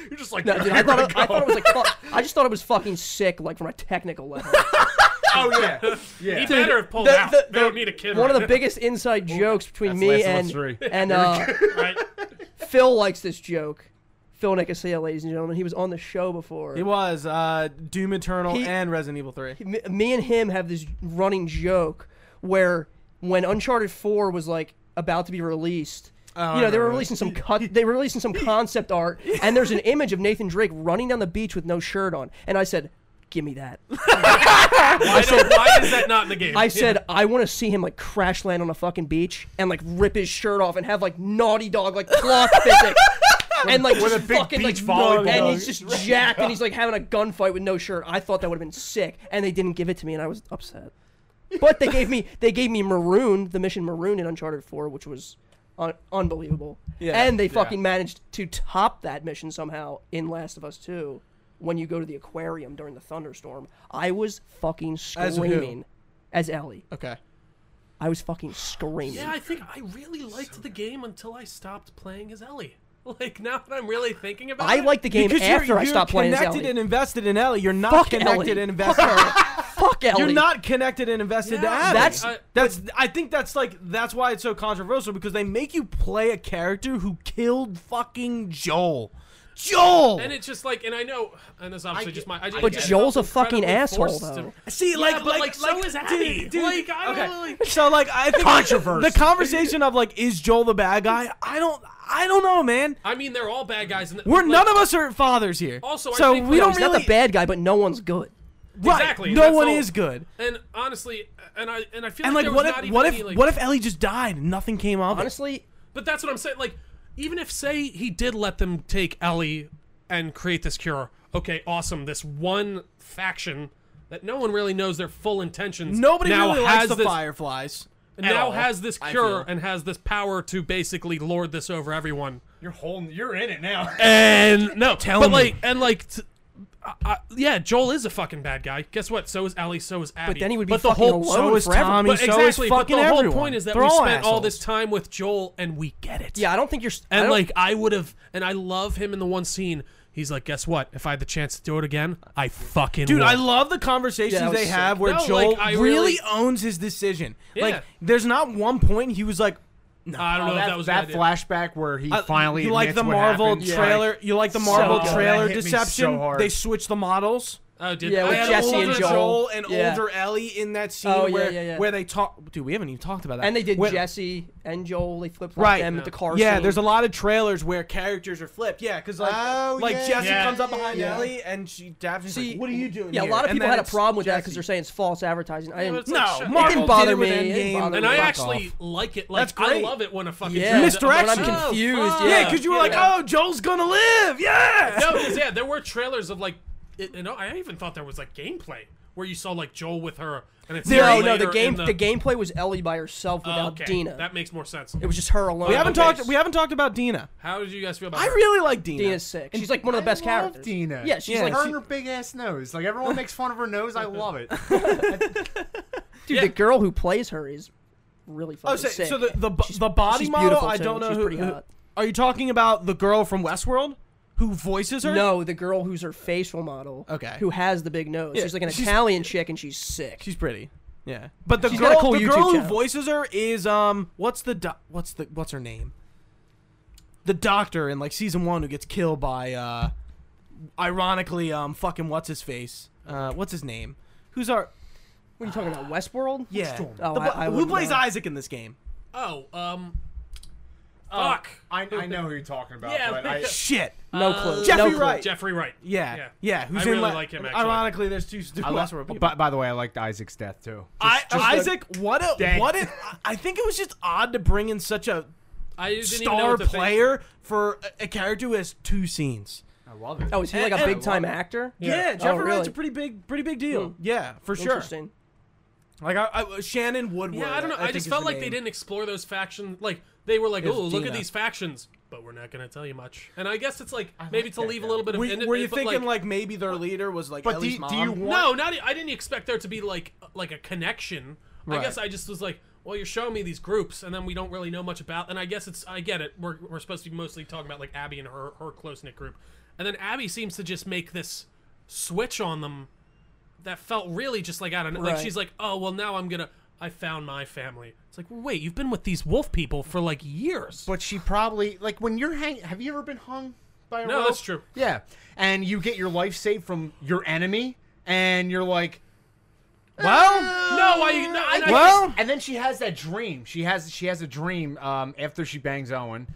[SPEAKER 3] You're just like,
[SPEAKER 4] No, dude, I thought it, I thought it was like fu- I just thought it was fucking sick, like from a technical level.
[SPEAKER 3] oh yeah, yeah.
[SPEAKER 2] He better have pulled
[SPEAKER 4] The-
[SPEAKER 2] out.
[SPEAKER 4] the-
[SPEAKER 2] they
[SPEAKER 4] the-
[SPEAKER 2] don't need a kid.
[SPEAKER 4] One
[SPEAKER 2] right
[SPEAKER 4] of the biggest inside jokes between
[SPEAKER 3] that's
[SPEAKER 4] me
[SPEAKER 3] last of us
[SPEAKER 4] and
[SPEAKER 3] three.
[SPEAKER 4] and uh,
[SPEAKER 2] now, right?
[SPEAKER 4] Phil likes this joke. Phil Nicosia, ladies and gentlemen, he was on the show before.
[SPEAKER 1] it was uh, Doom Eternal
[SPEAKER 4] He-
[SPEAKER 1] and Resident Evil Three.
[SPEAKER 4] me, me and him have this running joke where when Uncharted 4 was like about to be released,
[SPEAKER 3] Oh,
[SPEAKER 1] I
[SPEAKER 4] you know, they were
[SPEAKER 1] remember
[SPEAKER 4] releasing some cut they were releasing some concept art and there's an image of Nathan Drake running down the beach with no shirt on. And I said, "Give me that."
[SPEAKER 2] I don't, why is that not in the game?
[SPEAKER 4] I said, "I want to see him like crash land on a fucking beach and like rip his shirt off and have like naughty dog like cloth physics." And like
[SPEAKER 3] with
[SPEAKER 4] just
[SPEAKER 3] a big
[SPEAKER 4] fucking
[SPEAKER 3] beach
[SPEAKER 4] like
[SPEAKER 3] volleyball.
[SPEAKER 4] and he's just jacked and he's like having a gunfight with no shirt. I thought that would have been sick, and they didn't give it to me, and I was upset. But they gave me they gave me Maroon, the mission Maroon in Uncharted Four, which was un- unbelievable.
[SPEAKER 1] Yeah,
[SPEAKER 4] and they fucking managed to top that mission somehow in Last of Us Two. When you go to the aquarium during the thunderstorm, I was fucking
[SPEAKER 1] As who?
[SPEAKER 4] screaming as Ellie.
[SPEAKER 1] Okay.
[SPEAKER 4] I was fucking screaming.
[SPEAKER 2] Yeah, I think I really liked the game until I stopped playing as Ellie. Like now that I'm really thinking about
[SPEAKER 4] I
[SPEAKER 2] it,
[SPEAKER 4] like the game
[SPEAKER 1] because
[SPEAKER 4] after
[SPEAKER 1] you're,
[SPEAKER 4] I
[SPEAKER 1] you're
[SPEAKER 4] stopped playing as
[SPEAKER 1] connected
[SPEAKER 4] Ellie.
[SPEAKER 1] and invested in Ellie. You're not
[SPEAKER 4] Fuck
[SPEAKER 1] connected
[SPEAKER 4] Ellie.
[SPEAKER 1] and invested.
[SPEAKER 4] Fuck Ellie.
[SPEAKER 1] You're not connected and invested to
[SPEAKER 2] Yeah.
[SPEAKER 1] Abby.
[SPEAKER 4] That's-
[SPEAKER 2] I-
[SPEAKER 1] that's. I think that's like that's why it's so controversial because they make you play a character who killed fucking Joel. Joel.
[SPEAKER 2] And it's just like, and I know, and that's obviously
[SPEAKER 3] get-
[SPEAKER 2] just my. I just
[SPEAKER 4] But
[SPEAKER 2] I get
[SPEAKER 4] Joel's
[SPEAKER 2] how
[SPEAKER 4] a fucking
[SPEAKER 2] incredibly
[SPEAKER 4] asshole,
[SPEAKER 2] forced
[SPEAKER 4] though.
[SPEAKER 2] to-
[SPEAKER 1] See,
[SPEAKER 2] Yeah,
[SPEAKER 1] like,
[SPEAKER 2] but,
[SPEAKER 1] like,
[SPEAKER 2] so is Abby.
[SPEAKER 1] dude, dude,
[SPEAKER 2] like, I
[SPEAKER 1] okay.
[SPEAKER 2] don't really.
[SPEAKER 1] So like I think
[SPEAKER 3] Controversy.
[SPEAKER 1] the conversation of like is Joel the bad guy? I don't I don't know, man.
[SPEAKER 2] I mean, they're all bad guys. And
[SPEAKER 1] We're
[SPEAKER 2] like,
[SPEAKER 1] none of us are fathers here.
[SPEAKER 2] Also, I
[SPEAKER 1] so
[SPEAKER 2] think
[SPEAKER 1] we
[SPEAKER 2] that-
[SPEAKER 1] don't
[SPEAKER 4] He's
[SPEAKER 1] really
[SPEAKER 4] not the bad guy, but no one's good.
[SPEAKER 1] right,
[SPEAKER 2] Exactly,
[SPEAKER 1] No
[SPEAKER 2] that's
[SPEAKER 1] one
[SPEAKER 2] all.
[SPEAKER 1] is good.
[SPEAKER 2] And honestly, and I and I feel
[SPEAKER 1] And like
[SPEAKER 2] like, there
[SPEAKER 1] what
[SPEAKER 2] was not
[SPEAKER 1] if
[SPEAKER 2] even
[SPEAKER 1] what if
[SPEAKER 2] any, like,
[SPEAKER 1] what if Ellie just died and nothing came of it?
[SPEAKER 4] Honestly,
[SPEAKER 2] But that's what I'm saying. Like, even if say he did let them take Ellie and create this cure, okay, awesome. This one faction that no one really knows their full intentions.
[SPEAKER 1] Nobody
[SPEAKER 2] now
[SPEAKER 1] really
[SPEAKER 2] has
[SPEAKER 1] likes the
[SPEAKER 2] this,
[SPEAKER 1] fireflies.
[SPEAKER 3] at
[SPEAKER 2] Now
[SPEAKER 3] all,
[SPEAKER 2] has this
[SPEAKER 3] I
[SPEAKER 2] cure
[SPEAKER 3] feel.
[SPEAKER 2] and has this power to basically lord this over everyone.
[SPEAKER 3] You're holding. You're in it now.
[SPEAKER 2] And no, tell but
[SPEAKER 1] me.
[SPEAKER 2] like and like. T- I, I, yeah, Joel is a fucking bad guy. Guess what? So is Ellie. So is Abby.
[SPEAKER 4] but then he would be
[SPEAKER 2] the
[SPEAKER 4] fucking
[SPEAKER 2] whole
[SPEAKER 4] alone
[SPEAKER 1] so is
[SPEAKER 4] forever.
[SPEAKER 1] Tommy. I mean,
[SPEAKER 2] But
[SPEAKER 1] so is
[SPEAKER 2] exactly. but
[SPEAKER 1] fucking
[SPEAKER 2] the whole
[SPEAKER 1] everyone.
[SPEAKER 2] point is that
[SPEAKER 1] They're
[SPEAKER 2] we
[SPEAKER 1] all
[SPEAKER 2] spent all
[SPEAKER 1] assholes.
[SPEAKER 2] this time with Joel and we get it.
[SPEAKER 4] Yeah, I don't think you're. I
[SPEAKER 2] And
[SPEAKER 4] don't-
[SPEAKER 2] like I would have, and I love him in the one scene. He's like, guess what? If I had the chance to do it again, I fucking
[SPEAKER 1] Dude,
[SPEAKER 2] would.
[SPEAKER 1] I love the conversations
[SPEAKER 4] Yeah, that was
[SPEAKER 1] they
[SPEAKER 4] sick.
[SPEAKER 1] have where
[SPEAKER 2] No, like,
[SPEAKER 1] Joel
[SPEAKER 2] I
[SPEAKER 1] really,
[SPEAKER 2] really-
[SPEAKER 1] owns his decision.
[SPEAKER 2] Yeah.
[SPEAKER 1] Like, there's not one point he was like,
[SPEAKER 2] I
[SPEAKER 4] Oh,
[SPEAKER 2] don't know if
[SPEAKER 3] that,
[SPEAKER 2] that was
[SPEAKER 3] that
[SPEAKER 2] a good idea.
[SPEAKER 3] flashback where he
[SPEAKER 1] I-
[SPEAKER 3] finally
[SPEAKER 1] you like
[SPEAKER 3] admits
[SPEAKER 1] the
[SPEAKER 3] what
[SPEAKER 1] Marvel
[SPEAKER 3] happened. Yeah.
[SPEAKER 1] trailer. You like the
[SPEAKER 4] So
[SPEAKER 1] Marvel
[SPEAKER 4] good.
[SPEAKER 1] trailer
[SPEAKER 3] That hit me so
[SPEAKER 1] deception.
[SPEAKER 3] hard.
[SPEAKER 1] they switch the models.
[SPEAKER 2] Oh, did
[SPEAKER 4] Yeah,
[SPEAKER 2] I
[SPEAKER 4] with
[SPEAKER 2] had
[SPEAKER 4] Jesse and
[SPEAKER 2] older
[SPEAKER 4] Joel.
[SPEAKER 1] and
[SPEAKER 4] Yeah.
[SPEAKER 1] older Ellie in that scene
[SPEAKER 4] Oh, yeah,
[SPEAKER 1] where
[SPEAKER 4] yeah, yeah.
[SPEAKER 1] where they talk. Dude, we haven't even talked about that.
[SPEAKER 4] and they did
[SPEAKER 1] Where-
[SPEAKER 4] Jesse and Joel. They flipped
[SPEAKER 1] Right.
[SPEAKER 4] them at the car.
[SPEAKER 1] Yeah,
[SPEAKER 4] scene.
[SPEAKER 1] there's a lot of trailers where characters are flipped. Yeah, because like
[SPEAKER 3] Oh,
[SPEAKER 1] like
[SPEAKER 3] yeah,
[SPEAKER 1] Jesse
[SPEAKER 2] yeah,
[SPEAKER 1] comes up behind
[SPEAKER 4] yeah.
[SPEAKER 1] Ellie and she Daphne's
[SPEAKER 4] See,
[SPEAKER 1] like, "What are you doing?"
[SPEAKER 4] Yeah,
[SPEAKER 1] here?"
[SPEAKER 4] a lot of
[SPEAKER 1] And
[SPEAKER 4] people
[SPEAKER 1] then
[SPEAKER 4] had a
[SPEAKER 1] it's
[SPEAKER 4] problem with that
[SPEAKER 1] Jesse.
[SPEAKER 4] because they're saying it's false advertising. I
[SPEAKER 2] Yeah, but
[SPEAKER 4] didn't.
[SPEAKER 2] it's like,
[SPEAKER 1] no,
[SPEAKER 2] shut-
[SPEAKER 1] Marvel
[SPEAKER 4] didn't bother
[SPEAKER 1] did it with
[SPEAKER 4] me, it didn't
[SPEAKER 1] Endgame.
[SPEAKER 4] bother
[SPEAKER 2] And
[SPEAKER 4] me.
[SPEAKER 2] I
[SPEAKER 4] Fuck
[SPEAKER 2] actually like it. Like
[SPEAKER 1] That's
[SPEAKER 2] I
[SPEAKER 1] great.
[SPEAKER 2] love it when a fucking
[SPEAKER 4] yeah,
[SPEAKER 2] show
[SPEAKER 1] Mr.
[SPEAKER 2] does-
[SPEAKER 4] but when I'm
[SPEAKER 1] Action.
[SPEAKER 2] Oh,
[SPEAKER 4] confused.
[SPEAKER 2] fuck.
[SPEAKER 1] Yeah, because you were like,
[SPEAKER 4] Yeah.
[SPEAKER 1] "Oh, Joel's gonna live." Yeah.
[SPEAKER 2] no, 'cause, yeah, there were trailers of like, it, you know, I even thought there was like gameplay where you saw like Joel with her, and it's
[SPEAKER 1] There-
[SPEAKER 4] No,
[SPEAKER 2] later
[SPEAKER 4] no, the
[SPEAKER 2] in
[SPEAKER 4] game
[SPEAKER 2] the,
[SPEAKER 4] the gameplay was Ellie by herself
[SPEAKER 2] Oh,
[SPEAKER 4] without
[SPEAKER 2] okay,
[SPEAKER 4] Dina.
[SPEAKER 2] That makes more sense.
[SPEAKER 4] It was just her alone.
[SPEAKER 1] We haven't
[SPEAKER 2] Okay.
[SPEAKER 1] talked. We haven't talked about Dina.
[SPEAKER 2] How did you guys feel about?
[SPEAKER 1] I
[SPEAKER 2] her?
[SPEAKER 1] really like Dina.
[SPEAKER 4] Dina's sick. She's like one of the
[SPEAKER 3] I
[SPEAKER 4] best
[SPEAKER 3] love
[SPEAKER 4] characters.
[SPEAKER 3] Dina.
[SPEAKER 4] Yeah, she's
[SPEAKER 1] Yeah.
[SPEAKER 4] like
[SPEAKER 3] Her
[SPEAKER 4] she-
[SPEAKER 3] and her big ass nose. Like everyone makes fun of her nose. I love it.
[SPEAKER 4] dude. The girl who plays her is really fucking
[SPEAKER 1] Oh, so,
[SPEAKER 4] sick.
[SPEAKER 1] so the the, bo- the body
[SPEAKER 4] she's
[SPEAKER 1] model.
[SPEAKER 4] beautiful,
[SPEAKER 1] I
[SPEAKER 4] too.
[SPEAKER 1] don't know
[SPEAKER 4] She's
[SPEAKER 1] who,
[SPEAKER 4] pretty
[SPEAKER 1] who-
[SPEAKER 4] hot.
[SPEAKER 1] Are you talking about the girl from Westworld who voices her?
[SPEAKER 4] no, the girl who's her facial model.
[SPEAKER 1] Okay.
[SPEAKER 4] Who has the big nose?
[SPEAKER 1] Yeah,
[SPEAKER 4] she's like an
[SPEAKER 1] she's-
[SPEAKER 4] Italian chick, and she's sick.
[SPEAKER 1] she's pretty. Yeah, but the
[SPEAKER 4] She's got a
[SPEAKER 1] girl,
[SPEAKER 4] cool
[SPEAKER 1] the
[SPEAKER 4] YouTube
[SPEAKER 1] girl who
[SPEAKER 4] channel.
[SPEAKER 1] voices her is um, what's the do- what's the what's her name? The doctor in like season one who gets killed by uh, ironically um, fucking what's his face? Uh, what's his name? Who's our
[SPEAKER 4] what are you talking about? Westworld?
[SPEAKER 1] yeah?
[SPEAKER 4] Oh,
[SPEAKER 1] the
[SPEAKER 4] I-
[SPEAKER 1] bu-
[SPEAKER 4] I
[SPEAKER 1] who
[SPEAKER 4] wouldn't
[SPEAKER 1] plays
[SPEAKER 4] know.
[SPEAKER 1] Isaac in this game?
[SPEAKER 2] Oh, um, fuck.
[SPEAKER 3] I, I know who you're talking about.
[SPEAKER 2] Yeah,
[SPEAKER 3] but I,
[SPEAKER 2] like-
[SPEAKER 1] Shit.
[SPEAKER 4] No clue.
[SPEAKER 1] Uh, Jeffrey
[SPEAKER 4] no clue.
[SPEAKER 1] Wright.
[SPEAKER 2] Jeffrey Wright.
[SPEAKER 1] Yeah, yeah, who's
[SPEAKER 2] I
[SPEAKER 1] in
[SPEAKER 2] really
[SPEAKER 1] la-
[SPEAKER 2] like him. Actually.
[SPEAKER 1] Ironically, there's two. two
[SPEAKER 3] I
[SPEAKER 1] Westworld
[SPEAKER 3] love,
[SPEAKER 1] people.
[SPEAKER 3] by, by the way, I liked Isaac's death too.
[SPEAKER 2] I,
[SPEAKER 1] I, Isaac, what a
[SPEAKER 3] Dang.
[SPEAKER 1] what a, I think it was just odd to bring in such a
[SPEAKER 2] I didn't even know
[SPEAKER 1] star
[SPEAKER 2] what to think.
[SPEAKER 1] player for a, a character who has two scenes.
[SPEAKER 3] I love it.
[SPEAKER 4] Oh, is he
[SPEAKER 1] And-
[SPEAKER 4] like a
[SPEAKER 1] and-
[SPEAKER 4] big time actor?
[SPEAKER 1] Yeah, Jeffrey
[SPEAKER 4] Oh,
[SPEAKER 1] Wright's
[SPEAKER 4] really?
[SPEAKER 1] a pretty big, pretty big deal.
[SPEAKER 4] Hmm.
[SPEAKER 1] Yeah, for sure.
[SPEAKER 4] Interesting.
[SPEAKER 1] Like I, I, Shannon Woodward.
[SPEAKER 2] Yeah, I don't know. I,
[SPEAKER 1] think
[SPEAKER 2] just
[SPEAKER 1] is
[SPEAKER 2] felt
[SPEAKER 1] the
[SPEAKER 2] like they
[SPEAKER 1] name.
[SPEAKER 2] didn't explore those factions. Like they were like,
[SPEAKER 1] It was
[SPEAKER 2] "Oh, look at
[SPEAKER 1] Gina.
[SPEAKER 2] these factions," but we're not gonna tell you much. And I guess it's like
[SPEAKER 3] like
[SPEAKER 2] maybe to
[SPEAKER 3] that
[SPEAKER 2] leave a
[SPEAKER 3] guy.
[SPEAKER 2] little bit of.
[SPEAKER 1] Were,
[SPEAKER 2] in-
[SPEAKER 1] were you
[SPEAKER 2] but,
[SPEAKER 1] thinking like, maybe their leader was like
[SPEAKER 3] But do
[SPEAKER 1] Ellie's
[SPEAKER 3] you- do you
[SPEAKER 1] mom?
[SPEAKER 3] want-
[SPEAKER 2] no, not. e, I didn't expect there to be like like a connection.
[SPEAKER 1] Right.
[SPEAKER 2] I guess I just was like, "Well, you're showing me these groups, and then we don't really know much about." And I guess it's. I get it. We're we're supposed to be mostly talking about like Abby and her her close knit group, and then Abby seems to just make this switch on them that felt really just like I don't know. Like
[SPEAKER 4] Right.
[SPEAKER 2] she's like, oh well, now I'm gonna. I found my family. It's like, well, wait, you've been with these wolf people for like years.
[SPEAKER 3] But she probably like when you're hang. Have you ever been hung by a
[SPEAKER 2] No,
[SPEAKER 3] rope?
[SPEAKER 2] that's true.
[SPEAKER 3] Yeah, and you get your life saved from your enemy, and you're like,
[SPEAKER 1] Well,
[SPEAKER 2] no, I. No, Uh, I, I
[SPEAKER 1] Well-
[SPEAKER 3] and then she has that dream. She has she has a dream um, after she bangs Owen,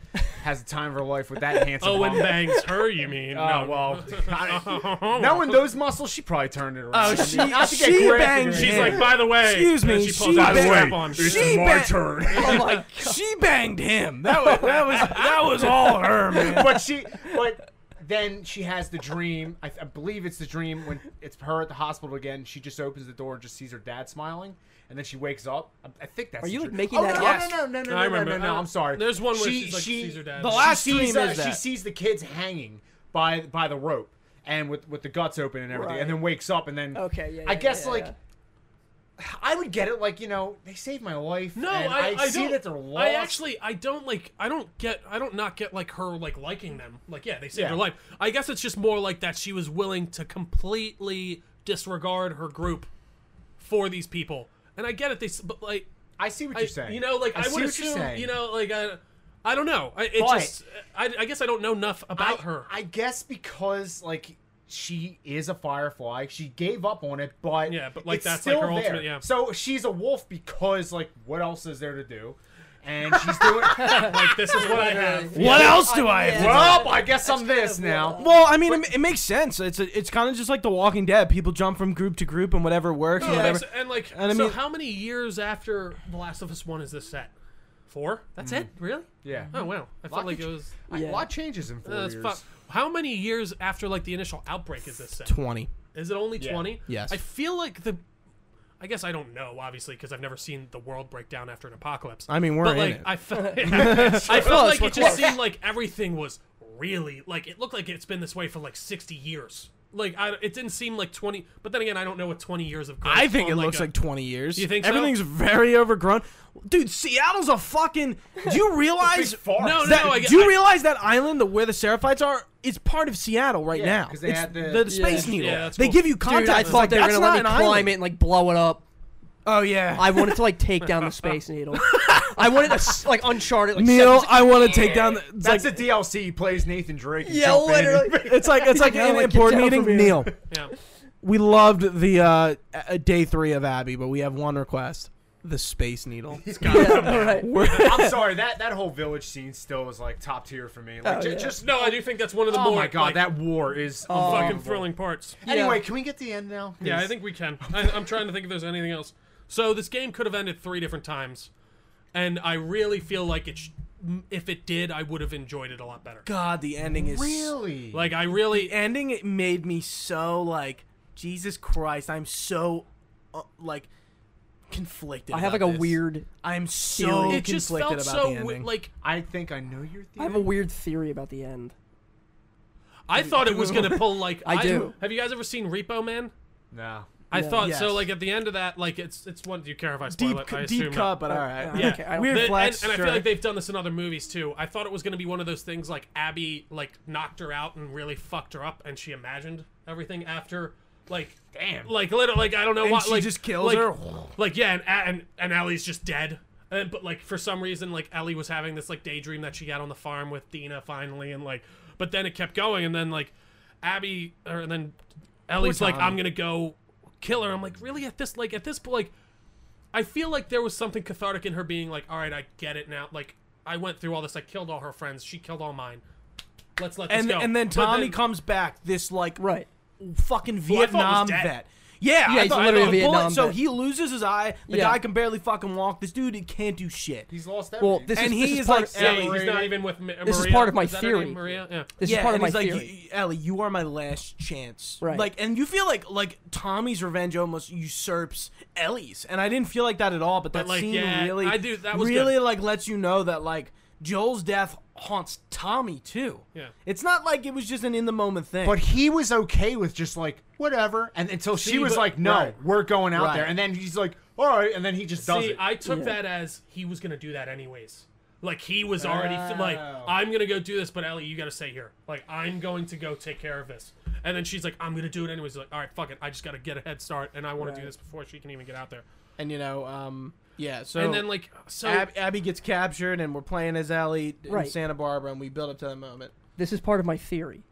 [SPEAKER 3] has the time of her life with that handsome.
[SPEAKER 2] Owen
[SPEAKER 3] hunk.
[SPEAKER 2] Oh, bangs her. You mean?
[SPEAKER 3] Oh
[SPEAKER 2] no,
[SPEAKER 3] well,
[SPEAKER 2] Oh.
[SPEAKER 3] I- knowing those muscles, she probably turned it around.
[SPEAKER 1] Oh,
[SPEAKER 3] I mean,
[SPEAKER 1] she-
[SPEAKER 3] not to get
[SPEAKER 1] she
[SPEAKER 3] graphic
[SPEAKER 1] banged
[SPEAKER 3] or
[SPEAKER 2] She's
[SPEAKER 1] Yeah.
[SPEAKER 3] anything.
[SPEAKER 2] like, by the way,
[SPEAKER 1] Excuse
[SPEAKER 2] and
[SPEAKER 1] me,
[SPEAKER 2] she
[SPEAKER 1] she
[SPEAKER 2] pulls out a
[SPEAKER 1] banged-
[SPEAKER 2] strap on.
[SPEAKER 1] she It's my banged-
[SPEAKER 3] turn.
[SPEAKER 4] Oh my god.
[SPEAKER 1] she banged him. That was that was that was all her, man.
[SPEAKER 3] but she, but then she has the dream. I, I believe it's the dream when it's her at the hospital again. She just opens the door and just sees her dad smiling, and then she wakes up. I, I think that's.
[SPEAKER 4] Are
[SPEAKER 3] the
[SPEAKER 4] you, like,
[SPEAKER 3] dream.
[SPEAKER 4] making
[SPEAKER 3] oh,
[SPEAKER 4] that
[SPEAKER 3] no,
[SPEAKER 4] guess?
[SPEAKER 3] No, no, no, no,
[SPEAKER 2] I
[SPEAKER 3] no,
[SPEAKER 2] remember.
[SPEAKER 3] no, no, no,
[SPEAKER 2] I-
[SPEAKER 3] I'm sorry.
[SPEAKER 2] there's one where
[SPEAKER 3] She-
[SPEAKER 2] she's, like, sees her dad.
[SPEAKER 1] The
[SPEAKER 2] She
[SPEAKER 1] last
[SPEAKER 3] she
[SPEAKER 1] dream
[SPEAKER 3] sees, uh,
[SPEAKER 1] is
[SPEAKER 3] she
[SPEAKER 1] that.
[SPEAKER 3] sees the kids hanging by by the rope and with with the guts open and everything,
[SPEAKER 4] Right.
[SPEAKER 3] and then wakes up and then.
[SPEAKER 4] Okay, yeah,
[SPEAKER 3] I
[SPEAKER 4] yeah,
[SPEAKER 3] guess
[SPEAKER 4] yeah,
[SPEAKER 3] like.
[SPEAKER 4] yeah.
[SPEAKER 3] I would get it. Like you know, they saved my life.
[SPEAKER 2] No,
[SPEAKER 3] and
[SPEAKER 2] I,
[SPEAKER 3] see
[SPEAKER 2] don't,
[SPEAKER 3] that they're lost.
[SPEAKER 2] I actually, I don't like. I don't get. I don't not get like her like liking them. Like, yeah, they saved
[SPEAKER 3] Yeah.
[SPEAKER 2] her life. I guess it's just more like that she was willing to completely disregard her group for these people. And I get it. They, s- but like,
[SPEAKER 3] I see what
[SPEAKER 2] I,
[SPEAKER 3] you're saying.
[SPEAKER 2] you know, like I,
[SPEAKER 3] see
[SPEAKER 2] would
[SPEAKER 3] what you're
[SPEAKER 2] assume,
[SPEAKER 3] saying.
[SPEAKER 2] you know, like I, I don't know. I, it
[SPEAKER 3] But-
[SPEAKER 2] just, I, I guess I don't know enough
[SPEAKER 3] I,
[SPEAKER 2] about her.
[SPEAKER 3] I guess because like she is a firefly, she gave up on it, but
[SPEAKER 2] Yeah, but, like,
[SPEAKER 3] it's
[SPEAKER 2] that's, like,
[SPEAKER 3] still
[SPEAKER 2] her
[SPEAKER 3] there.
[SPEAKER 2] ultimate- yeah.
[SPEAKER 3] So she's a wolf because like what else is there to do? And she's doing. well,
[SPEAKER 2] like this is what I have.
[SPEAKER 1] What else do I?
[SPEAKER 4] yeah.
[SPEAKER 1] have?
[SPEAKER 3] I guess I'm this
[SPEAKER 4] kind of what-
[SPEAKER 3] now.
[SPEAKER 1] Well, I mean, it, it makes sense. It's a, it's kind of just like The Walking Dead. People jump from group to group and whatever works
[SPEAKER 2] No,
[SPEAKER 1] and whatever.
[SPEAKER 2] that's- and like,
[SPEAKER 1] And I
[SPEAKER 2] so
[SPEAKER 1] mean-
[SPEAKER 2] how many years after The Last of Us One is this set? Four? That's it? Really?
[SPEAKER 3] Yeah.
[SPEAKER 2] Oh wow! I felt
[SPEAKER 3] Lot
[SPEAKER 2] like
[SPEAKER 3] could
[SPEAKER 2] it
[SPEAKER 3] ch-
[SPEAKER 2] was.
[SPEAKER 3] A
[SPEAKER 4] Yeah.
[SPEAKER 3] lot changes in four
[SPEAKER 2] Uh, that's
[SPEAKER 3] years.
[SPEAKER 2] fu- How many years after like the initial outbreak is this set?
[SPEAKER 1] Twenty.
[SPEAKER 2] Is it only
[SPEAKER 3] Yeah.
[SPEAKER 2] twenty?
[SPEAKER 1] Yes.
[SPEAKER 2] I feel like the. I guess I don't know, obviously, because I've never seen the world break down after an apocalypse.
[SPEAKER 1] I mean, we're
[SPEAKER 2] but,
[SPEAKER 1] in
[SPEAKER 2] like,
[SPEAKER 1] it.
[SPEAKER 2] I felt, I felt like
[SPEAKER 1] we're
[SPEAKER 2] it
[SPEAKER 1] close.
[SPEAKER 2] just seemed like everything was really like it looked like it's been this way for like sixty years. Like I, it didn't seem like twenty. But then again, I don't know what twenty years of.
[SPEAKER 1] I think
[SPEAKER 2] on,
[SPEAKER 1] it looks
[SPEAKER 2] a-
[SPEAKER 1] like 20 years.
[SPEAKER 2] You think so?
[SPEAKER 1] everything's very overgrown, dude? Seattle's a fucking. Do you realize?
[SPEAKER 3] forest.
[SPEAKER 2] No, no,
[SPEAKER 1] that-
[SPEAKER 2] no. I,
[SPEAKER 1] do you
[SPEAKER 2] I-
[SPEAKER 1] realize that island, the where the Seraphites are, is part of Seattle right
[SPEAKER 3] Yeah,
[SPEAKER 1] now?
[SPEAKER 3] 'cause they
[SPEAKER 1] It's
[SPEAKER 3] had the-
[SPEAKER 1] the, space
[SPEAKER 2] Yeah.
[SPEAKER 1] needle.
[SPEAKER 2] Yeah, that's
[SPEAKER 1] they
[SPEAKER 2] cool.
[SPEAKER 1] give you
[SPEAKER 4] Dude,
[SPEAKER 1] contact.
[SPEAKER 4] I
[SPEAKER 1] It's
[SPEAKER 4] thought
[SPEAKER 1] like,
[SPEAKER 4] they were
[SPEAKER 1] that's
[SPEAKER 4] gonna let me
[SPEAKER 1] not an
[SPEAKER 4] climb
[SPEAKER 1] island.
[SPEAKER 4] it and like blow it up.
[SPEAKER 1] Oh yeah,
[SPEAKER 4] I wanted to like take down the space needle. I wanted to s- like Uncharted. Like,
[SPEAKER 1] Neil,
[SPEAKER 4] seven-
[SPEAKER 1] I want to take down. The, it's
[SPEAKER 3] That's
[SPEAKER 1] like,
[SPEAKER 3] a DLC. He plays Nathan Drake. and
[SPEAKER 4] yeah,
[SPEAKER 3] jump in and-
[SPEAKER 4] literally.
[SPEAKER 1] it's like it's like
[SPEAKER 4] Yeah,
[SPEAKER 1] an
[SPEAKER 4] like, get
[SPEAKER 1] important
[SPEAKER 4] down from
[SPEAKER 1] meeting.
[SPEAKER 4] here.
[SPEAKER 1] Neil,
[SPEAKER 2] Yeah.
[SPEAKER 1] we loved the uh, uh, day three of Abby, but we have one request: the space needle.
[SPEAKER 4] Yeah, all right.
[SPEAKER 1] We're-
[SPEAKER 3] I'm sorry that that whole village scene still was like top tier for me. Like,
[SPEAKER 4] Oh,
[SPEAKER 3] ju-
[SPEAKER 4] yeah.
[SPEAKER 3] Just
[SPEAKER 2] No, I do think that's one of the
[SPEAKER 3] oh
[SPEAKER 2] more
[SPEAKER 3] my god,
[SPEAKER 2] like,
[SPEAKER 3] that war is
[SPEAKER 2] fucking
[SPEAKER 3] unbelievable.
[SPEAKER 2] thrilling parts.
[SPEAKER 3] Anyway,
[SPEAKER 4] Yeah.
[SPEAKER 3] can we get the end now? 'Cause-
[SPEAKER 2] Yeah, I think we can. I, I'm trying to think if there's anything else. So this game could have ended three different times, and I really feel like it. Sh- m- if it did, I would have enjoyed it a lot better.
[SPEAKER 1] God, the ending is
[SPEAKER 3] really
[SPEAKER 2] Like I really,
[SPEAKER 1] ending it made me so like Jesus Christ. I'm so uh, like conflicted.
[SPEAKER 4] I have like
[SPEAKER 1] about
[SPEAKER 4] a
[SPEAKER 1] this.
[SPEAKER 4] weird.
[SPEAKER 1] I'm so
[SPEAKER 2] it just
[SPEAKER 1] conflicted
[SPEAKER 2] felt
[SPEAKER 1] about
[SPEAKER 2] so
[SPEAKER 1] the ending.
[SPEAKER 2] wi- like
[SPEAKER 3] I think I know your
[SPEAKER 4] I
[SPEAKER 3] theory.
[SPEAKER 4] have a weird theory about the end.
[SPEAKER 2] I thought it was gonna pull like
[SPEAKER 4] I do.
[SPEAKER 2] Have you guys ever seen Repo Man?
[SPEAKER 3] no.
[SPEAKER 2] I
[SPEAKER 4] No.
[SPEAKER 2] thought so.
[SPEAKER 1] Yes.
[SPEAKER 2] Like at the end of that, like it's it's one. Do you care if I spoil
[SPEAKER 1] deep
[SPEAKER 2] it? I
[SPEAKER 1] deep
[SPEAKER 2] assume not.
[SPEAKER 1] cut, but all right.
[SPEAKER 4] Yeah. Okay, I don't-
[SPEAKER 1] Weird
[SPEAKER 2] The-
[SPEAKER 1] flex.
[SPEAKER 2] and, and I
[SPEAKER 1] sure.
[SPEAKER 2] feel like they've done this in other movies too. I thought it was going to be one of those things like Abby like knocked her out and really fucked her up, and she imagined everything after like
[SPEAKER 3] Damn.
[SPEAKER 2] like literally like I don't know
[SPEAKER 1] And
[SPEAKER 2] what
[SPEAKER 1] she
[SPEAKER 2] like
[SPEAKER 1] just kills
[SPEAKER 2] like-
[SPEAKER 1] her?
[SPEAKER 2] Like yeah, and A- and and Ellie's just dead. And, but like for some reason like Ellie was having this like daydream that she had on the farm with Dina finally, and like but then it kept going, and then like Abby or and then Ellie's like
[SPEAKER 1] Tommy.
[SPEAKER 2] I'm gonna go kill her. I'm like really at this like at this point like. I feel like there was something cathartic in her being like, "All right, I get it now. Like, I went through all this. I killed all her friends. She killed all mine. Let's let this
[SPEAKER 1] and
[SPEAKER 2] go."
[SPEAKER 1] and then
[SPEAKER 2] But
[SPEAKER 1] Tommy comes back. This like
[SPEAKER 4] Right.
[SPEAKER 1] fucking
[SPEAKER 2] I thought was
[SPEAKER 1] Vietnam
[SPEAKER 2] dead.
[SPEAKER 1] vet. Yeah,
[SPEAKER 4] Yeah,
[SPEAKER 1] I
[SPEAKER 4] he's
[SPEAKER 1] thought,
[SPEAKER 4] literally
[SPEAKER 1] I thought
[SPEAKER 4] a Vietnam
[SPEAKER 1] bullet, So
[SPEAKER 4] vet.
[SPEAKER 1] he loses his eye. The
[SPEAKER 4] Yeah.
[SPEAKER 1] guy can barely fucking walk. This dude he can't do shit.
[SPEAKER 3] He's lost everything.
[SPEAKER 4] Well, this
[SPEAKER 1] And
[SPEAKER 4] is,
[SPEAKER 1] he
[SPEAKER 4] this
[SPEAKER 1] is,
[SPEAKER 4] is part
[SPEAKER 1] like,
[SPEAKER 4] of,
[SPEAKER 2] Ellie, he's
[SPEAKER 3] Separated.
[SPEAKER 2] not even with Ma-
[SPEAKER 4] This is
[SPEAKER 2] Maria.
[SPEAKER 4] part of my
[SPEAKER 2] that her name?
[SPEAKER 4] theory.
[SPEAKER 2] Maria, yeah.
[SPEAKER 4] this
[SPEAKER 1] yeah,
[SPEAKER 4] is part
[SPEAKER 1] and
[SPEAKER 4] of my
[SPEAKER 1] he's like,
[SPEAKER 4] theory.
[SPEAKER 1] "You- Ellie, you are my last chance.
[SPEAKER 4] Right.
[SPEAKER 1] Like, and you feel like like Tommy's revenge almost usurps Ellie's, and I didn't feel like that at all. But that
[SPEAKER 2] like,
[SPEAKER 1] scene
[SPEAKER 2] yeah,
[SPEAKER 1] really,
[SPEAKER 2] I do- that was
[SPEAKER 1] really
[SPEAKER 2] good.
[SPEAKER 1] like lets you know that like Joel's death haunts Tommy too.
[SPEAKER 2] Yeah.
[SPEAKER 1] it's not like it was just an in the moment thing.
[SPEAKER 3] but he was okay with just like whatever, and until she
[SPEAKER 2] See,
[SPEAKER 3] was
[SPEAKER 2] but-
[SPEAKER 3] like, "No,
[SPEAKER 1] right.
[SPEAKER 3] we're going out
[SPEAKER 1] Right.
[SPEAKER 3] there," and then he's like, "All right," and then he just does
[SPEAKER 2] See,
[SPEAKER 3] it.
[SPEAKER 2] I took that as he was gonna do that anyways. Like he was already th- like,
[SPEAKER 3] Oh.
[SPEAKER 2] "I'm gonna go do this," but Ellie, you gotta stay here. Like I'm going to go take care of this. And then she's like, "I'm gonna do it anyways." Like, all right, fuck it. I just gotta get a head start, and I want to do
[SPEAKER 4] Right.
[SPEAKER 2] this before she can even get out there.
[SPEAKER 1] and you know, um, yeah. So
[SPEAKER 2] and then like, so
[SPEAKER 1] Ab- Abby gets captured, and we're playing as Ellie in
[SPEAKER 4] Right.
[SPEAKER 1] Santa Barbara, and we build up to that moment.
[SPEAKER 4] this is part of my theory.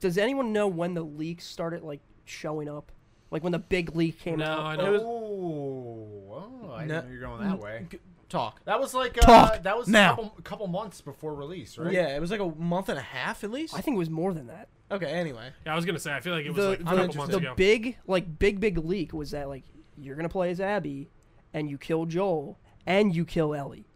[SPEAKER 4] Does anyone know when the leaks started like showing up? Like when the big leak came
[SPEAKER 2] no,
[SPEAKER 4] out?
[SPEAKER 2] I
[SPEAKER 3] oh,
[SPEAKER 2] don't.
[SPEAKER 3] oh, I
[SPEAKER 1] No.
[SPEAKER 3] didn't know you're going that way.
[SPEAKER 1] G- Talk.
[SPEAKER 3] That was like uh,
[SPEAKER 1] Talk
[SPEAKER 3] that was
[SPEAKER 1] now.
[SPEAKER 3] a couple, couple months before release, right?
[SPEAKER 1] Yeah, it was like a month and a half at least.
[SPEAKER 4] I think it was more than that.
[SPEAKER 1] okay, anyway.
[SPEAKER 2] Yeah, I was gonna say. I feel like it was
[SPEAKER 4] The,
[SPEAKER 2] like a
[SPEAKER 4] the-
[SPEAKER 2] couple
[SPEAKER 1] interested.
[SPEAKER 2] months
[SPEAKER 4] the
[SPEAKER 2] ago.
[SPEAKER 4] big like big big leak was that like you're gonna play as Abby and you kill Joel and you kill Ellie.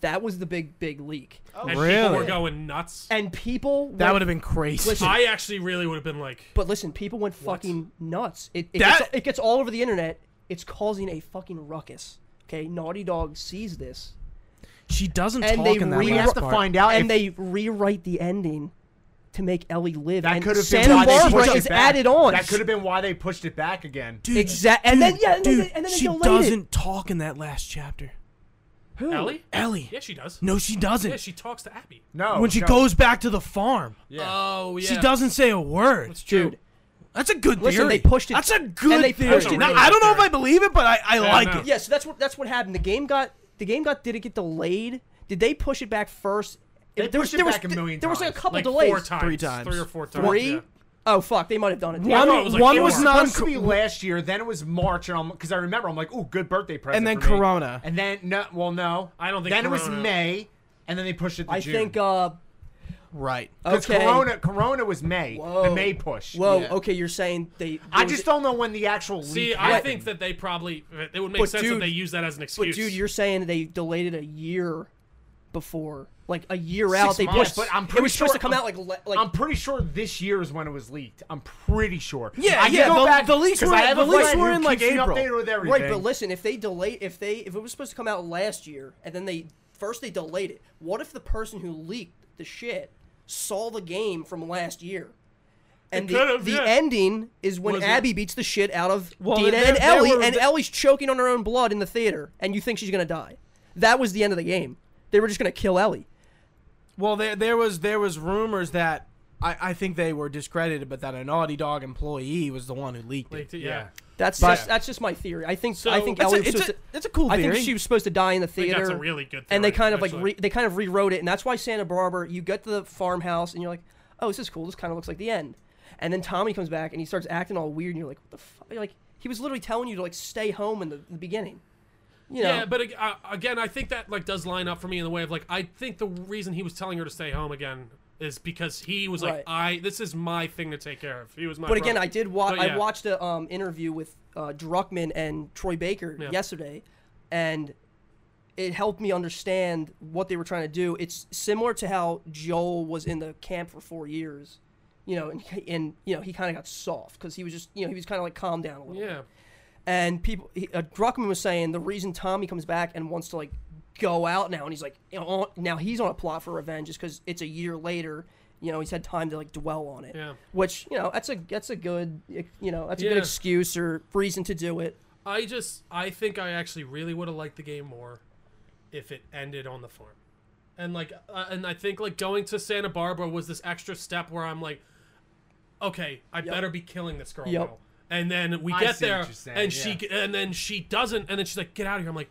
[SPEAKER 4] That was the big big leak.
[SPEAKER 3] Oh,
[SPEAKER 2] and people
[SPEAKER 1] Really?
[SPEAKER 2] were going nuts.
[SPEAKER 4] And people
[SPEAKER 1] That would
[SPEAKER 4] went-
[SPEAKER 1] have been crazy.
[SPEAKER 4] Listen,
[SPEAKER 2] I actually really would have been like,
[SPEAKER 4] But listen, people went fucking nuts. It, it,
[SPEAKER 1] That-
[SPEAKER 4] gets, it gets all over the internet. It's causing a fucking ruckus. Okay, Naughty Dog sees this
[SPEAKER 1] She doesn't
[SPEAKER 4] And
[SPEAKER 1] talk
[SPEAKER 4] they
[SPEAKER 1] in that
[SPEAKER 4] re-
[SPEAKER 1] last
[SPEAKER 4] have
[SPEAKER 3] to
[SPEAKER 1] part.
[SPEAKER 3] find out
[SPEAKER 4] and
[SPEAKER 3] if-
[SPEAKER 4] they rewrite the ending to make Ellie live.
[SPEAKER 3] That
[SPEAKER 4] and
[SPEAKER 3] could have been
[SPEAKER 4] Santa
[SPEAKER 3] why they
[SPEAKER 4] Barbara
[SPEAKER 3] pushed
[SPEAKER 4] is
[SPEAKER 3] it back.
[SPEAKER 4] added on.
[SPEAKER 3] That could have been why they pushed it back again.
[SPEAKER 1] Dude,
[SPEAKER 4] Exact- and
[SPEAKER 1] dude,
[SPEAKER 4] then- yeah, and then
[SPEAKER 1] dude,
[SPEAKER 4] they- and then they
[SPEAKER 1] she
[SPEAKER 4] delayed it.
[SPEAKER 1] doesn't talk in that last chapter.
[SPEAKER 4] Who?
[SPEAKER 2] Ellie?
[SPEAKER 1] Ellie.
[SPEAKER 2] Yeah, she does.
[SPEAKER 1] No, she Oh, doesn't.
[SPEAKER 2] Yeah, she talks to Abby.
[SPEAKER 3] No.
[SPEAKER 1] when she
[SPEAKER 3] no.
[SPEAKER 1] goes back to the farm,
[SPEAKER 3] Yeah.
[SPEAKER 2] Oh yeah.
[SPEAKER 1] she doesn't say a word.
[SPEAKER 2] It's true.
[SPEAKER 4] Dude,
[SPEAKER 1] That's a good
[SPEAKER 4] Listen,
[SPEAKER 1] theory.
[SPEAKER 4] they pushed it-
[SPEAKER 1] That's a good
[SPEAKER 4] and they
[SPEAKER 1] theory.
[SPEAKER 4] pushed it
[SPEAKER 1] Now,
[SPEAKER 4] really
[SPEAKER 1] I don't know if I
[SPEAKER 3] hard.
[SPEAKER 1] believe it, but I, I like
[SPEAKER 2] no.
[SPEAKER 1] it.
[SPEAKER 4] Yeah, so that's what that's what happened. The game got the game got did it get delayed? Did they push it back first?
[SPEAKER 3] They
[SPEAKER 4] there was,
[SPEAKER 3] pushed it
[SPEAKER 4] there was,
[SPEAKER 3] back a million
[SPEAKER 4] There was like a
[SPEAKER 3] times.
[SPEAKER 4] couple
[SPEAKER 2] Like
[SPEAKER 4] delays.
[SPEAKER 2] four times.
[SPEAKER 1] Three times.
[SPEAKER 2] Three or four times.
[SPEAKER 4] Three?
[SPEAKER 2] yeah.
[SPEAKER 4] Oh fuck, they might have done it.
[SPEAKER 1] One,
[SPEAKER 2] thought it was like
[SPEAKER 1] one
[SPEAKER 2] four.
[SPEAKER 1] was
[SPEAKER 2] It's
[SPEAKER 1] non.
[SPEAKER 3] supposed to be last year. Then it was March, and I'm because I remember I'm like, "Ooh, good birthday present."
[SPEAKER 1] And then
[SPEAKER 3] for me."
[SPEAKER 1] Corona.
[SPEAKER 3] And then no, well, no,
[SPEAKER 2] I don't think
[SPEAKER 3] Then it was
[SPEAKER 2] Corona.
[SPEAKER 3] May, and then they pushed it to
[SPEAKER 4] I
[SPEAKER 3] June.
[SPEAKER 4] think uh
[SPEAKER 1] Right.
[SPEAKER 3] because
[SPEAKER 4] okay.
[SPEAKER 3] Corona, Corona was May,
[SPEAKER 4] Whoa.
[SPEAKER 3] the May push.
[SPEAKER 4] Whoa,
[SPEAKER 1] Yeah.
[SPEAKER 4] okay, you're saying they
[SPEAKER 3] I
[SPEAKER 4] was
[SPEAKER 3] just
[SPEAKER 4] it-
[SPEAKER 3] don't know when the actual
[SPEAKER 2] See,
[SPEAKER 3] leak
[SPEAKER 2] I
[SPEAKER 3] happened.
[SPEAKER 2] think that they probably it would make
[SPEAKER 4] But
[SPEAKER 2] sense
[SPEAKER 4] dude-
[SPEAKER 2] if they use that as an
[SPEAKER 4] But
[SPEAKER 2] excuse.
[SPEAKER 4] dude, you're saying they delayed it a year before. Like a year out they
[SPEAKER 3] months,
[SPEAKER 4] pushed
[SPEAKER 3] but I'm
[SPEAKER 4] It
[SPEAKER 3] pretty
[SPEAKER 4] was supposed
[SPEAKER 3] sure-
[SPEAKER 4] to come
[SPEAKER 3] I'm-
[SPEAKER 4] out like le- like
[SPEAKER 3] I'm pretty sure this year is when it was leaked. I'm pretty sure.
[SPEAKER 1] Yeah,
[SPEAKER 3] I can
[SPEAKER 1] yeah,
[SPEAKER 3] Go
[SPEAKER 1] the-
[SPEAKER 3] back,
[SPEAKER 1] the leaks
[SPEAKER 3] 'cause
[SPEAKER 1] were-
[SPEAKER 3] I have
[SPEAKER 1] the
[SPEAKER 3] a
[SPEAKER 1] leaks
[SPEAKER 3] friend
[SPEAKER 1] were
[SPEAKER 3] who
[SPEAKER 1] in, like,
[SPEAKER 3] keeps me
[SPEAKER 1] April.
[SPEAKER 3] updated with everything.
[SPEAKER 4] Right, but listen, if they delay, if they, if it was supposed to come out last year, and then they first they delayed it. What if the person who leaked the shit saw the game from last year, and the,
[SPEAKER 2] could've,
[SPEAKER 4] the
[SPEAKER 2] yeah.
[SPEAKER 4] ending is when
[SPEAKER 2] Was it-
[SPEAKER 4] Abby beats the shit out of
[SPEAKER 1] Well,
[SPEAKER 4] Dina
[SPEAKER 1] there-
[SPEAKER 4] and
[SPEAKER 1] there
[SPEAKER 4] Ellie,
[SPEAKER 1] were-
[SPEAKER 4] and Ellie's choking on her own blood in the theater, and you think she's gonna die. That was the end of the game. They were just gonna kill Ellie.
[SPEAKER 1] Well, there there was there was rumors that I, I think they were discredited, but that a Naughty Dog employee was the one who leaked it.
[SPEAKER 2] Like, yeah.
[SPEAKER 3] Yeah.
[SPEAKER 4] That's
[SPEAKER 1] But-
[SPEAKER 4] that's, that's just my theory. I think I think
[SPEAKER 1] That's
[SPEAKER 4] Ellie
[SPEAKER 1] a,
[SPEAKER 4] was
[SPEAKER 1] it's,
[SPEAKER 4] supposed
[SPEAKER 1] a,
[SPEAKER 4] to-
[SPEAKER 1] it's a cool
[SPEAKER 4] I
[SPEAKER 1] theory.
[SPEAKER 4] think she was supposed to die in the
[SPEAKER 2] I think
[SPEAKER 4] theater.
[SPEAKER 2] that's a really good.
[SPEAKER 4] and they
[SPEAKER 2] theory,
[SPEAKER 4] kind of like
[SPEAKER 2] actually.
[SPEAKER 4] re- they kind of rewrote it, and that's why Santa Barbara. You get to the farmhouse, and you're like, "Oh, this is cool. This kind of looks like the end." And then Tommy comes back, and he starts acting all weird, and you're like, "What the fuck?" Like he was literally telling you to like stay home in the, the beginning. You know,
[SPEAKER 2] Yeah, but ag- uh, again, I think that like does line up for me in the way of like I think the reason he was telling her to stay home again is because he was
[SPEAKER 4] Right.
[SPEAKER 2] like, I this is my thing to take care of. He was my.
[SPEAKER 4] But again,
[SPEAKER 2] brother.
[SPEAKER 4] I did watch.
[SPEAKER 2] But
[SPEAKER 4] I
[SPEAKER 2] yeah.
[SPEAKER 4] watched a um, interview with uh, Druckman and Troy Baker
[SPEAKER 2] Yeah.
[SPEAKER 4] yesterday, and it helped me understand what they were trying to do. It's similar to how Joel was in the camp for four years, you know, and, and you know he kind of got soft because he was just you know he was kind of like calmed down a little.
[SPEAKER 2] Yeah.
[SPEAKER 4] And people, he, uh, Druckman was saying the reason Tommy comes back and wants to like go out now, and he's like, you know, on, now he's on a plot for revenge, is because it's a year later. You know, he's had time to like dwell on it.
[SPEAKER 2] Yeah.
[SPEAKER 4] Which you know, that's a that's a good you know that's a good
[SPEAKER 2] Yeah.
[SPEAKER 4] excuse or reason to do it.
[SPEAKER 2] I just I think I actually really would have liked the game more if it ended on the farm. And like uh, and I think like going to Santa Barbara was this extra step where I'm like okay, I better be killing this girl
[SPEAKER 4] Yep.
[SPEAKER 2] now. And then we
[SPEAKER 3] I
[SPEAKER 2] get
[SPEAKER 3] see what
[SPEAKER 2] there
[SPEAKER 3] you're saying,
[SPEAKER 2] and
[SPEAKER 3] yeah.
[SPEAKER 2] she g- and then she doesn't and then she's like get out of here. I'm like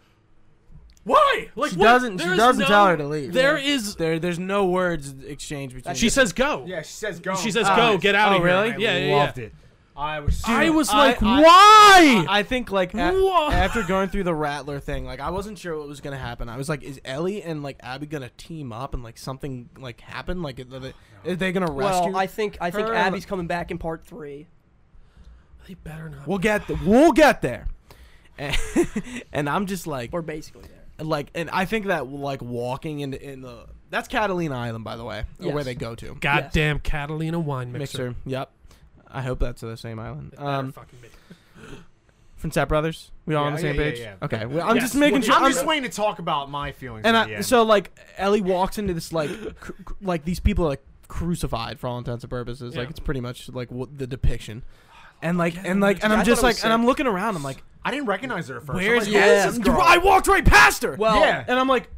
[SPEAKER 2] why? Like
[SPEAKER 1] She
[SPEAKER 2] what?
[SPEAKER 1] doesn't- she
[SPEAKER 2] There is
[SPEAKER 1] doesn't
[SPEAKER 2] no-
[SPEAKER 1] tell her to leave.
[SPEAKER 2] There
[SPEAKER 1] Yeah.
[SPEAKER 2] is
[SPEAKER 1] There there's no words exchanged between.
[SPEAKER 2] she
[SPEAKER 1] them.
[SPEAKER 2] says go.
[SPEAKER 3] Yeah, she says go.
[SPEAKER 2] She says
[SPEAKER 1] Oh,
[SPEAKER 2] go,
[SPEAKER 1] nice.
[SPEAKER 2] get out
[SPEAKER 1] Oh,
[SPEAKER 2] of here.
[SPEAKER 1] really?
[SPEAKER 2] Yeah, yeah,
[SPEAKER 3] loved
[SPEAKER 2] yeah.
[SPEAKER 3] it. I was.
[SPEAKER 2] I was
[SPEAKER 1] I-
[SPEAKER 2] like
[SPEAKER 1] I-
[SPEAKER 2] why?
[SPEAKER 1] I think like a-
[SPEAKER 2] Whoa.
[SPEAKER 1] after going through the Rattler thing, like I wasn't sure what was gonna happen. I was like, is Ellie and like Abby gonna team up and like something like happen? Like, are they, are they gonna rescue?
[SPEAKER 4] Well, I think I think
[SPEAKER 2] uh,
[SPEAKER 1] her?
[SPEAKER 4] Abby's coming back in part three.
[SPEAKER 2] they better not.
[SPEAKER 1] we'll get th- we'll get there. And, and I'm just like,
[SPEAKER 4] We're basically there.
[SPEAKER 1] like, and I think that like walking in in the that's Catalina Island, by the way, or where
[SPEAKER 4] Yes.
[SPEAKER 1] they go to
[SPEAKER 2] goddamn Catalina wine mixer.
[SPEAKER 1] mixer. Yep, I hope that's the same island.
[SPEAKER 2] Um,
[SPEAKER 1] Um,
[SPEAKER 2] fucking be.
[SPEAKER 1] from Sap Brothers, we all on
[SPEAKER 3] Yeah,
[SPEAKER 1] the same
[SPEAKER 3] yeah, yeah,
[SPEAKER 1] page.
[SPEAKER 3] yeah.
[SPEAKER 1] Okay, well, I'm
[SPEAKER 2] Yes.
[SPEAKER 1] just making
[SPEAKER 2] Well,
[SPEAKER 1] sure.
[SPEAKER 3] I'm
[SPEAKER 1] I'm
[SPEAKER 3] just waiting to talk about my feelings.
[SPEAKER 1] And
[SPEAKER 3] in the
[SPEAKER 1] I,
[SPEAKER 3] end.
[SPEAKER 1] so like Ellie walks into this like cr- cr- like these people are like crucified for all intents and purposes. Like
[SPEAKER 2] Yeah.
[SPEAKER 1] it's pretty much like what the depiction. And like and like and
[SPEAKER 4] I
[SPEAKER 1] I'm
[SPEAKER 4] thought
[SPEAKER 1] just
[SPEAKER 4] it was
[SPEAKER 1] like and I'm
[SPEAKER 4] sick.
[SPEAKER 1] looking around. I'm like,
[SPEAKER 3] I didn't recognize her at first. I'm
[SPEAKER 1] where's
[SPEAKER 3] like,
[SPEAKER 4] Yeah.
[SPEAKER 1] Ellie?
[SPEAKER 3] this girl?
[SPEAKER 1] I walked right past her.
[SPEAKER 4] Well,
[SPEAKER 3] Yeah.
[SPEAKER 1] and I'm like,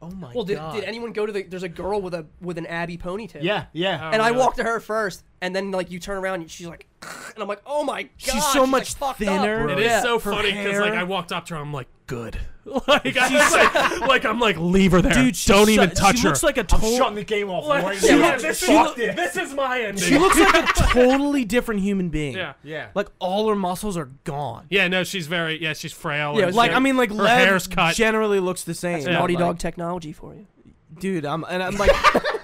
[SPEAKER 1] oh my
[SPEAKER 4] well, did,
[SPEAKER 1] god.
[SPEAKER 4] did anyone go to the? There's a girl with a with an Abby ponytail.
[SPEAKER 3] Yeah, yeah.
[SPEAKER 4] And I
[SPEAKER 2] really?
[SPEAKER 4] walked to her first, and then like you turn around and she's like, and I'm like, oh my god,
[SPEAKER 1] so
[SPEAKER 4] like,
[SPEAKER 1] much
[SPEAKER 4] fucked
[SPEAKER 1] thinner.
[SPEAKER 4] Up.
[SPEAKER 2] It
[SPEAKER 1] Bro,
[SPEAKER 2] is
[SPEAKER 4] yeah.
[SPEAKER 2] so
[SPEAKER 1] her
[SPEAKER 2] funny because like
[SPEAKER 1] hair.
[SPEAKER 2] I walked up to her, I'm like, good. Like I was like, like I'm like, leave her there. don't
[SPEAKER 1] she's
[SPEAKER 2] even
[SPEAKER 1] su-
[SPEAKER 2] touch
[SPEAKER 1] she
[SPEAKER 2] her.
[SPEAKER 1] Looks like a
[SPEAKER 3] I'm
[SPEAKER 1] total.
[SPEAKER 3] shutting the game off. right
[SPEAKER 2] Oh. She
[SPEAKER 3] now.
[SPEAKER 2] looks-
[SPEAKER 3] Yeah, this
[SPEAKER 2] she
[SPEAKER 3] is-
[SPEAKER 2] looks- this is my ending.
[SPEAKER 1] she looks like a totally different human being.
[SPEAKER 2] yeah.
[SPEAKER 3] Yeah.
[SPEAKER 1] Like all her muscles are gone.
[SPEAKER 2] Yeah, no, she's very yeah, she's frail.
[SPEAKER 4] Yeah,
[SPEAKER 2] and
[SPEAKER 1] Like
[SPEAKER 2] shit.
[SPEAKER 1] I mean, like
[SPEAKER 2] her
[SPEAKER 1] Lev
[SPEAKER 2] hair's cut.
[SPEAKER 1] generally looks the same.
[SPEAKER 2] Yeah.
[SPEAKER 4] Naughty
[SPEAKER 1] Like,
[SPEAKER 4] Dog technology for you.
[SPEAKER 1] dude. I'm and I'm like,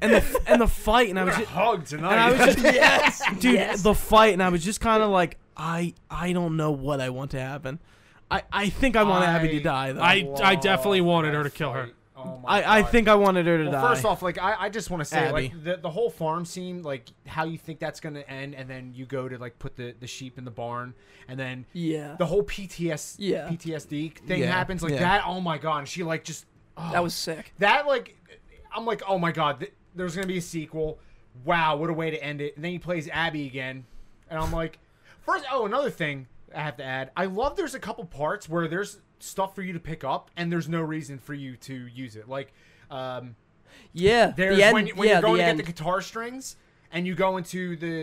[SPEAKER 1] and the and the fight, and I was
[SPEAKER 3] a
[SPEAKER 1] just,
[SPEAKER 3] hug
[SPEAKER 1] and I
[SPEAKER 3] tonight.
[SPEAKER 1] was just
[SPEAKER 4] yes,
[SPEAKER 1] dude the fight and i was just kind of like i i don't know what i want to happen i i think i want abby to
[SPEAKER 3] I-
[SPEAKER 1] die though
[SPEAKER 2] I I definitely wanted her to kill her.
[SPEAKER 3] Oh my
[SPEAKER 1] i, I
[SPEAKER 3] God.
[SPEAKER 1] think i wanted her to
[SPEAKER 3] Well,
[SPEAKER 1] die
[SPEAKER 3] first off, like I, I just want to say,
[SPEAKER 1] Abby.
[SPEAKER 3] like the, the whole farm scene, like how you think that's gonna end, and then you go to like put the, the sheep in the barn, and then
[SPEAKER 4] Yeah.
[SPEAKER 3] the whole PTS
[SPEAKER 4] Yeah.
[SPEAKER 3] PTSD thing
[SPEAKER 1] Yeah,
[SPEAKER 3] happens like
[SPEAKER 1] yeah.
[SPEAKER 3] that. Oh my god, and she like just
[SPEAKER 4] That was sick.
[SPEAKER 3] oh that like I'm like oh my god, th- there's gonna be a sequel. wow, what a way to end it. And then he plays Abby again. And I'm like, first, oh, another thing I have to add. I love there's a couple parts where there's stuff for you to pick up and there's no reason for you to use it. Like, um,
[SPEAKER 4] Yeah,
[SPEAKER 3] there's
[SPEAKER 4] the end.
[SPEAKER 3] when, when
[SPEAKER 4] yeah,
[SPEAKER 3] you're going
[SPEAKER 4] the
[SPEAKER 3] to
[SPEAKER 4] end.
[SPEAKER 3] get the guitar strings and you go into the,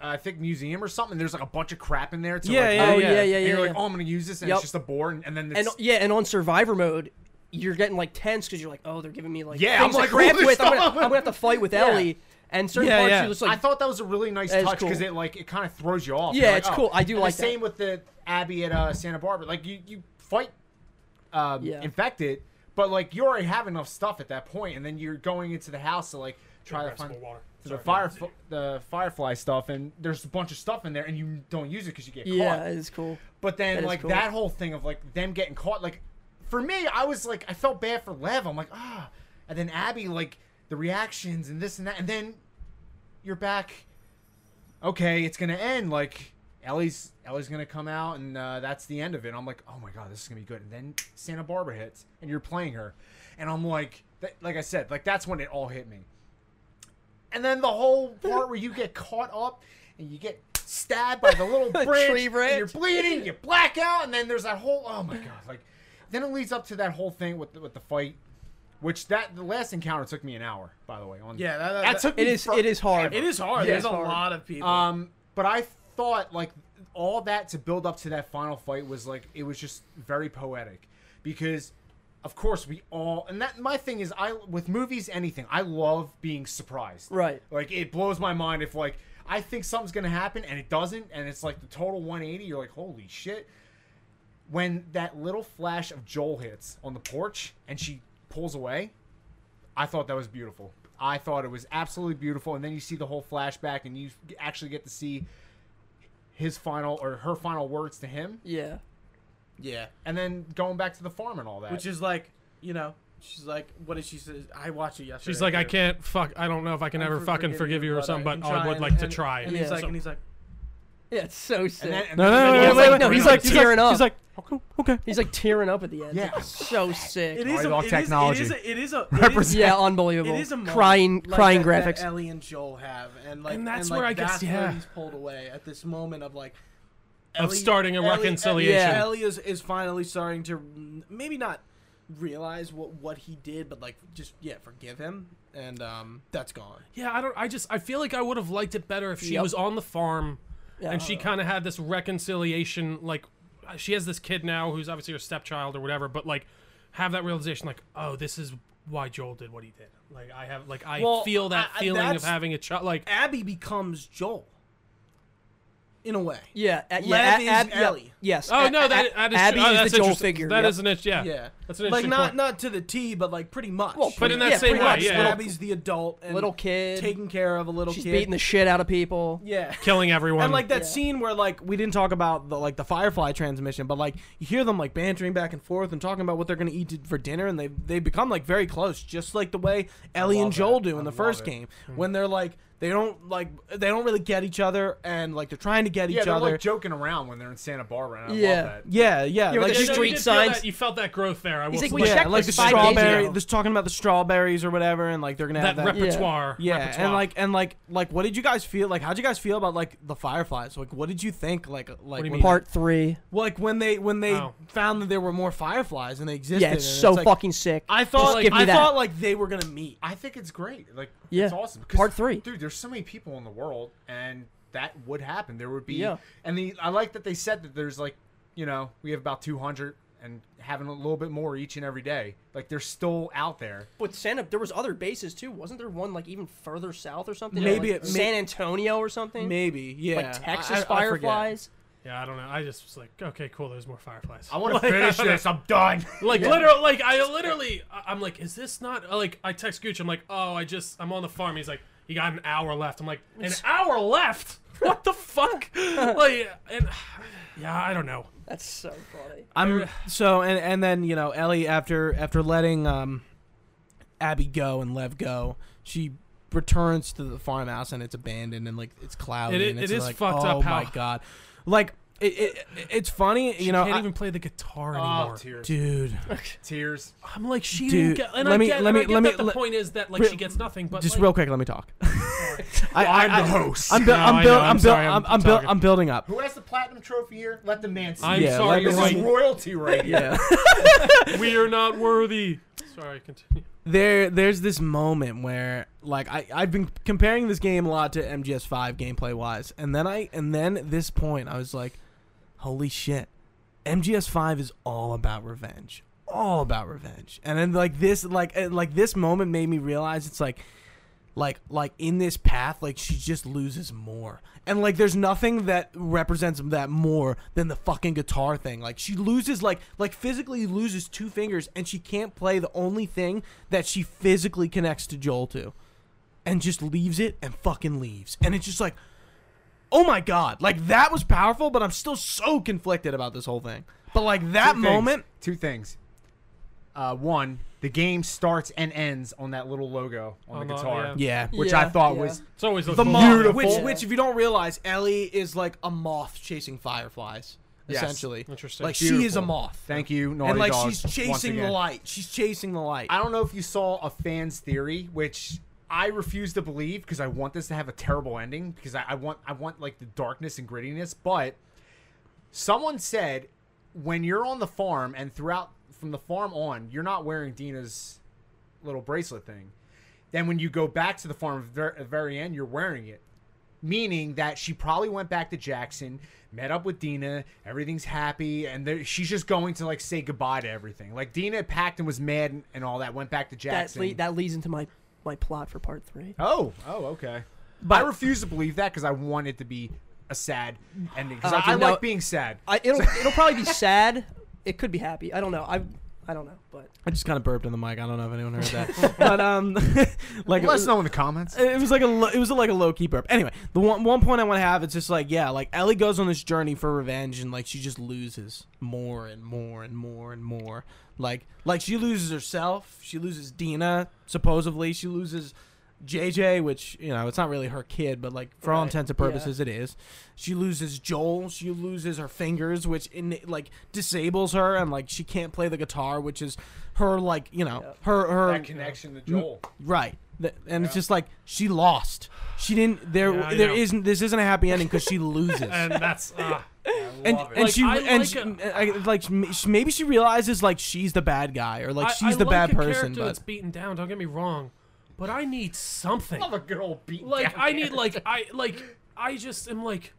[SPEAKER 3] uh, I think, museum or something, there's like a bunch of crap in there. To
[SPEAKER 1] Yeah,
[SPEAKER 3] like,
[SPEAKER 1] yeah, yeah.
[SPEAKER 4] oh yeah, yeah, yeah.
[SPEAKER 3] and you're
[SPEAKER 4] yeah.
[SPEAKER 3] like, oh, I'm going to use this. And
[SPEAKER 4] Yep.
[SPEAKER 3] it's just a board. And, and then
[SPEAKER 4] and
[SPEAKER 3] it's,
[SPEAKER 4] yeah, and on survivor mode, you're getting like tense because you're like, oh, they're giving me like
[SPEAKER 3] Yeah,
[SPEAKER 4] things
[SPEAKER 3] I'm
[SPEAKER 4] to
[SPEAKER 3] like,
[SPEAKER 4] crap
[SPEAKER 3] oh, there's
[SPEAKER 4] with. I'm gonna,
[SPEAKER 3] stuff.
[SPEAKER 4] I'm gonna have to fight with Ellie, and certain
[SPEAKER 1] Yeah,
[SPEAKER 4] parts
[SPEAKER 1] yeah.
[SPEAKER 4] you're just
[SPEAKER 3] I
[SPEAKER 4] like,
[SPEAKER 3] thought that was a really nice
[SPEAKER 4] That is
[SPEAKER 3] touch because
[SPEAKER 4] cool.
[SPEAKER 3] it like it kind of throws you off.
[SPEAKER 4] Yeah,
[SPEAKER 3] You're like,
[SPEAKER 4] it's
[SPEAKER 3] oh.
[SPEAKER 4] cool. I do
[SPEAKER 3] And
[SPEAKER 4] like
[SPEAKER 3] the
[SPEAKER 4] that.
[SPEAKER 3] Same with the Abbey at uh, Santa Barbara. Like you, you fight um,
[SPEAKER 4] Yeah.
[SPEAKER 3] infected, but like you already have enough stuff at that point, and then you're going into the house to like try to
[SPEAKER 2] grab some
[SPEAKER 3] find
[SPEAKER 2] more water.
[SPEAKER 3] to the
[SPEAKER 2] Sorry.
[SPEAKER 3] fire the firefly stuff, and there's a bunch of stuff in there, and you don't use it because you get
[SPEAKER 4] yeah,
[SPEAKER 3] caught.
[SPEAKER 4] it's cool.
[SPEAKER 3] But then,
[SPEAKER 4] That is
[SPEAKER 3] like
[SPEAKER 4] cool.
[SPEAKER 3] that whole thing of like them getting caught, like for me, I was like, I felt bad for Lev. I'm like, ah, and then Abby, like the reactions and this and that, and then you're back. Okay, it's gonna end. Like Ellie's Ellie's gonna come out, and uh, that's the end of it. I'm like, oh my god, this is gonna be good. And then Santa Barbara hits, and you're playing her, and I'm like, that, like I said, like that's when it all hit me. And then the whole part where you get caught up and you get stabbed by the little branch,
[SPEAKER 4] tree
[SPEAKER 3] and you're
[SPEAKER 4] branch.
[SPEAKER 3] bleeding, you black out, and then there's that whole oh my god, like then it leads up to that whole thing with the, with the fight, which that the last encounter took me an hour, by the way. On
[SPEAKER 5] Yeah, that- that-
[SPEAKER 3] took
[SPEAKER 4] It
[SPEAKER 3] me
[SPEAKER 4] is.
[SPEAKER 3] fro-
[SPEAKER 4] It is hard.
[SPEAKER 5] It is hard.
[SPEAKER 3] Yeah,
[SPEAKER 5] There's
[SPEAKER 3] it's
[SPEAKER 5] a
[SPEAKER 4] hard.
[SPEAKER 5] lot of people.
[SPEAKER 3] Um, but I thought like all that to build up to that final fight was like it was just very poetic because of course we all and that my thing is I with movies anything I love being surprised.
[SPEAKER 4] Right.
[SPEAKER 3] Like it blows my mind if like I think something's gonna happen and it doesn't and it's like the total 180. You're like holy shit. When that little flash of Joel hits on the porch and she pulls away, I thought that was beautiful. I thought it was absolutely beautiful. And then you see the whole flashback, and you actually get to see his final or her final words to him,
[SPEAKER 4] Yeah,
[SPEAKER 5] yeah.
[SPEAKER 3] and then going back to the farm and all that.
[SPEAKER 5] Which is like, you know, she's like, what did she say? I watched it yesterday.
[SPEAKER 2] She's like, I
[SPEAKER 5] too.
[SPEAKER 2] can't fuck. I don't know if I can
[SPEAKER 5] I'm
[SPEAKER 2] ever
[SPEAKER 5] for
[SPEAKER 2] fucking
[SPEAKER 5] forgiving
[SPEAKER 2] forgive you or
[SPEAKER 5] but
[SPEAKER 2] something,
[SPEAKER 5] I'm
[SPEAKER 2] but I would
[SPEAKER 5] trying,"
[SPEAKER 2] like to
[SPEAKER 5] and-
[SPEAKER 2] try.
[SPEAKER 5] And he's
[SPEAKER 4] Yeah.
[SPEAKER 5] like, and he's like,
[SPEAKER 4] yeah, it's so sick.
[SPEAKER 3] and then, and
[SPEAKER 2] no,
[SPEAKER 3] then-
[SPEAKER 2] no,
[SPEAKER 3] and
[SPEAKER 2] no,
[SPEAKER 3] then
[SPEAKER 2] no,
[SPEAKER 3] he's
[SPEAKER 2] wait,
[SPEAKER 3] like,
[SPEAKER 2] wait.
[SPEAKER 3] "Bring
[SPEAKER 2] He's
[SPEAKER 3] it
[SPEAKER 2] like,
[SPEAKER 3] on."
[SPEAKER 2] he's
[SPEAKER 4] tearing
[SPEAKER 2] like,
[SPEAKER 4] up.
[SPEAKER 2] he's like, okay, okay.
[SPEAKER 4] He's like tearing up at the end.
[SPEAKER 3] Yeah.
[SPEAKER 4] It's so sick.
[SPEAKER 5] it is,
[SPEAKER 3] Naughty
[SPEAKER 5] a, it
[SPEAKER 3] Dog
[SPEAKER 5] is-
[SPEAKER 3] technology.
[SPEAKER 5] It is. A, it is a. It is,
[SPEAKER 3] Represent-
[SPEAKER 4] yeah, unbelievable.
[SPEAKER 5] it is a moment
[SPEAKER 4] crying,
[SPEAKER 5] like
[SPEAKER 4] crying
[SPEAKER 5] that, that
[SPEAKER 4] graphics.
[SPEAKER 5] Ellie and Joel have, and like,
[SPEAKER 2] And that's
[SPEAKER 5] like,
[SPEAKER 2] where I guess-
[SPEAKER 5] that's
[SPEAKER 2] yeah.
[SPEAKER 5] where he's pulled away at this moment of like,
[SPEAKER 2] Of starting a
[SPEAKER 5] Ellie-
[SPEAKER 2] reconciliation.
[SPEAKER 5] Ellie,
[SPEAKER 4] Yeah.
[SPEAKER 5] Ellie is is finally starting to mm, maybe not realize what what he did, but like just yeah, forgive him, and um, that's gone.
[SPEAKER 2] Yeah, I don't. I just. I feel like I would have liked it better if she
[SPEAKER 4] Yep.
[SPEAKER 2] was on the farm,
[SPEAKER 4] Yeah. Uh,
[SPEAKER 2] and she kind of had this reconciliation. Like, uh, she has this kid now who's obviously her stepchild or whatever. But like, have that realization. Like, oh, this is why Joel did what he did. Like, I have. Like, I
[SPEAKER 5] Well,
[SPEAKER 2] feel that
[SPEAKER 5] I- I-
[SPEAKER 2] feeling of
[SPEAKER 5] that's-
[SPEAKER 2] having a child. Like,
[SPEAKER 5] Abby becomes Joel, in a way.
[SPEAKER 4] yeah, uh, yeah,
[SPEAKER 5] Lev
[SPEAKER 4] a-
[SPEAKER 5] is
[SPEAKER 4] ab- yeah,
[SPEAKER 5] Ellie.
[SPEAKER 4] Yes.
[SPEAKER 2] oh
[SPEAKER 4] a-
[SPEAKER 2] no,
[SPEAKER 4] a-
[SPEAKER 2] that, that is.
[SPEAKER 4] Abby
[SPEAKER 2] oh, that's
[SPEAKER 4] is the Joel
[SPEAKER 2] interesting.
[SPEAKER 4] figure.
[SPEAKER 2] That
[SPEAKER 4] yep.
[SPEAKER 2] is an itch. Yeah.
[SPEAKER 5] Yeah,
[SPEAKER 2] That's an
[SPEAKER 5] like
[SPEAKER 2] interesting
[SPEAKER 5] not
[SPEAKER 2] point.
[SPEAKER 5] not to the T, but like pretty much.
[SPEAKER 4] Well,
[SPEAKER 2] But in that
[SPEAKER 4] yeah,
[SPEAKER 2] same
[SPEAKER 5] pretty
[SPEAKER 2] way,
[SPEAKER 5] much.
[SPEAKER 2] yeah.
[SPEAKER 5] Abby's the adult, and
[SPEAKER 4] Little kid.
[SPEAKER 5] taking care of a little
[SPEAKER 4] She's
[SPEAKER 5] kid.
[SPEAKER 4] beating the shit out of people.
[SPEAKER 5] yeah.
[SPEAKER 2] killing everyone.
[SPEAKER 1] And like that
[SPEAKER 4] Yeah.
[SPEAKER 1] scene where like we didn't talk about the like the Firefly transmission, but like you hear them like bantering back and forth and talking about what they're gonna eat to- for dinner, and they they become like very close, just like the way Ellie and
[SPEAKER 3] love
[SPEAKER 1] Joel do
[SPEAKER 3] that.
[SPEAKER 1] in
[SPEAKER 3] I
[SPEAKER 1] the
[SPEAKER 3] love
[SPEAKER 1] first
[SPEAKER 3] it.
[SPEAKER 1] game when they're like they don't like they don't really get each other, and like they're trying to get
[SPEAKER 3] Yeah,
[SPEAKER 1] each
[SPEAKER 3] they're
[SPEAKER 1] other.
[SPEAKER 3] like joking around when they're in Santa Barbara. And I
[SPEAKER 4] Yeah.
[SPEAKER 3] love that.
[SPEAKER 1] yeah, yeah,
[SPEAKER 4] Yeah, with
[SPEAKER 1] like
[SPEAKER 4] the
[SPEAKER 2] Yeah,
[SPEAKER 1] just-
[SPEAKER 2] no,
[SPEAKER 4] street
[SPEAKER 2] you did feel that-
[SPEAKER 4] signs.
[SPEAKER 2] You felt that growth there. I will
[SPEAKER 4] He's like,
[SPEAKER 2] say.
[SPEAKER 4] we
[SPEAKER 1] yeah,
[SPEAKER 4] checked
[SPEAKER 1] like
[SPEAKER 4] this
[SPEAKER 1] the
[SPEAKER 4] five days
[SPEAKER 1] strawberry.
[SPEAKER 4] ago.
[SPEAKER 1] This talking about the strawberries or whatever, and like they're gonna have
[SPEAKER 2] that,
[SPEAKER 1] that.
[SPEAKER 2] repertoire.
[SPEAKER 1] yeah,
[SPEAKER 2] repertoire.
[SPEAKER 1] and like and like like what did you guys feel? Like how'd you guys feel about like the Fireflies? Like what did you think? Like like when-
[SPEAKER 2] you mean?
[SPEAKER 4] Part three.
[SPEAKER 1] Like when they when they
[SPEAKER 2] Oh.
[SPEAKER 1] found that there were more fireflies and they existed.
[SPEAKER 4] Yeah, it's
[SPEAKER 1] and
[SPEAKER 4] so
[SPEAKER 1] like-
[SPEAKER 4] fucking sick.
[SPEAKER 1] I thought
[SPEAKER 4] Just
[SPEAKER 1] like,
[SPEAKER 4] give me
[SPEAKER 1] I
[SPEAKER 4] that.
[SPEAKER 1] thought like they were gonna meet.
[SPEAKER 3] I think it's great. Like,
[SPEAKER 4] Yeah.
[SPEAKER 3] it's awesome. Because,
[SPEAKER 4] Part three.
[SPEAKER 3] dude. There's so many people in the world, and that would happen. There would be,
[SPEAKER 4] Yeah.
[SPEAKER 3] and the I like that they said that there's like, you know, we have about 200, and having a little bit more each and every day. Like, they're still out there.
[SPEAKER 4] But Santa, there was other bases too. Wasn't there one like even further south or something?
[SPEAKER 1] Maybe
[SPEAKER 4] Like,
[SPEAKER 1] it-
[SPEAKER 4] San Antonio or something.
[SPEAKER 1] Maybe, yeah.
[SPEAKER 4] like
[SPEAKER 1] I- I-
[SPEAKER 4] Texas
[SPEAKER 1] I forget.
[SPEAKER 4] fireflies.
[SPEAKER 2] yeah, I don't know. I just was like, okay, cool. There's more fireflies.
[SPEAKER 3] I want to
[SPEAKER 2] Like,
[SPEAKER 3] finish
[SPEAKER 2] I don't know.
[SPEAKER 3] this. I'm done.
[SPEAKER 2] Like literally, like I literally, I- I'm like, is this not uh, like? I text Gooch. I'm like, oh, I just, I'm on the farm. He's like, you got an hour left. I'm like, an hour left? What the fuck? like, and yeah, I don't know.
[SPEAKER 4] That's so funny.
[SPEAKER 1] I'm so and and then you know Ellie after after letting um Abby go and Lev go, she returns to the farmhouse and it's abandoned and like it's cloudy
[SPEAKER 2] It i-
[SPEAKER 1] and it's
[SPEAKER 2] it is
[SPEAKER 1] like,
[SPEAKER 2] fucked
[SPEAKER 1] oh
[SPEAKER 2] up how-
[SPEAKER 1] my god, like it, it it's funny
[SPEAKER 2] She
[SPEAKER 1] you know
[SPEAKER 2] can't
[SPEAKER 1] I-
[SPEAKER 2] even play the guitar
[SPEAKER 3] Oh,
[SPEAKER 2] anymore.
[SPEAKER 3] tears,
[SPEAKER 1] dude
[SPEAKER 3] tears.
[SPEAKER 2] I'm like, she
[SPEAKER 1] Dude,
[SPEAKER 2] didn't get. And
[SPEAKER 1] let
[SPEAKER 2] I
[SPEAKER 1] me-
[SPEAKER 2] get,
[SPEAKER 1] let
[SPEAKER 2] and I
[SPEAKER 1] me-
[SPEAKER 2] get
[SPEAKER 1] let me-
[SPEAKER 2] that the
[SPEAKER 1] let-
[SPEAKER 2] point is that like
[SPEAKER 1] re-
[SPEAKER 2] she gets nothing. But
[SPEAKER 1] just
[SPEAKER 2] like,
[SPEAKER 1] real quick let me talk I,
[SPEAKER 3] I'm
[SPEAKER 1] I-
[SPEAKER 3] the host.
[SPEAKER 1] I'm, bu-
[SPEAKER 2] No,
[SPEAKER 1] I'm,
[SPEAKER 2] I
[SPEAKER 1] bu-
[SPEAKER 2] know,
[SPEAKER 1] I'm,
[SPEAKER 2] I'm
[SPEAKER 1] bu-
[SPEAKER 2] sorry,
[SPEAKER 1] I'm,
[SPEAKER 2] I'm-
[SPEAKER 1] I'm,
[SPEAKER 2] I'm
[SPEAKER 1] bu-
[SPEAKER 2] talking.
[SPEAKER 1] I'm building up.
[SPEAKER 3] Who has the platinum trophy here? Let the man see.
[SPEAKER 2] I'm
[SPEAKER 1] Yeah,
[SPEAKER 2] sorry,
[SPEAKER 1] like
[SPEAKER 2] you're
[SPEAKER 1] this
[SPEAKER 3] this
[SPEAKER 2] right.
[SPEAKER 3] is royalty right here.
[SPEAKER 1] Yeah.
[SPEAKER 2] we are not worthy. Sorry, continue.
[SPEAKER 1] there there's this moment where like I, I've been comparing this game a lot to MGS five gameplay wise, and then I and then at this point I was like, Holy shit. MGS five is all about revenge. All about revenge. And then like this like and, like this moment made me realize it's like like like in this path like she just loses more and like there's nothing that represents that more than the fucking guitar thing like she loses like like physically loses two fingers and she can't play the only thing that she physically connects to joel to and just leaves it and fucking leaves and it's just like oh my god like that was powerful but i'm still so conflicted about this whole thing but like that
[SPEAKER 3] Two things.
[SPEAKER 1] moment
[SPEAKER 3] Two things. Uh, one, the game starts and ends on that little logo on
[SPEAKER 2] On
[SPEAKER 3] the
[SPEAKER 2] the-
[SPEAKER 3] guitar,
[SPEAKER 2] yeah.
[SPEAKER 1] yeah
[SPEAKER 3] which
[SPEAKER 4] Yeah,
[SPEAKER 3] I thought
[SPEAKER 4] yeah.
[SPEAKER 3] was
[SPEAKER 2] It's always
[SPEAKER 1] the
[SPEAKER 2] the
[SPEAKER 1] moth,
[SPEAKER 3] Beautiful.
[SPEAKER 1] which,
[SPEAKER 4] Yeah.
[SPEAKER 1] which if you don't realize, Ellie is like a moth chasing fireflies,
[SPEAKER 3] Yes.
[SPEAKER 1] essentially.
[SPEAKER 2] Interesting.
[SPEAKER 1] Like she is a
[SPEAKER 3] beautiful.
[SPEAKER 1] moth,
[SPEAKER 3] Thank you, Naughty
[SPEAKER 1] and like
[SPEAKER 3] Dog,
[SPEAKER 1] she's
[SPEAKER 3] once
[SPEAKER 1] chasing the
[SPEAKER 3] again.
[SPEAKER 1] light. She's chasing the light.
[SPEAKER 3] I don't know if you saw a fan's theory, which I refuse to believe because I want this to have a terrible ending because I, I want I want like the darkness and grittiness. But someone said when you're on the farm and throughout from the farm on, you're not wearing Dina's little bracelet thing. Then when you go back to the farm at the ver- at the very end, you're wearing it meaning that she probably went back to Jackson, met up with Dina, everything's happy, and there- she's just going to like say goodbye to everything. Like Dina packed and was mad and, and all that, went back to
[SPEAKER 4] That,
[SPEAKER 3] Jackson.
[SPEAKER 4] le- that leads into my my plot for part three.
[SPEAKER 3] oh, oh, okay. But I refuse to believe that because I want it to be a sad ending because
[SPEAKER 4] Uh,
[SPEAKER 3] I, I
[SPEAKER 4] you know-
[SPEAKER 3] like being sad.
[SPEAKER 4] I, it'll it'll probably be sad. It could be happy. I don't know. I I don't know. But
[SPEAKER 1] I just kind of burped in the mic. I don't know if anyone heard that, but um, like
[SPEAKER 3] Let us know in the comments.
[SPEAKER 1] it was like a lo- it was like a low key burp. Anyway, the one one point I want to have it's just like yeah, like Ellie goes on this journey for revenge and like she just loses more and more and more and more. Like like she loses herself, she loses Dina supposedly, she loses JJ, which you know it's not really her kid, but like for all
[SPEAKER 4] Right,
[SPEAKER 1] intents and
[SPEAKER 4] yeah.
[SPEAKER 1] purposes it is. She loses Joel, she loses her fingers, which in like disables her, and like she can't play the guitar, which is her like you know
[SPEAKER 4] Yep.
[SPEAKER 1] her her
[SPEAKER 3] that connection to Joel.
[SPEAKER 1] Right. Th- And it's just like she lost. She didn't. There,
[SPEAKER 2] Yeah, I
[SPEAKER 1] there
[SPEAKER 2] know.
[SPEAKER 1] isn't. This isn't a happy ending because she loses.
[SPEAKER 2] and that's uh,
[SPEAKER 1] and
[SPEAKER 3] love it.
[SPEAKER 1] and
[SPEAKER 2] Like,
[SPEAKER 1] she
[SPEAKER 2] I
[SPEAKER 1] and
[SPEAKER 2] like
[SPEAKER 1] she-
[SPEAKER 2] a-
[SPEAKER 1] I- like m- sh- maybe she realizes like she's the bad guy or like
[SPEAKER 2] I-
[SPEAKER 1] she's
[SPEAKER 2] I
[SPEAKER 1] the
[SPEAKER 2] like
[SPEAKER 1] bad
[SPEAKER 2] a
[SPEAKER 1] person.
[SPEAKER 2] character
[SPEAKER 1] But
[SPEAKER 2] that's beaten down. Don't get me wrong, but I need something.
[SPEAKER 3] Love a good old beat.
[SPEAKER 2] Like
[SPEAKER 3] down
[SPEAKER 2] I
[SPEAKER 3] there.
[SPEAKER 2] need like I like I just am like.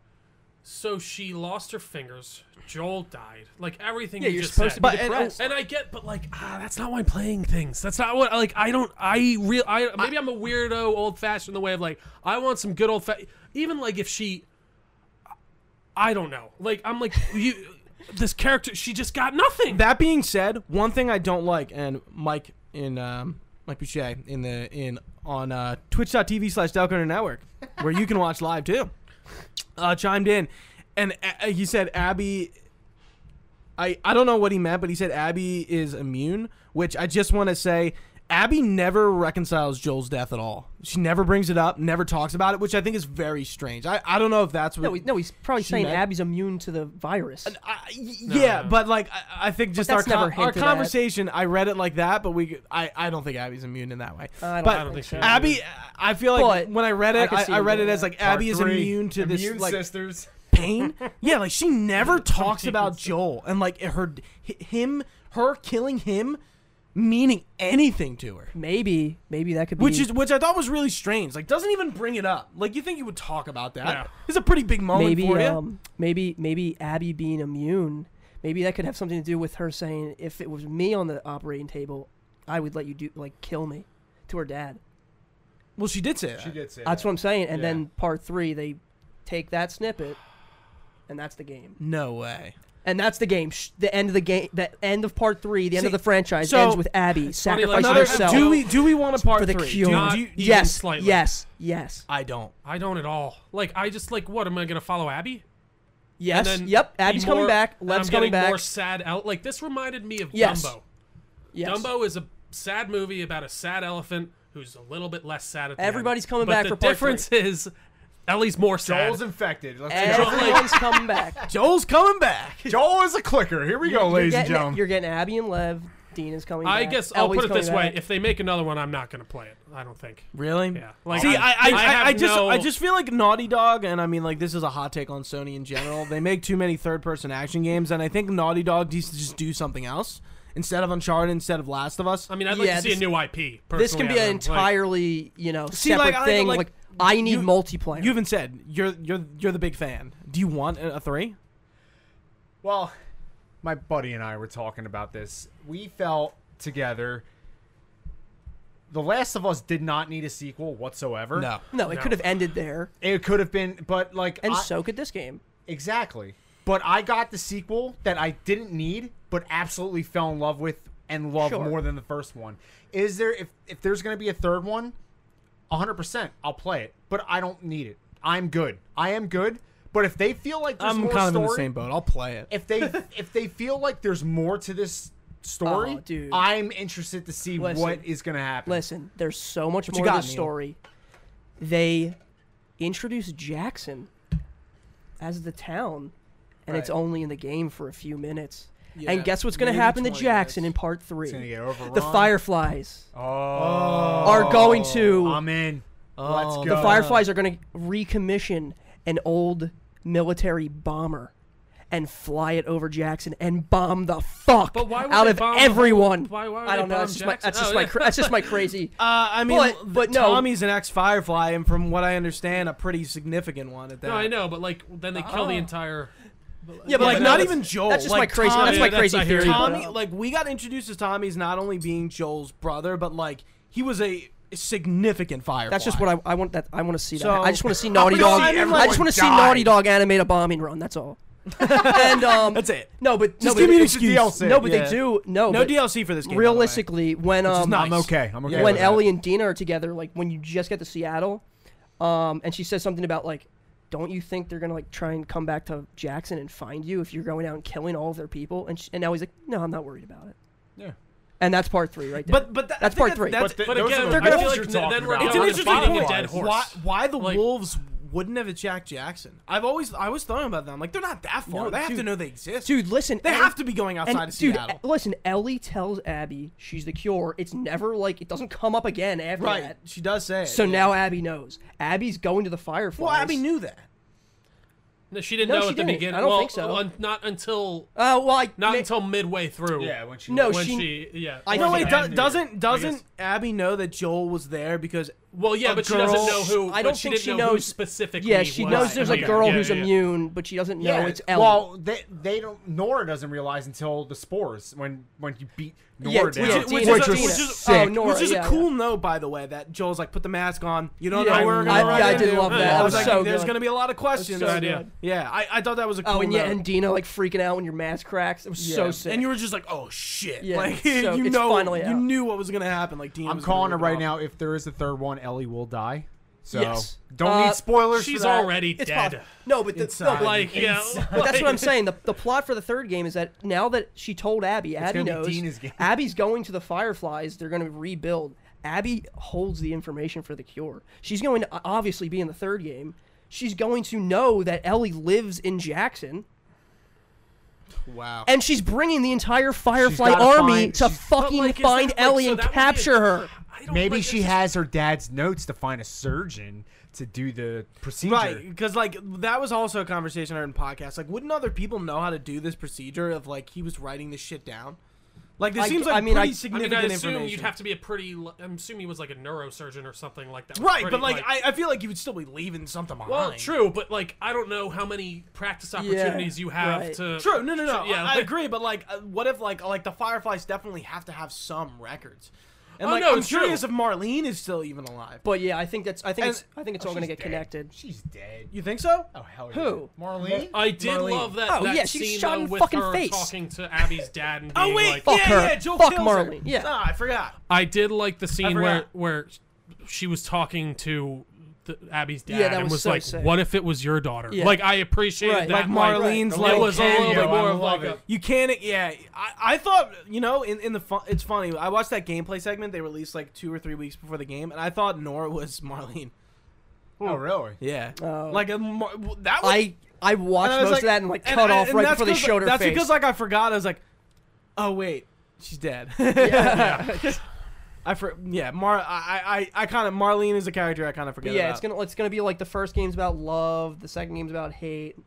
[SPEAKER 2] So she lost her fingers. Joel died. Like everything.
[SPEAKER 4] yeah,
[SPEAKER 2] you
[SPEAKER 4] you're
[SPEAKER 2] just
[SPEAKER 4] supposed
[SPEAKER 2] said.
[SPEAKER 4] to be
[SPEAKER 1] But- and-
[SPEAKER 4] depressed.
[SPEAKER 2] And I get, but like, ah, that's not why I'm playing things. That's not what. Like, I don't. I real. I maybe I, am a weirdo, old fashioned in the way of like, I want some good old fashioned. Even like if she, I don't know. Like I'm like you. This character, she just got nothing.
[SPEAKER 1] that being said, one thing I don't like, and Mike in um, Mike Boucher in the in on uh, Twitch.tv slash Delcoder Network, where you can watch live too, uh, chimed in, and uh, he said Abby. I I don't know what he meant, but he said Abby is immune, which I just want to say. Abby never reconciles Joel's death at all. She never brings it up, never talks about it, which I think is very strange. I, I don't know if that's what.
[SPEAKER 4] no, he, no, he's probably
[SPEAKER 1] She
[SPEAKER 4] saying
[SPEAKER 1] met-
[SPEAKER 4] Abby's immune to the virus.
[SPEAKER 1] I, y- yeah,
[SPEAKER 2] no.
[SPEAKER 1] but like I, I think just our,
[SPEAKER 4] that's never
[SPEAKER 1] con- our
[SPEAKER 4] hinted at.
[SPEAKER 1] conversation, I read it like that, but we I, I don't think Abby's immune in that way.
[SPEAKER 4] I don't
[SPEAKER 1] but
[SPEAKER 4] I don't
[SPEAKER 2] think so.
[SPEAKER 1] Abby, I feel like
[SPEAKER 4] But
[SPEAKER 1] when I read it,
[SPEAKER 4] I could
[SPEAKER 1] I,
[SPEAKER 4] see
[SPEAKER 1] I,
[SPEAKER 4] him
[SPEAKER 1] read it
[SPEAKER 4] doing
[SPEAKER 1] as
[SPEAKER 4] that.
[SPEAKER 1] like Abby is
[SPEAKER 3] Part three,
[SPEAKER 1] immune to this
[SPEAKER 3] immune
[SPEAKER 1] like
[SPEAKER 3] sisters.
[SPEAKER 1] pain. yeah, like she never talks about Joel and like her hi- him her killing him meaning anything to her.
[SPEAKER 4] maybe, maybe that could be.
[SPEAKER 1] Which is which I thought was really strange. Like doesn't even bring it up. Like you think you would talk about that?
[SPEAKER 2] Yeah.
[SPEAKER 1] It's a pretty big moment
[SPEAKER 4] maybe,
[SPEAKER 1] for you.
[SPEAKER 4] um, maybe, maybe Abby being immune. Maybe that could have something to do with her saying, "If it was me on the operating table, I would let you do like kill me," to her dad.
[SPEAKER 1] well, she did say that.
[SPEAKER 3] She did say
[SPEAKER 4] That's
[SPEAKER 3] that.
[SPEAKER 4] what I'm saying. And
[SPEAKER 3] Yeah.
[SPEAKER 4] then part three, they take that snippet, and that's the game.
[SPEAKER 1] No way.
[SPEAKER 4] And that's the game. Sh- The end of the game. The end of part three. The end
[SPEAKER 1] See,
[SPEAKER 4] of the franchise
[SPEAKER 1] so-
[SPEAKER 4] ends with Abby
[SPEAKER 2] funny, like,
[SPEAKER 4] sacrificing
[SPEAKER 1] Another,
[SPEAKER 4] herself
[SPEAKER 1] do we do we want a part
[SPEAKER 4] for the
[SPEAKER 1] three?
[SPEAKER 4] cure.
[SPEAKER 1] Do-
[SPEAKER 2] Not
[SPEAKER 1] do you-
[SPEAKER 2] even
[SPEAKER 4] yes,
[SPEAKER 2] slightly.
[SPEAKER 4] yes, yes,
[SPEAKER 1] I don't.
[SPEAKER 2] I don't at all. Like, I just like what am I gonna follow Abby?
[SPEAKER 4] yes.
[SPEAKER 2] And then
[SPEAKER 4] Yep.
[SPEAKER 2] be
[SPEAKER 4] Abby's coming
[SPEAKER 2] more-
[SPEAKER 4] back.
[SPEAKER 2] and
[SPEAKER 4] Lev's
[SPEAKER 2] I'm
[SPEAKER 4] coming
[SPEAKER 2] getting
[SPEAKER 4] back.
[SPEAKER 2] More sad out. Like this reminded me of
[SPEAKER 4] Yes.
[SPEAKER 2] Dumbo.
[SPEAKER 4] yes.
[SPEAKER 2] Dumbo is a sad movie about a sad elephant who's a little bit less sad at the end.
[SPEAKER 4] Everybody's coming
[SPEAKER 2] But
[SPEAKER 4] back
[SPEAKER 2] the
[SPEAKER 4] for part
[SPEAKER 2] difference is Ellie's more sad.
[SPEAKER 3] Joel's infected. Let's go.
[SPEAKER 4] Everyone's coming back.
[SPEAKER 1] Joel's coming back.
[SPEAKER 3] Joel is a clicker. Here we go,
[SPEAKER 4] You're
[SPEAKER 3] ladies and
[SPEAKER 4] getting,
[SPEAKER 3] gentlemen.
[SPEAKER 4] you're getting Abby and Lev Dean is coming.
[SPEAKER 2] I
[SPEAKER 4] back.
[SPEAKER 2] guess I'll
[SPEAKER 4] Ellie's
[SPEAKER 2] put it this
[SPEAKER 4] coming
[SPEAKER 2] way:
[SPEAKER 4] back.
[SPEAKER 2] if they make another one, I'm not gonna play it. I don't think.
[SPEAKER 1] Really?
[SPEAKER 2] Yeah. Like,
[SPEAKER 1] See, I, I, I,
[SPEAKER 2] have
[SPEAKER 1] I just,
[SPEAKER 2] no-
[SPEAKER 1] I just feel like Naughty Dog, and I mean, like, this is a hot take on Sony in general. they make too many third-person action games, and I think Naughty Dog needs to just do something else instead of Uncharted, instead of Last of Us.
[SPEAKER 2] I mean, I'd like
[SPEAKER 4] Yeah,
[SPEAKER 2] to see
[SPEAKER 4] this-
[SPEAKER 2] a new IP. Personally,
[SPEAKER 4] this can be
[SPEAKER 2] I
[SPEAKER 4] an
[SPEAKER 2] don't know, like-
[SPEAKER 4] entirely you know
[SPEAKER 1] See,
[SPEAKER 4] separate
[SPEAKER 1] like, I-
[SPEAKER 4] thing.
[SPEAKER 1] like,
[SPEAKER 4] Like, I need
[SPEAKER 1] you-
[SPEAKER 4] multiplayer.
[SPEAKER 1] you even said you're, you're, you're the big fan. Do you want a, a three?
[SPEAKER 3] Well, my buddy and I were talking about this. We felt together. The Last of Us did not need a sequel whatsoever.
[SPEAKER 4] no, it
[SPEAKER 2] No.
[SPEAKER 4] could have ended there,
[SPEAKER 3] It could have been, but like,
[SPEAKER 4] and
[SPEAKER 3] I-
[SPEAKER 4] so could this game.
[SPEAKER 3] exactly. But I got the sequel that I didn't need, but absolutely fell in love with and love
[SPEAKER 4] Sure.
[SPEAKER 3] more than the first one. Is there if if there's going to be a third one? 100%, I'll play it, but I don't need it. I'm good. I am good. But if they feel like there's
[SPEAKER 1] I'm
[SPEAKER 3] more
[SPEAKER 1] kind of
[SPEAKER 3] story,
[SPEAKER 1] in the same boat. I'll play it.
[SPEAKER 3] if they if they feel like there's more to this story,
[SPEAKER 4] Oh, dude.
[SPEAKER 3] I'm interested to see
[SPEAKER 4] Listen.
[SPEAKER 3] what is going to happen.
[SPEAKER 4] Listen, there's so much
[SPEAKER 1] you
[SPEAKER 4] more to
[SPEAKER 1] got,
[SPEAKER 4] the
[SPEAKER 1] Neil?
[SPEAKER 4] story. They introduced Jackson as the town, and it's
[SPEAKER 5] Right.
[SPEAKER 4] only in the game for a few minutes.
[SPEAKER 5] Yeah,
[SPEAKER 4] and guess what's going to
[SPEAKER 5] maybe
[SPEAKER 4] happen to
[SPEAKER 5] 20
[SPEAKER 4] Jackson
[SPEAKER 5] minutes.
[SPEAKER 4] in part three?
[SPEAKER 3] It's gonna get
[SPEAKER 4] the
[SPEAKER 3] overrun.
[SPEAKER 4] Fireflies
[SPEAKER 3] Oh,
[SPEAKER 4] are going to Oh,
[SPEAKER 3] I'm in. Let's go.
[SPEAKER 2] Uh,
[SPEAKER 4] the Fireflies are going to recommission an old military bomber and fly it over Jackson and bomb the fuck
[SPEAKER 2] But why would
[SPEAKER 4] out
[SPEAKER 2] they
[SPEAKER 4] of
[SPEAKER 2] bomb-
[SPEAKER 4] everyone.
[SPEAKER 2] why- why would
[SPEAKER 4] I
[SPEAKER 2] they
[SPEAKER 4] don't know.
[SPEAKER 2] bomb
[SPEAKER 4] That's just, my,
[SPEAKER 2] Jackson?
[SPEAKER 4] that's,
[SPEAKER 2] Oh,
[SPEAKER 4] just my,
[SPEAKER 2] yeah.
[SPEAKER 4] cra- that's just my crazy.
[SPEAKER 1] Uh, I mean,
[SPEAKER 4] But-
[SPEAKER 1] l-
[SPEAKER 4] but
[SPEAKER 1] the-
[SPEAKER 4] no.
[SPEAKER 1] Tommy's an ex-Firefly, and from what I understand, a pretty significant one at that.
[SPEAKER 2] No, I know, but like then they kill the entire.
[SPEAKER 4] Ah. Yeah, but
[SPEAKER 1] Like,
[SPEAKER 4] like
[SPEAKER 1] not
[SPEAKER 4] no,
[SPEAKER 1] even
[SPEAKER 4] that's-
[SPEAKER 1] Joel,
[SPEAKER 4] That's just
[SPEAKER 1] like
[SPEAKER 4] my crazy.
[SPEAKER 1] Tommy-
[SPEAKER 4] That's my
[SPEAKER 2] Yeah, that's-
[SPEAKER 4] crazy
[SPEAKER 2] I hear
[SPEAKER 4] theory.
[SPEAKER 2] you.
[SPEAKER 4] but-
[SPEAKER 1] Tommy, like we got introduced to Tommy's not only being Joel's brother, but like he was a significant Firefly.
[SPEAKER 4] that's just what I, I want. That I want to see. That.
[SPEAKER 1] So-
[SPEAKER 4] I just want to see
[SPEAKER 1] No,
[SPEAKER 4] Naughty
[SPEAKER 1] I mean,
[SPEAKER 4] Dog.
[SPEAKER 1] like-
[SPEAKER 4] I just want to see
[SPEAKER 3] everyone
[SPEAKER 4] Naughty
[SPEAKER 3] died.
[SPEAKER 4] Dog animate a bombing run. That's all. and um,
[SPEAKER 1] That's it.
[SPEAKER 4] No, but no,
[SPEAKER 1] Just
[SPEAKER 4] but
[SPEAKER 1] give me an
[SPEAKER 4] it's-
[SPEAKER 1] excuse.
[SPEAKER 3] DLC.
[SPEAKER 4] No, but
[SPEAKER 1] Yeah.
[SPEAKER 4] they do. No,
[SPEAKER 1] No
[SPEAKER 4] but
[SPEAKER 1] DLC for this game. by the way.
[SPEAKER 4] Realistically, when um,
[SPEAKER 1] not
[SPEAKER 3] I'm okay. I'm okay.
[SPEAKER 4] when
[SPEAKER 3] with
[SPEAKER 4] Ellie and Dina are together, like when you just get to Seattle, um, and she says something about like, don't you think they're gonna like try and come back to Jackson and find you if you're going out and killing all of their people? And sh and now he's like, no, I'm not worried about it.
[SPEAKER 3] Yeah.
[SPEAKER 4] And that's part three, right there.
[SPEAKER 1] but but that, I
[SPEAKER 4] That's
[SPEAKER 1] think
[SPEAKER 4] part
[SPEAKER 1] that-
[SPEAKER 4] three.
[SPEAKER 1] That's,
[SPEAKER 3] But th-
[SPEAKER 2] But
[SPEAKER 3] those
[SPEAKER 2] again,
[SPEAKER 3] are the
[SPEAKER 2] I feel
[SPEAKER 3] wolves
[SPEAKER 2] like
[SPEAKER 3] you're
[SPEAKER 2] th-
[SPEAKER 3] talking
[SPEAKER 2] then we're
[SPEAKER 3] about.
[SPEAKER 1] it's
[SPEAKER 2] Yeah,
[SPEAKER 1] an
[SPEAKER 2] I'm
[SPEAKER 1] interesting
[SPEAKER 2] fighting a
[SPEAKER 1] point.
[SPEAKER 2] dead horse.
[SPEAKER 1] Why, why the
[SPEAKER 2] Like-
[SPEAKER 1] wolves wouldn't have attacked Jackson? I've always I was thought about them. Like they're not that far.
[SPEAKER 4] No,
[SPEAKER 1] they have to
[SPEAKER 4] dude.
[SPEAKER 1] know they exist.
[SPEAKER 4] dude, listen,
[SPEAKER 1] they
[SPEAKER 4] Ellie-
[SPEAKER 1] have to be going outside
[SPEAKER 4] and
[SPEAKER 1] of
[SPEAKER 4] dude,
[SPEAKER 1] Seattle.
[SPEAKER 4] e- listen, Ellie tells Abby she's the cure. It's never like it doesn't come up again after
[SPEAKER 1] right.
[SPEAKER 4] that.
[SPEAKER 1] She does say it.
[SPEAKER 4] So
[SPEAKER 1] yeah.
[SPEAKER 4] now Abby knows. Abby's going to the fireflies.
[SPEAKER 1] well, Abby knew that.
[SPEAKER 2] No, she didn't
[SPEAKER 4] No,
[SPEAKER 2] know
[SPEAKER 4] she
[SPEAKER 2] at the
[SPEAKER 4] didn't.
[SPEAKER 2] beginning.
[SPEAKER 4] I don't
[SPEAKER 2] well,
[SPEAKER 4] think so.
[SPEAKER 2] un- not until
[SPEAKER 4] Uh, well, I,
[SPEAKER 2] not
[SPEAKER 4] ma-
[SPEAKER 2] until midway through.
[SPEAKER 3] Yeah, when she
[SPEAKER 4] No,
[SPEAKER 2] when
[SPEAKER 4] she-
[SPEAKER 2] she, yeah.
[SPEAKER 4] I
[SPEAKER 1] No,
[SPEAKER 4] think
[SPEAKER 1] wait.
[SPEAKER 4] it-
[SPEAKER 1] Do,
[SPEAKER 3] Abby-
[SPEAKER 1] doesn't
[SPEAKER 3] I
[SPEAKER 1] doesn't
[SPEAKER 3] guess-
[SPEAKER 1] Abby know that Joel was there because
[SPEAKER 2] well, yeah,
[SPEAKER 1] a
[SPEAKER 2] but she doesn't
[SPEAKER 1] girl-
[SPEAKER 2] know who. but
[SPEAKER 4] I don't think
[SPEAKER 2] didn't
[SPEAKER 4] she
[SPEAKER 2] know who
[SPEAKER 4] knows-
[SPEAKER 2] specifically.
[SPEAKER 4] yeah, she
[SPEAKER 2] was
[SPEAKER 4] knows there's a
[SPEAKER 2] immune.
[SPEAKER 4] girl
[SPEAKER 2] Yeah,
[SPEAKER 4] who's
[SPEAKER 2] yeah, yeah.
[SPEAKER 4] immune, but she doesn't know it's Ellie.
[SPEAKER 3] Well, they they don't. Nora doesn't realize until the spores when when you beat Nora
[SPEAKER 4] Yeah,
[SPEAKER 3] down.
[SPEAKER 4] it's- which is-
[SPEAKER 1] which
[SPEAKER 4] Dina.
[SPEAKER 1] is- which is-
[SPEAKER 4] Oh, Nora,
[SPEAKER 1] Which is
[SPEAKER 4] yeah.
[SPEAKER 1] a cool note, by the way, that Joel's like, put the mask on. You don't
[SPEAKER 4] Yeah,
[SPEAKER 1] know where we're going
[SPEAKER 4] I-
[SPEAKER 1] to run
[SPEAKER 4] yeah, I
[SPEAKER 1] into.
[SPEAKER 4] did love that.
[SPEAKER 1] I
[SPEAKER 4] That
[SPEAKER 1] was
[SPEAKER 4] was
[SPEAKER 1] like,
[SPEAKER 4] so
[SPEAKER 1] there's
[SPEAKER 4] good.
[SPEAKER 1] going to be a lot of questions.
[SPEAKER 4] so
[SPEAKER 2] Good idea. good.
[SPEAKER 1] Yeah, I, I thought that was a cool
[SPEAKER 4] Oh, and
[SPEAKER 1] note.
[SPEAKER 4] yeah, and Dina like freaking out when your mask cracks. It was
[SPEAKER 1] Yeah.
[SPEAKER 4] so sick.
[SPEAKER 1] And you were just like, oh, shit.
[SPEAKER 4] Yeah,
[SPEAKER 1] like,
[SPEAKER 4] so
[SPEAKER 1] you
[SPEAKER 4] it's
[SPEAKER 1] know,
[SPEAKER 4] finally
[SPEAKER 1] you
[SPEAKER 4] out.
[SPEAKER 1] knew what was going to happen. Like, Dean
[SPEAKER 3] I'm
[SPEAKER 1] was
[SPEAKER 3] calling it
[SPEAKER 1] gonna
[SPEAKER 3] right
[SPEAKER 1] rip
[SPEAKER 3] now. If there is a third one, Ellie will die. So
[SPEAKER 4] Yes.
[SPEAKER 3] don't
[SPEAKER 4] Uh,
[SPEAKER 3] need spoilers.
[SPEAKER 2] She's
[SPEAKER 3] for that.
[SPEAKER 2] already
[SPEAKER 4] it's
[SPEAKER 2] dead.
[SPEAKER 4] possible. No, but the, no,
[SPEAKER 1] Inside.
[SPEAKER 2] Like, yeah.
[SPEAKER 4] but that's what I'm saying. The, the plot for the third game is that now that she told Abby, Abby
[SPEAKER 3] gonna be
[SPEAKER 4] knows.
[SPEAKER 3] Dina's game.
[SPEAKER 4] Abby's going to the Fireflies. They're going to rebuild. Abby holds the information for the cure. She's going to obviously be in the third game. She's going to know that Ellie lives in Jackson,
[SPEAKER 5] Wow.
[SPEAKER 4] and she's bringing the entire Firefly
[SPEAKER 3] gotta
[SPEAKER 4] army
[SPEAKER 3] find-
[SPEAKER 4] to
[SPEAKER 3] she's-
[SPEAKER 4] fucking find Ellie and capture her.
[SPEAKER 3] Maybe she has her dad's notes to find a surgeon to do the procedure. Oh,
[SPEAKER 1] Right, because like that was also a conversation I heard in podcasts. Like, wouldn't other people know how to do this procedure of like he was writing this shit down? Like, this
[SPEAKER 4] I-
[SPEAKER 1] seems
[SPEAKER 4] I
[SPEAKER 1] like
[SPEAKER 4] mean, I- I
[SPEAKER 1] pretty
[SPEAKER 4] mean, I
[SPEAKER 2] I mean,
[SPEAKER 1] significant
[SPEAKER 2] I assume
[SPEAKER 1] information.
[SPEAKER 2] you'd have to be a pretty. l- I'm assuming he was like a neurosurgeon or something like that.
[SPEAKER 1] right,
[SPEAKER 2] Pretty,
[SPEAKER 1] but like, I, I feel like you would still be leaving something behind.
[SPEAKER 2] Well, true, but like I don't know how many practice opportunities you have
[SPEAKER 4] right.
[SPEAKER 2] to.
[SPEAKER 1] True. No, no, no.
[SPEAKER 2] Sure, yeah,
[SPEAKER 1] I, I
[SPEAKER 2] like-
[SPEAKER 1] agree, but like, uh, what if like like the Fireflies definitely have to have some records, and
[SPEAKER 2] Oh,
[SPEAKER 1] like
[SPEAKER 2] no,
[SPEAKER 1] I'm
[SPEAKER 2] it's true.
[SPEAKER 1] curious if Marlene is still even alive.
[SPEAKER 4] But yeah, I think that's. I think
[SPEAKER 1] And-
[SPEAKER 4] it's. I think it's
[SPEAKER 3] Oh,
[SPEAKER 4] all going to
[SPEAKER 3] she's dead.
[SPEAKER 4] get connected.
[SPEAKER 3] She's dead.
[SPEAKER 1] you think so?
[SPEAKER 3] Oh hell yeah.
[SPEAKER 4] Who?
[SPEAKER 3] Marlene.
[SPEAKER 2] I did love that.
[SPEAKER 4] Oh,
[SPEAKER 2] that
[SPEAKER 4] yeah, she was
[SPEAKER 2] scene,
[SPEAKER 4] shot
[SPEAKER 2] though,
[SPEAKER 4] in the
[SPEAKER 2] with
[SPEAKER 4] fucking
[SPEAKER 2] her
[SPEAKER 4] face.
[SPEAKER 2] Talking to Abby's dad and being
[SPEAKER 1] Oh wait,
[SPEAKER 2] like,
[SPEAKER 1] yeah,
[SPEAKER 4] Fuck her.
[SPEAKER 1] yeah, Joel
[SPEAKER 4] Fuck
[SPEAKER 1] kills
[SPEAKER 4] Marlene,
[SPEAKER 1] Her.
[SPEAKER 4] yeah.
[SPEAKER 1] Nah, I forgot.
[SPEAKER 2] I did like the scene where
[SPEAKER 1] forgot.
[SPEAKER 2] where she was talking to the, Abby's dad
[SPEAKER 4] Yeah, that
[SPEAKER 2] and
[SPEAKER 4] was
[SPEAKER 2] was
[SPEAKER 4] so
[SPEAKER 2] like,
[SPEAKER 4] sick.
[SPEAKER 2] "What if it was your daughter?"
[SPEAKER 4] Yeah.
[SPEAKER 2] Like I appreciated
[SPEAKER 4] Right.
[SPEAKER 2] that.
[SPEAKER 1] Like Marlene's
[SPEAKER 2] it
[SPEAKER 1] like
[SPEAKER 2] was a little
[SPEAKER 1] cameo.
[SPEAKER 2] bit more
[SPEAKER 3] I
[SPEAKER 2] of like
[SPEAKER 3] love
[SPEAKER 2] a,
[SPEAKER 3] it.
[SPEAKER 1] You can't. Yeah, I, I thought you know in in the fun, it's funny. I watched that gameplay segment they released like two or three weeks before the game, and I thought Nora was Marlene.
[SPEAKER 3] Oh really?
[SPEAKER 1] Yeah,
[SPEAKER 4] Oh.
[SPEAKER 1] like a, Mar- that. Was,
[SPEAKER 4] I I watched
[SPEAKER 1] and I
[SPEAKER 4] most
[SPEAKER 1] was
[SPEAKER 4] of that and like
[SPEAKER 1] and
[SPEAKER 4] cut
[SPEAKER 1] I-
[SPEAKER 4] off
[SPEAKER 1] and
[SPEAKER 4] right
[SPEAKER 1] that's
[SPEAKER 4] before they
[SPEAKER 1] 'cause,
[SPEAKER 4] showed her
[SPEAKER 1] That's
[SPEAKER 4] face.
[SPEAKER 1] because like I forgot. I was like, oh wait, She's dead.
[SPEAKER 4] Yeah.
[SPEAKER 1] I for yeah Mar I I, I kind of Marlene is a character I kind of forget.
[SPEAKER 4] yeah,
[SPEAKER 1] about.
[SPEAKER 4] it's gonna it's gonna be like the first game's about love, the second game's about hate,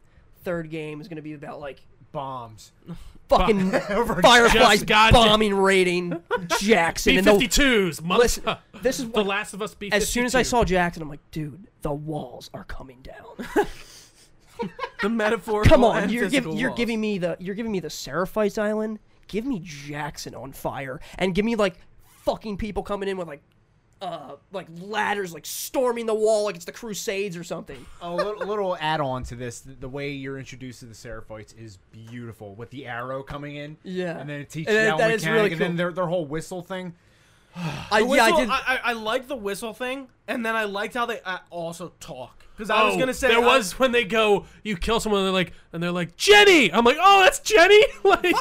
[SPEAKER 4] third game is gonna be about like
[SPEAKER 3] Bombs.
[SPEAKER 4] fucking
[SPEAKER 3] Over
[SPEAKER 4] Fireflies
[SPEAKER 2] Just goddamn-
[SPEAKER 4] bombing raiding Jackson.
[SPEAKER 2] B
[SPEAKER 4] and the-
[SPEAKER 2] fifty twos.
[SPEAKER 4] listen, this is
[SPEAKER 2] The
[SPEAKER 4] what,
[SPEAKER 2] Last of Us B.
[SPEAKER 4] as soon as I saw Jackson, I'm like, dude, the walls are coming down.
[SPEAKER 1] the metaphor.
[SPEAKER 4] Come on, you're giving you're giving me the you're giving me the Seraphites Island. Give me Jackson on fire and give me like fucking people coming in with like uh like ladders like storming the wall like it's the Crusades or something.
[SPEAKER 3] a little, little add-on to this the, the way you're introduced to the seraphites is beautiful with the arrow coming in
[SPEAKER 4] Yeah.
[SPEAKER 3] and then it teaches you
[SPEAKER 4] And that-
[SPEAKER 3] how
[SPEAKER 4] that
[SPEAKER 3] mechanic
[SPEAKER 4] is really
[SPEAKER 3] and then
[SPEAKER 4] cool.
[SPEAKER 3] their, their whole whistle thing
[SPEAKER 4] I,
[SPEAKER 1] Whistle,
[SPEAKER 4] yeah, I did.
[SPEAKER 1] I, I, like the whistle thing, and then I liked how they uh, also talk. Because I
[SPEAKER 2] I
[SPEAKER 1] was gonna say
[SPEAKER 2] Oh, there
[SPEAKER 1] uh,
[SPEAKER 2] was when they go, you kill someone, they're like, and they're like, Jenny. I'm like, oh, that's Jenny. like, fuck.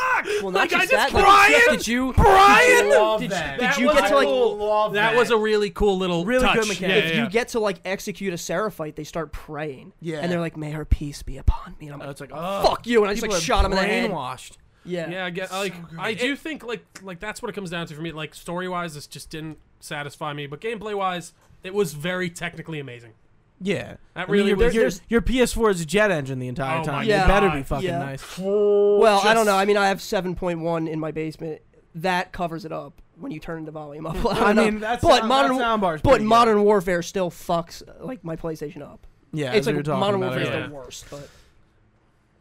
[SPEAKER 4] well,
[SPEAKER 2] like
[SPEAKER 4] not just
[SPEAKER 2] I just
[SPEAKER 4] that.
[SPEAKER 2] Brian.
[SPEAKER 4] Like, did you?
[SPEAKER 2] Brian.
[SPEAKER 3] Love
[SPEAKER 4] Did you- uh,
[SPEAKER 3] that.
[SPEAKER 4] did
[SPEAKER 2] That
[SPEAKER 4] you
[SPEAKER 2] was
[SPEAKER 4] get to like?
[SPEAKER 2] cool.
[SPEAKER 3] Love
[SPEAKER 2] that was a really cool little
[SPEAKER 1] Really
[SPEAKER 2] touch.
[SPEAKER 1] good mechanic.
[SPEAKER 2] Yeah,
[SPEAKER 1] If
[SPEAKER 2] yeah,
[SPEAKER 4] if you
[SPEAKER 2] yeah.
[SPEAKER 4] get to like execute a seraphite, they start praying.
[SPEAKER 5] Yeah.
[SPEAKER 4] And they're like, "May her peace be upon me." And I'm
[SPEAKER 1] Oh,
[SPEAKER 4] like,
[SPEAKER 1] it's like oh,
[SPEAKER 4] "Fuck you!" And I just
[SPEAKER 1] people
[SPEAKER 4] like
[SPEAKER 1] are
[SPEAKER 4] shot him in the head.
[SPEAKER 1] brainwashed.
[SPEAKER 4] Yeah.
[SPEAKER 2] Yeah, I get like I do think like like that's what it comes down to for me. Like story wise, this just didn't satisfy me, but gameplay wise, it was very technically amazing.
[SPEAKER 1] Yeah,
[SPEAKER 2] That
[SPEAKER 1] I mean,
[SPEAKER 2] really
[SPEAKER 1] your-
[SPEAKER 2] was-
[SPEAKER 1] your,
[SPEAKER 4] there's-
[SPEAKER 1] your PS4 is a jet engine the entire
[SPEAKER 2] Oh my
[SPEAKER 1] time.
[SPEAKER 4] Yeah.
[SPEAKER 1] It better
[SPEAKER 2] God.
[SPEAKER 1] be fucking
[SPEAKER 4] Yeah.
[SPEAKER 1] nice.
[SPEAKER 4] Well, I don't
[SPEAKER 2] Just-
[SPEAKER 4] know. I mean, I have 7.1 in my basement. That covers it up when you turn the volume up. I,
[SPEAKER 1] I
[SPEAKER 4] don't know.
[SPEAKER 1] mean, that's
[SPEAKER 4] but
[SPEAKER 1] sound-
[SPEAKER 4] modern
[SPEAKER 1] that soundbar's
[SPEAKER 4] but
[SPEAKER 1] pretty good.
[SPEAKER 4] Modern Warfare still fucks like my PlayStation up.
[SPEAKER 1] Yeah,
[SPEAKER 4] it's
[SPEAKER 1] as we
[SPEAKER 4] like
[SPEAKER 1] were talking
[SPEAKER 4] Modern
[SPEAKER 1] about
[SPEAKER 4] Warfare is
[SPEAKER 1] earlier.
[SPEAKER 2] yeah.
[SPEAKER 4] the worst. But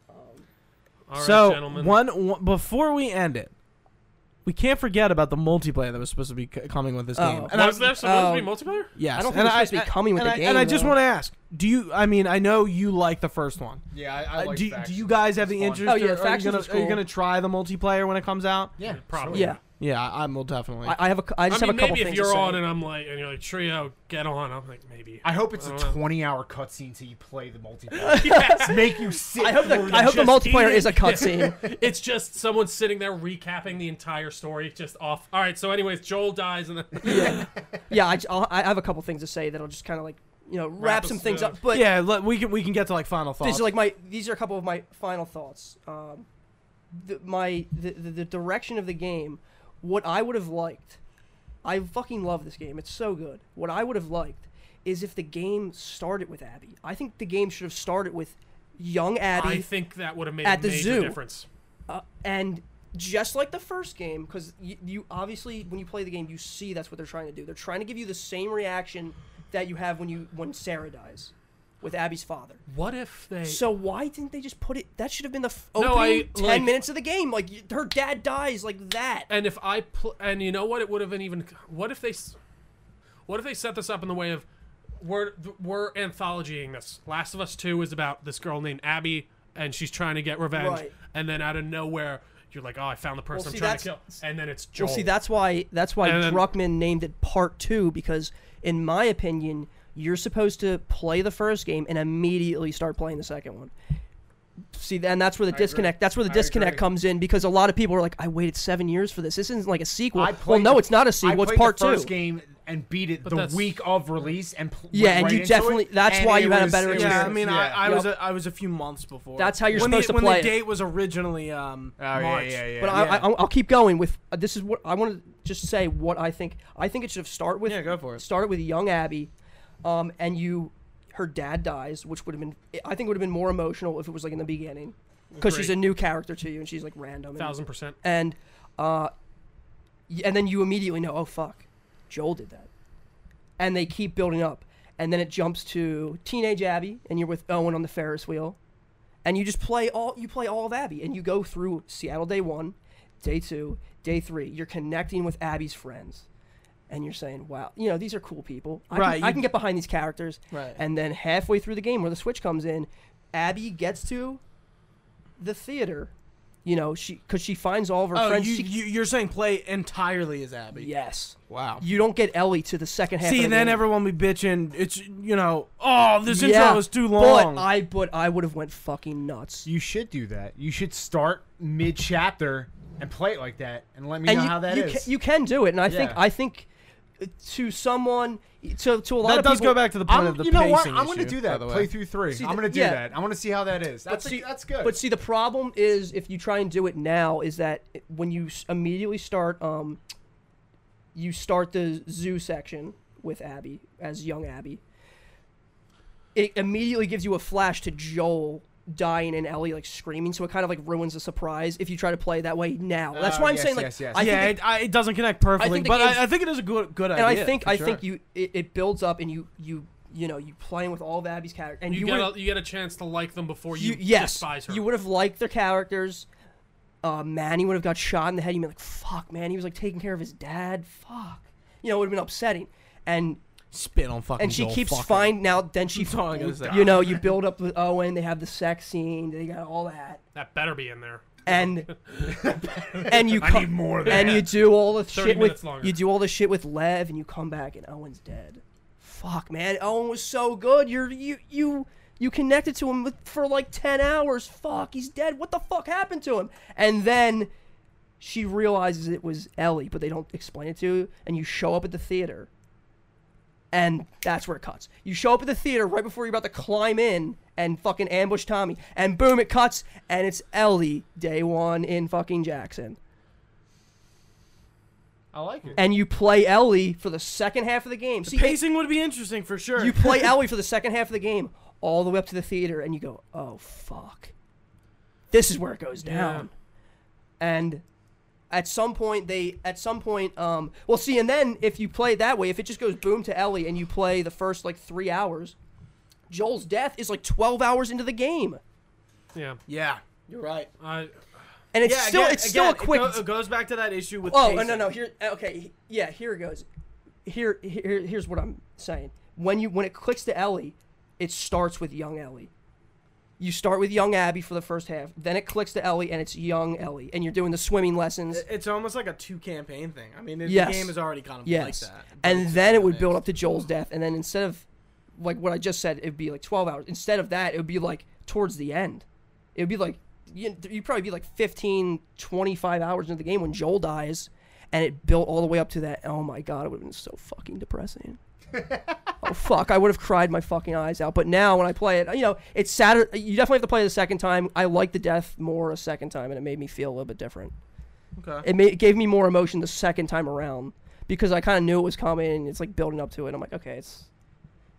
[SPEAKER 2] All right,
[SPEAKER 1] so
[SPEAKER 2] gentlemen.
[SPEAKER 1] one, one before we end it, we can't forget about the multiplayer that was supposed to be c- coming with this
[SPEAKER 4] Oh.
[SPEAKER 1] game.
[SPEAKER 2] was
[SPEAKER 1] And I,
[SPEAKER 2] there supposed to
[SPEAKER 4] um,
[SPEAKER 2] be multiplayer?
[SPEAKER 1] yes,
[SPEAKER 4] I don't think
[SPEAKER 1] and
[SPEAKER 4] it's supposed to be coming with
[SPEAKER 1] and
[SPEAKER 4] the
[SPEAKER 1] I, And I
[SPEAKER 4] game,
[SPEAKER 1] just
[SPEAKER 4] though.
[SPEAKER 1] want to ask: Do you? I mean, I know you like the first one.
[SPEAKER 3] yeah i, I
[SPEAKER 1] Uh,
[SPEAKER 3] like
[SPEAKER 1] do, do
[SPEAKER 3] factions.
[SPEAKER 1] you guys have the
[SPEAKER 3] It's fun.
[SPEAKER 1] interest?
[SPEAKER 4] Oh,
[SPEAKER 1] or
[SPEAKER 4] yeah,
[SPEAKER 1] are you
[SPEAKER 4] factions
[SPEAKER 1] gonna-
[SPEAKER 4] is
[SPEAKER 1] Are you
[SPEAKER 4] cool.
[SPEAKER 1] going to try the multiplayer when it comes out?
[SPEAKER 3] yeah
[SPEAKER 2] Probably.
[SPEAKER 3] sure.
[SPEAKER 4] yeah,
[SPEAKER 1] Oh, Yeah, I, I will definitely.
[SPEAKER 4] I, I have a, I
[SPEAKER 2] I
[SPEAKER 4] just
[SPEAKER 2] mean,
[SPEAKER 4] have a couple
[SPEAKER 2] maybe if
[SPEAKER 4] things
[SPEAKER 2] you're
[SPEAKER 4] to say.
[SPEAKER 2] on and I'm like, and you're like, trio, get on. I'm like, maybe.
[SPEAKER 3] i hope it's a
[SPEAKER 2] I don't know.
[SPEAKER 3] 20 hour cutscene till you play the multiplayer
[SPEAKER 2] Yes.
[SPEAKER 3] make you sick
[SPEAKER 4] I hope the, I hope the
[SPEAKER 2] Just
[SPEAKER 4] multiplayer
[SPEAKER 2] eating.
[SPEAKER 4] is a cutscene.
[SPEAKER 2] it's just someone sitting there recapping the entire story, just off. All right, so anyways, Joel dies, and then
[SPEAKER 4] yeah, I, j- I'll, I have a couple things to say that'll just kind of like you know wrap,
[SPEAKER 2] us
[SPEAKER 4] some things
[SPEAKER 2] up.
[SPEAKER 4] up. But
[SPEAKER 1] yeah, let, we can we can get to like final thoughts.
[SPEAKER 4] These are like my. These are a couple of my final thoughts. Um, the, my the, the the direction of the game. What I would have liked. I fucking love this game. It's so good. What I would have liked is if the game started with Abby. I think the game should have started with young Abby
[SPEAKER 2] I think that would have made
[SPEAKER 4] At
[SPEAKER 2] a
[SPEAKER 4] the
[SPEAKER 2] major
[SPEAKER 4] zoo.
[SPEAKER 2] difference.
[SPEAKER 4] uh, and just like the first game, because you, you obviously when you play the game, you see that's what they're trying to do. They're trying to give you the same reaction that you have when you when Sarah dies, with Abby's father.
[SPEAKER 2] What if they?
[SPEAKER 4] So why didn't they just put it? That should have been the f-
[SPEAKER 2] No,
[SPEAKER 4] opening
[SPEAKER 2] I,
[SPEAKER 4] ten
[SPEAKER 2] like-
[SPEAKER 4] minutes of the game. Like y- her dad dies like that.
[SPEAKER 2] and if I pl- and you know what, it would have been even. What if they? s- What if they set this up in the way of we're we're anthologying this. Last of Us Two is about this girl named Abby, and she's trying to get revenge,
[SPEAKER 4] Right.
[SPEAKER 2] and then out of nowhere. You're like, oh, I found the person
[SPEAKER 4] see,
[SPEAKER 2] I'm trying to kill,
[SPEAKER 4] that's-
[SPEAKER 2] and then it's Joel.
[SPEAKER 4] Well, see, that's why that's why
[SPEAKER 2] And then-
[SPEAKER 4] Druckman named it Part Two because, in my opinion, you're supposed to play the first game and immediately start playing the second one. See, and that's where the disconnect. That's where the
[SPEAKER 3] I
[SPEAKER 4] disconnect
[SPEAKER 3] agree.
[SPEAKER 4] comes in because a lot of people are like, "I waited seven years for this. This isn't like a sequel."
[SPEAKER 3] I
[SPEAKER 4] Well,
[SPEAKER 3] played
[SPEAKER 4] no,
[SPEAKER 3] the-
[SPEAKER 4] it's not a
[SPEAKER 3] I
[SPEAKER 4] sequel. It's
[SPEAKER 3] played
[SPEAKER 4] Part
[SPEAKER 3] the
[SPEAKER 4] Two.
[SPEAKER 3] first game and beat it the
[SPEAKER 2] that's-
[SPEAKER 3] week of release and pl-
[SPEAKER 4] Yeah,
[SPEAKER 3] went
[SPEAKER 4] and
[SPEAKER 3] right
[SPEAKER 4] you
[SPEAKER 3] into it,
[SPEAKER 4] definitely- that's
[SPEAKER 3] and
[SPEAKER 4] why
[SPEAKER 3] it
[SPEAKER 4] you had a
[SPEAKER 3] was-
[SPEAKER 4] better
[SPEAKER 3] it was-
[SPEAKER 1] yeah,
[SPEAKER 4] experience.
[SPEAKER 1] I mean,
[SPEAKER 3] yeah.
[SPEAKER 1] I, I
[SPEAKER 4] Yep.
[SPEAKER 1] was a, I was a few months before.
[SPEAKER 4] That's how you're
[SPEAKER 1] when
[SPEAKER 4] supposed
[SPEAKER 1] the,
[SPEAKER 4] to
[SPEAKER 1] When
[SPEAKER 4] play
[SPEAKER 1] the
[SPEAKER 4] it.
[SPEAKER 1] date was originally um,
[SPEAKER 3] Oh, yeah,
[SPEAKER 1] March.
[SPEAKER 3] yeah, yeah.
[SPEAKER 4] But I, I, I'll keep going with uh, this is what I want to just say. What I think I think it should have started with
[SPEAKER 1] Yeah, go for it.
[SPEAKER 4] Started with young Abby, um, and you, her dad dies, which would have been I think would have been more emotional if it was like in the beginning, because she's
[SPEAKER 2] Agreed.
[SPEAKER 4] a new character to you and she's like random. And,
[SPEAKER 2] thousand percent.
[SPEAKER 4] and uh, y- and then you immediately know, oh fuck, Joel did that, and they keep building up, and then it jumps to teenage Abby, and you're with Owen on the Ferris wheel, and you just play all you play all of Abby, and you go through Seattle day one, day two, day three. You're connecting with Abby's friends. And you're saying, "Wow, you know these are cool people. I,
[SPEAKER 1] Right,
[SPEAKER 4] can,
[SPEAKER 1] you-
[SPEAKER 4] I can get behind these characters."
[SPEAKER 1] Right.
[SPEAKER 4] And then halfway through the game, where the switch comes in, Abby gets to the theater. You know, she because she finds all of her
[SPEAKER 1] Oh,
[SPEAKER 4] friends.
[SPEAKER 1] you,
[SPEAKER 4] she-
[SPEAKER 1] you, you're saying play entirely as Abby?
[SPEAKER 4] yes,
[SPEAKER 1] Wow.
[SPEAKER 4] you don't get Ellie to the second half. of
[SPEAKER 1] See,
[SPEAKER 4] the
[SPEAKER 1] then
[SPEAKER 4] game.
[SPEAKER 1] everyone be bitching. It's you know, oh, this
[SPEAKER 4] Yeah,
[SPEAKER 1] intro is too long.
[SPEAKER 4] But I but I would have went fucking nuts.
[SPEAKER 3] You should do that. You should start mid chapter and play it like that, and let me
[SPEAKER 4] and
[SPEAKER 3] know
[SPEAKER 4] you,
[SPEAKER 3] how that
[SPEAKER 4] you
[SPEAKER 3] is.
[SPEAKER 4] Can, you can do it, and I think
[SPEAKER 3] Yeah.
[SPEAKER 4] I think to someone to to a lot
[SPEAKER 1] That
[SPEAKER 4] of
[SPEAKER 1] does go
[SPEAKER 4] people,
[SPEAKER 1] back to the point
[SPEAKER 3] I'm,
[SPEAKER 1] of the
[SPEAKER 3] you know what?
[SPEAKER 1] pacing
[SPEAKER 3] I'm going to
[SPEAKER 1] issue,
[SPEAKER 3] do
[SPEAKER 1] by
[SPEAKER 3] that.
[SPEAKER 1] the way.
[SPEAKER 3] Playthrough three.
[SPEAKER 4] See,
[SPEAKER 3] I'm going to do
[SPEAKER 4] yeah.
[SPEAKER 3] that. I want to see how that is.
[SPEAKER 4] But
[SPEAKER 3] That's
[SPEAKER 4] see-
[SPEAKER 3] that's good.
[SPEAKER 4] But see, the problem is if you try and do it now, is that when you s- immediately start, um, you start the zoo section with Abby as young Abby. It immediately gives you a flash to Joel dying and Ellie like screaming, so it kind of like ruins the surprise if you try to play it that way now. That's
[SPEAKER 3] Oh,
[SPEAKER 4] why I'm
[SPEAKER 3] yes,
[SPEAKER 4] saying like
[SPEAKER 3] yes, yes.
[SPEAKER 4] I think
[SPEAKER 1] yeah,
[SPEAKER 4] it-
[SPEAKER 1] it, I, it doesn't connect perfectly,
[SPEAKER 4] the
[SPEAKER 1] but
[SPEAKER 4] game's-
[SPEAKER 1] I, I think it is a good good
[SPEAKER 4] and
[SPEAKER 1] idea.
[SPEAKER 4] I think
[SPEAKER 1] for
[SPEAKER 4] I
[SPEAKER 1] sure.
[SPEAKER 4] think you it, it builds up and you you you know you playing with all of Abby's character and
[SPEAKER 2] You,
[SPEAKER 4] you,
[SPEAKER 2] get
[SPEAKER 4] were-
[SPEAKER 2] a, you get a chance to like them before you,
[SPEAKER 4] you, yes,
[SPEAKER 2] despise her.
[SPEAKER 4] You would have liked their characters. Uh, Manny would have got shot in the head. You'd be like, fuck, man. He was like taking care of his dad. Fuck. You know, it would have been upsetting. And
[SPEAKER 1] spit on fucking.
[SPEAKER 4] and she
[SPEAKER 1] Joel
[SPEAKER 4] keeps
[SPEAKER 1] Fucker.
[SPEAKER 4] fine now. Then she,
[SPEAKER 1] That's all I gotta say.
[SPEAKER 4] you know, you build up with Owen. They have the sex scene. They got all that.
[SPEAKER 2] that better be in there.
[SPEAKER 4] And and you
[SPEAKER 3] I
[SPEAKER 4] co-
[SPEAKER 3] need more of that.
[SPEAKER 4] and you do all the
[SPEAKER 2] 30
[SPEAKER 4] shit with
[SPEAKER 2] minutes longer.
[SPEAKER 4] you do all the shit with Lev, and you come back, and Owen's dead. Fuck, man, Owen was so good. You're you you you connected to him with, for like ten hours. Fuck, he's dead. What the fuck happened to him? And then she realizes it was Ellie, but they don't explain it to you. And you show up at the theater, and that's where it cuts. You show up at the theater right before you're about to climb in and fucking ambush Tommy, and boom, it cuts, and it's Ellie day one in fucking Jackson
[SPEAKER 3] I like it.
[SPEAKER 4] and you play Ellie for the second half of the game. See,
[SPEAKER 1] Pacing would be interesting for sure.
[SPEAKER 4] you play Ellie for the second half of the game, all the way up to the theater, and you go, "Oh fuck, this is where it goes down." And at some point, they at some point, um, well, see, and then if you play it that way, if it just goes boom to Ellie, and you play the first like three hours, Joel's death is like twelve hours into the game,
[SPEAKER 2] Yeah.
[SPEAKER 5] Yeah, you're right.
[SPEAKER 2] I,
[SPEAKER 4] and it's
[SPEAKER 1] yeah,
[SPEAKER 4] still
[SPEAKER 1] again-
[SPEAKER 4] it's still a
[SPEAKER 1] again,
[SPEAKER 4] quick
[SPEAKER 1] It, go- it goes back to that issue with.
[SPEAKER 4] Oh,
[SPEAKER 1] pacing.
[SPEAKER 4] no, no, here. Okay, yeah, here it goes. Here, here, here's what I'm saying. When you when it clicks to Ellie, it starts with young Ellie. You start with young Abby for the first half, then it clicks to Ellie, and it's young Ellie, and you're doing the swimming lessons.
[SPEAKER 5] It- It's almost like a two campaign thing. I mean, it,
[SPEAKER 4] Yes.
[SPEAKER 5] the game is already kind of
[SPEAKER 4] yes,
[SPEAKER 5] like that. but
[SPEAKER 4] and
[SPEAKER 5] it's
[SPEAKER 4] then
[SPEAKER 5] just
[SPEAKER 4] it would
[SPEAKER 5] mixed.
[SPEAKER 4] build up to Joel's death, and then instead of like what I just said, it'd be like 12 hours. Instead of that, it would be like towards the end. It would be like you- you'd probably be like 15, 25 hours into the game when Joel dies, and it built all the way up to that. Oh my god, it would have been so fucking depressing. oh fuck, I would have cried my fucking eyes out. But now when I play it, you know, it's sadder. You definitely have to play it a second time. I like the death more a second time, and it made me feel a little bit different.
[SPEAKER 5] Okay.
[SPEAKER 4] It, made, it gave me more emotion the second time around because I kind of knew it was coming and it's like building up to it. I'm like, okay, it's,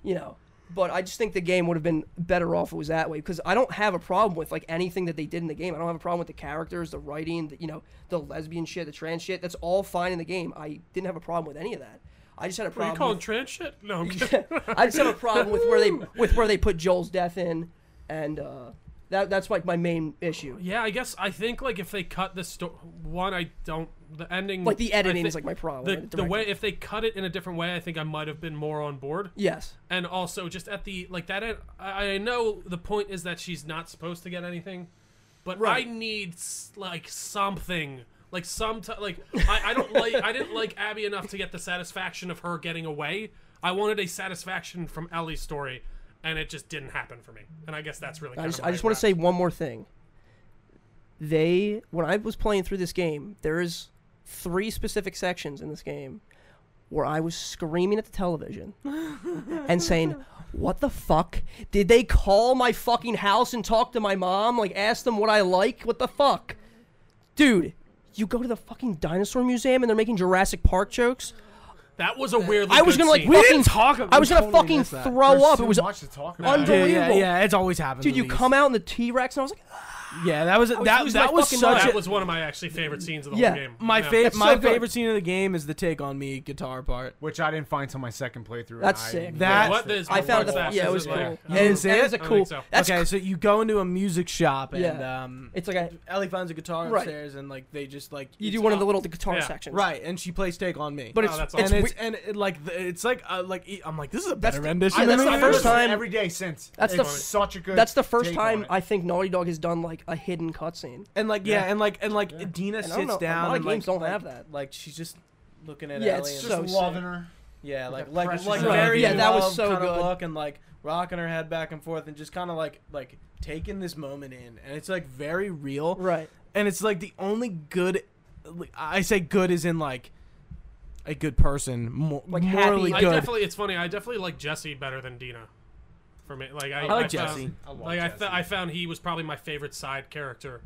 [SPEAKER 4] you know. But I just think the game would have been better off if it was that way because I don't have a problem with like anything that they did in the game. I don't have a problem with the characters, the writing, the, you know, the lesbian shit, the trans shit. That's all fine in the game. I didn't have a problem with any of that. I just had a
[SPEAKER 2] what are
[SPEAKER 4] problem.
[SPEAKER 2] you calling
[SPEAKER 4] with-
[SPEAKER 2] trans shit? No, I'm kidding.
[SPEAKER 4] I just have a problem with where they with where they put Joel's death in, and uh, that that's like my main issue.
[SPEAKER 2] Yeah, I guess I think like if they cut the sto- one, I don't the ending.
[SPEAKER 4] Like the
[SPEAKER 2] I
[SPEAKER 4] editing
[SPEAKER 2] thi-
[SPEAKER 4] is like my problem.
[SPEAKER 2] the,
[SPEAKER 4] and
[SPEAKER 2] the way
[SPEAKER 4] directing.
[SPEAKER 2] if they cut it in a different way, I think I might have been more on board.
[SPEAKER 4] yes,
[SPEAKER 2] And also just at the like that, end, I, I know the point is that she's not supposed to get anything, but
[SPEAKER 4] Right.
[SPEAKER 2] I need s- like something. Like some t- like I, I don't like I didn't like Abby enough to get the satisfaction of her getting away. I wanted a satisfaction from Ellie's story, and it just didn't happen for me. And I guess that's really.
[SPEAKER 4] I
[SPEAKER 2] kind
[SPEAKER 4] just,
[SPEAKER 2] of
[SPEAKER 4] I
[SPEAKER 2] my
[SPEAKER 4] just want
[SPEAKER 2] wrap.
[SPEAKER 4] to say one more thing. They, when I was playing through this game, there is three specific sections in this game where I was screaming at the television and saying, "What the fuck? Did they call my fucking house and talk to my mom? Like, ask them what I like? What the fuck, dude? You go to the fucking dinosaur museum and they're making Jurassic Park jokes.
[SPEAKER 2] that was a weirdly.
[SPEAKER 4] I was
[SPEAKER 2] good
[SPEAKER 4] gonna like
[SPEAKER 2] scene.
[SPEAKER 4] fucking
[SPEAKER 1] talk about-
[SPEAKER 4] I was
[SPEAKER 1] we
[SPEAKER 4] gonna
[SPEAKER 1] totally
[SPEAKER 4] fucking
[SPEAKER 1] missed that.
[SPEAKER 4] throw
[SPEAKER 3] There's
[SPEAKER 4] up.
[SPEAKER 3] so
[SPEAKER 4] it was
[SPEAKER 3] much to talk about.
[SPEAKER 4] unbelievable.
[SPEAKER 1] Yeah, yeah, yeah, it's always happened.
[SPEAKER 4] dude.
[SPEAKER 1] to
[SPEAKER 4] You
[SPEAKER 1] these.
[SPEAKER 4] come out in the T Rex and I was like.
[SPEAKER 1] Yeah, that was
[SPEAKER 4] was
[SPEAKER 1] that
[SPEAKER 4] losing my
[SPEAKER 1] that was
[SPEAKER 4] fucking
[SPEAKER 1] such
[SPEAKER 4] mind.
[SPEAKER 1] a,
[SPEAKER 2] That was one of my actually favorite scenes of the
[SPEAKER 4] Yeah.
[SPEAKER 2] whole game.
[SPEAKER 1] my
[SPEAKER 2] yeah.
[SPEAKER 1] favorite
[SPEAKER 4] That's
[SPEAKER 1] my
[SPEAKER 4] so good.
[SPEAKER 1] favorite scene of the game is the take on me guitar part.
[SPEAKER 3] Which I didn't find till my second playthrough.
[SPEAKER 4] That's
[SPEAKER 3] and I
[SPEAKER 4] sick.
[SPEAKER 1] That-
[SPEAKER 2] What is-
[SPEAKER 4] I found
[SPEAKER 2] what's
[SPEAKER 4] it.
[SPEAKER 2] that?
[SPEAKER 4] Yeah,
[SPEAKER 2] Is
[SPEAKER 4] it was
[SPEAKER 2] it
[SPEAKER 4] cool.
[SPEAKER 2] like-
[SPEAKER 4] Yeah,
[SPEAKER 2] You
[SPEAKER 1] didn't
[SPEAKER 4] it's-
[SPEAKER 1] see
[SPEAKER 4] Oh, that
[SPEAKER 1] it? Oh,
[SPEAKER 4] is a
[SPEAKER 2] I don't
[SPEAKER 4] cool.
[SPEAKER 2] think so.
[SPEAKER 4] That's
[SPEAKER 1] okay,
[SPEAKER 4] cool.
[SPEAKER 1] so you go into a music shop and
[SPEAKER 4] Yeah.
[SPEAKER 1] um,
[SPEAKER 4] It's like a,
[SPEAKER 1] Ellie finds a guitar
[SPEAKER 4] Right.
[SPEAKER 1] upstairs and like they just like
[SPEAKER 4] you do
[SPEAKER 1] it's
[SPEAKER 4] one of the
[SPEAKER 1] up-
[SPEAKER 4] little the guitar
[SPEAKER 2] Yeah.
[SPEAKER 4] sections.
[SPEAKER 1] right, and she plays take on me.
[SPEAKER 4] But
[SPEAKER 2] Oh,
[SPEAKER 4] it's
[SPEAKER 2] that's
[SPEAKER 4] it's,
[SPEAKER 1] and it's
[SPEAKER 4] we-
[SPEAKER 1] and it, like the- it's like uh, like e- I'm like this is a better
[SPEAKER 4] the-
[SPEAKER 1] rendition.
[SPEAKER 4] I-
[SPEAKER 1] than
[SPEAKER 4] that's the
[SPEAKER 1] it
[SPEAKER 4] first
[SPEAKER 1] is.
[SPEAKER 4] time-
[SPEAKER 3] every day since.
[SPEAKER 4] That's
[SPEAKER 3] It's
[SPEAKER 4] the-
[SPEAKER 3] such a good.
[SPEAKER 4] that's the first
[SPEAKER 3] take on
[SPEAKER 4] time
[SPEAKER 3] it.
[SPEAKER 4] I think Naughty Dog has done like a hidden cutscene.
[SPEAKER 1] And like yeah, and like and like Dina
[SPEAKER 4] And I don't
[SPEAKER 1] sits
[SPEAKER 4] know, a
[SPEAKER 1] down.
[SPEAKER 4] lot of
[SPEAKER 1] and, like-
[SPEAKER 4] games don't
[SPEAKER 1] like-
[SPEAKER 4] have that.
[SPEAKER 1] Like she's just looking at
[SPEAKER 4] Yeah,
[SPEAKER 1] Ellie.
[SPEAKER 4] it's
[SPEAKER 1] and
[SPEAKER 4] so
[SPEAKER 3] just loving her.
[SPEAKER 1] Yeah, like
[SPEAKER 3] a
[SPEAKER 1] like
[SPEAKER 3] precious
[SPEAKER 1] like
[SPEAKER 4] Right.
[SPEAKER 1] very
[SPEAKER 4] Yeah, that was
[SPEAKER 1] love
[SPEAKER 4] so
[SPEAKER 1] kind
[SPEAKER 4] good.
[SPEAKER 1] of look and like rocking her head back and forth and just kind of like like taking this moment in and it's like very real.
[SPEAKER 4] Right.
[SPEAKER 1] And it's like the only good I say good is in like a good person, mo-
[SPEAKER 4] Like, happy-
[SPEAKER 1] morally
[SPEAKER 2] I
[SPEAKER 1] good.
[SPEAKER 2] definitely. It's funny. I definitely like Jesse better than Dina. For me, like I,
[SPEAKER 1] I like
[SPEAKER 2] found-
[SPEAKER 1] Jesse.
[SPEAKER 3] I love
[SPEAKER 2] like I,
[SPEAKER 3] Jesse.
[SPEAKER 2] th- I found he was probably my favorite side character,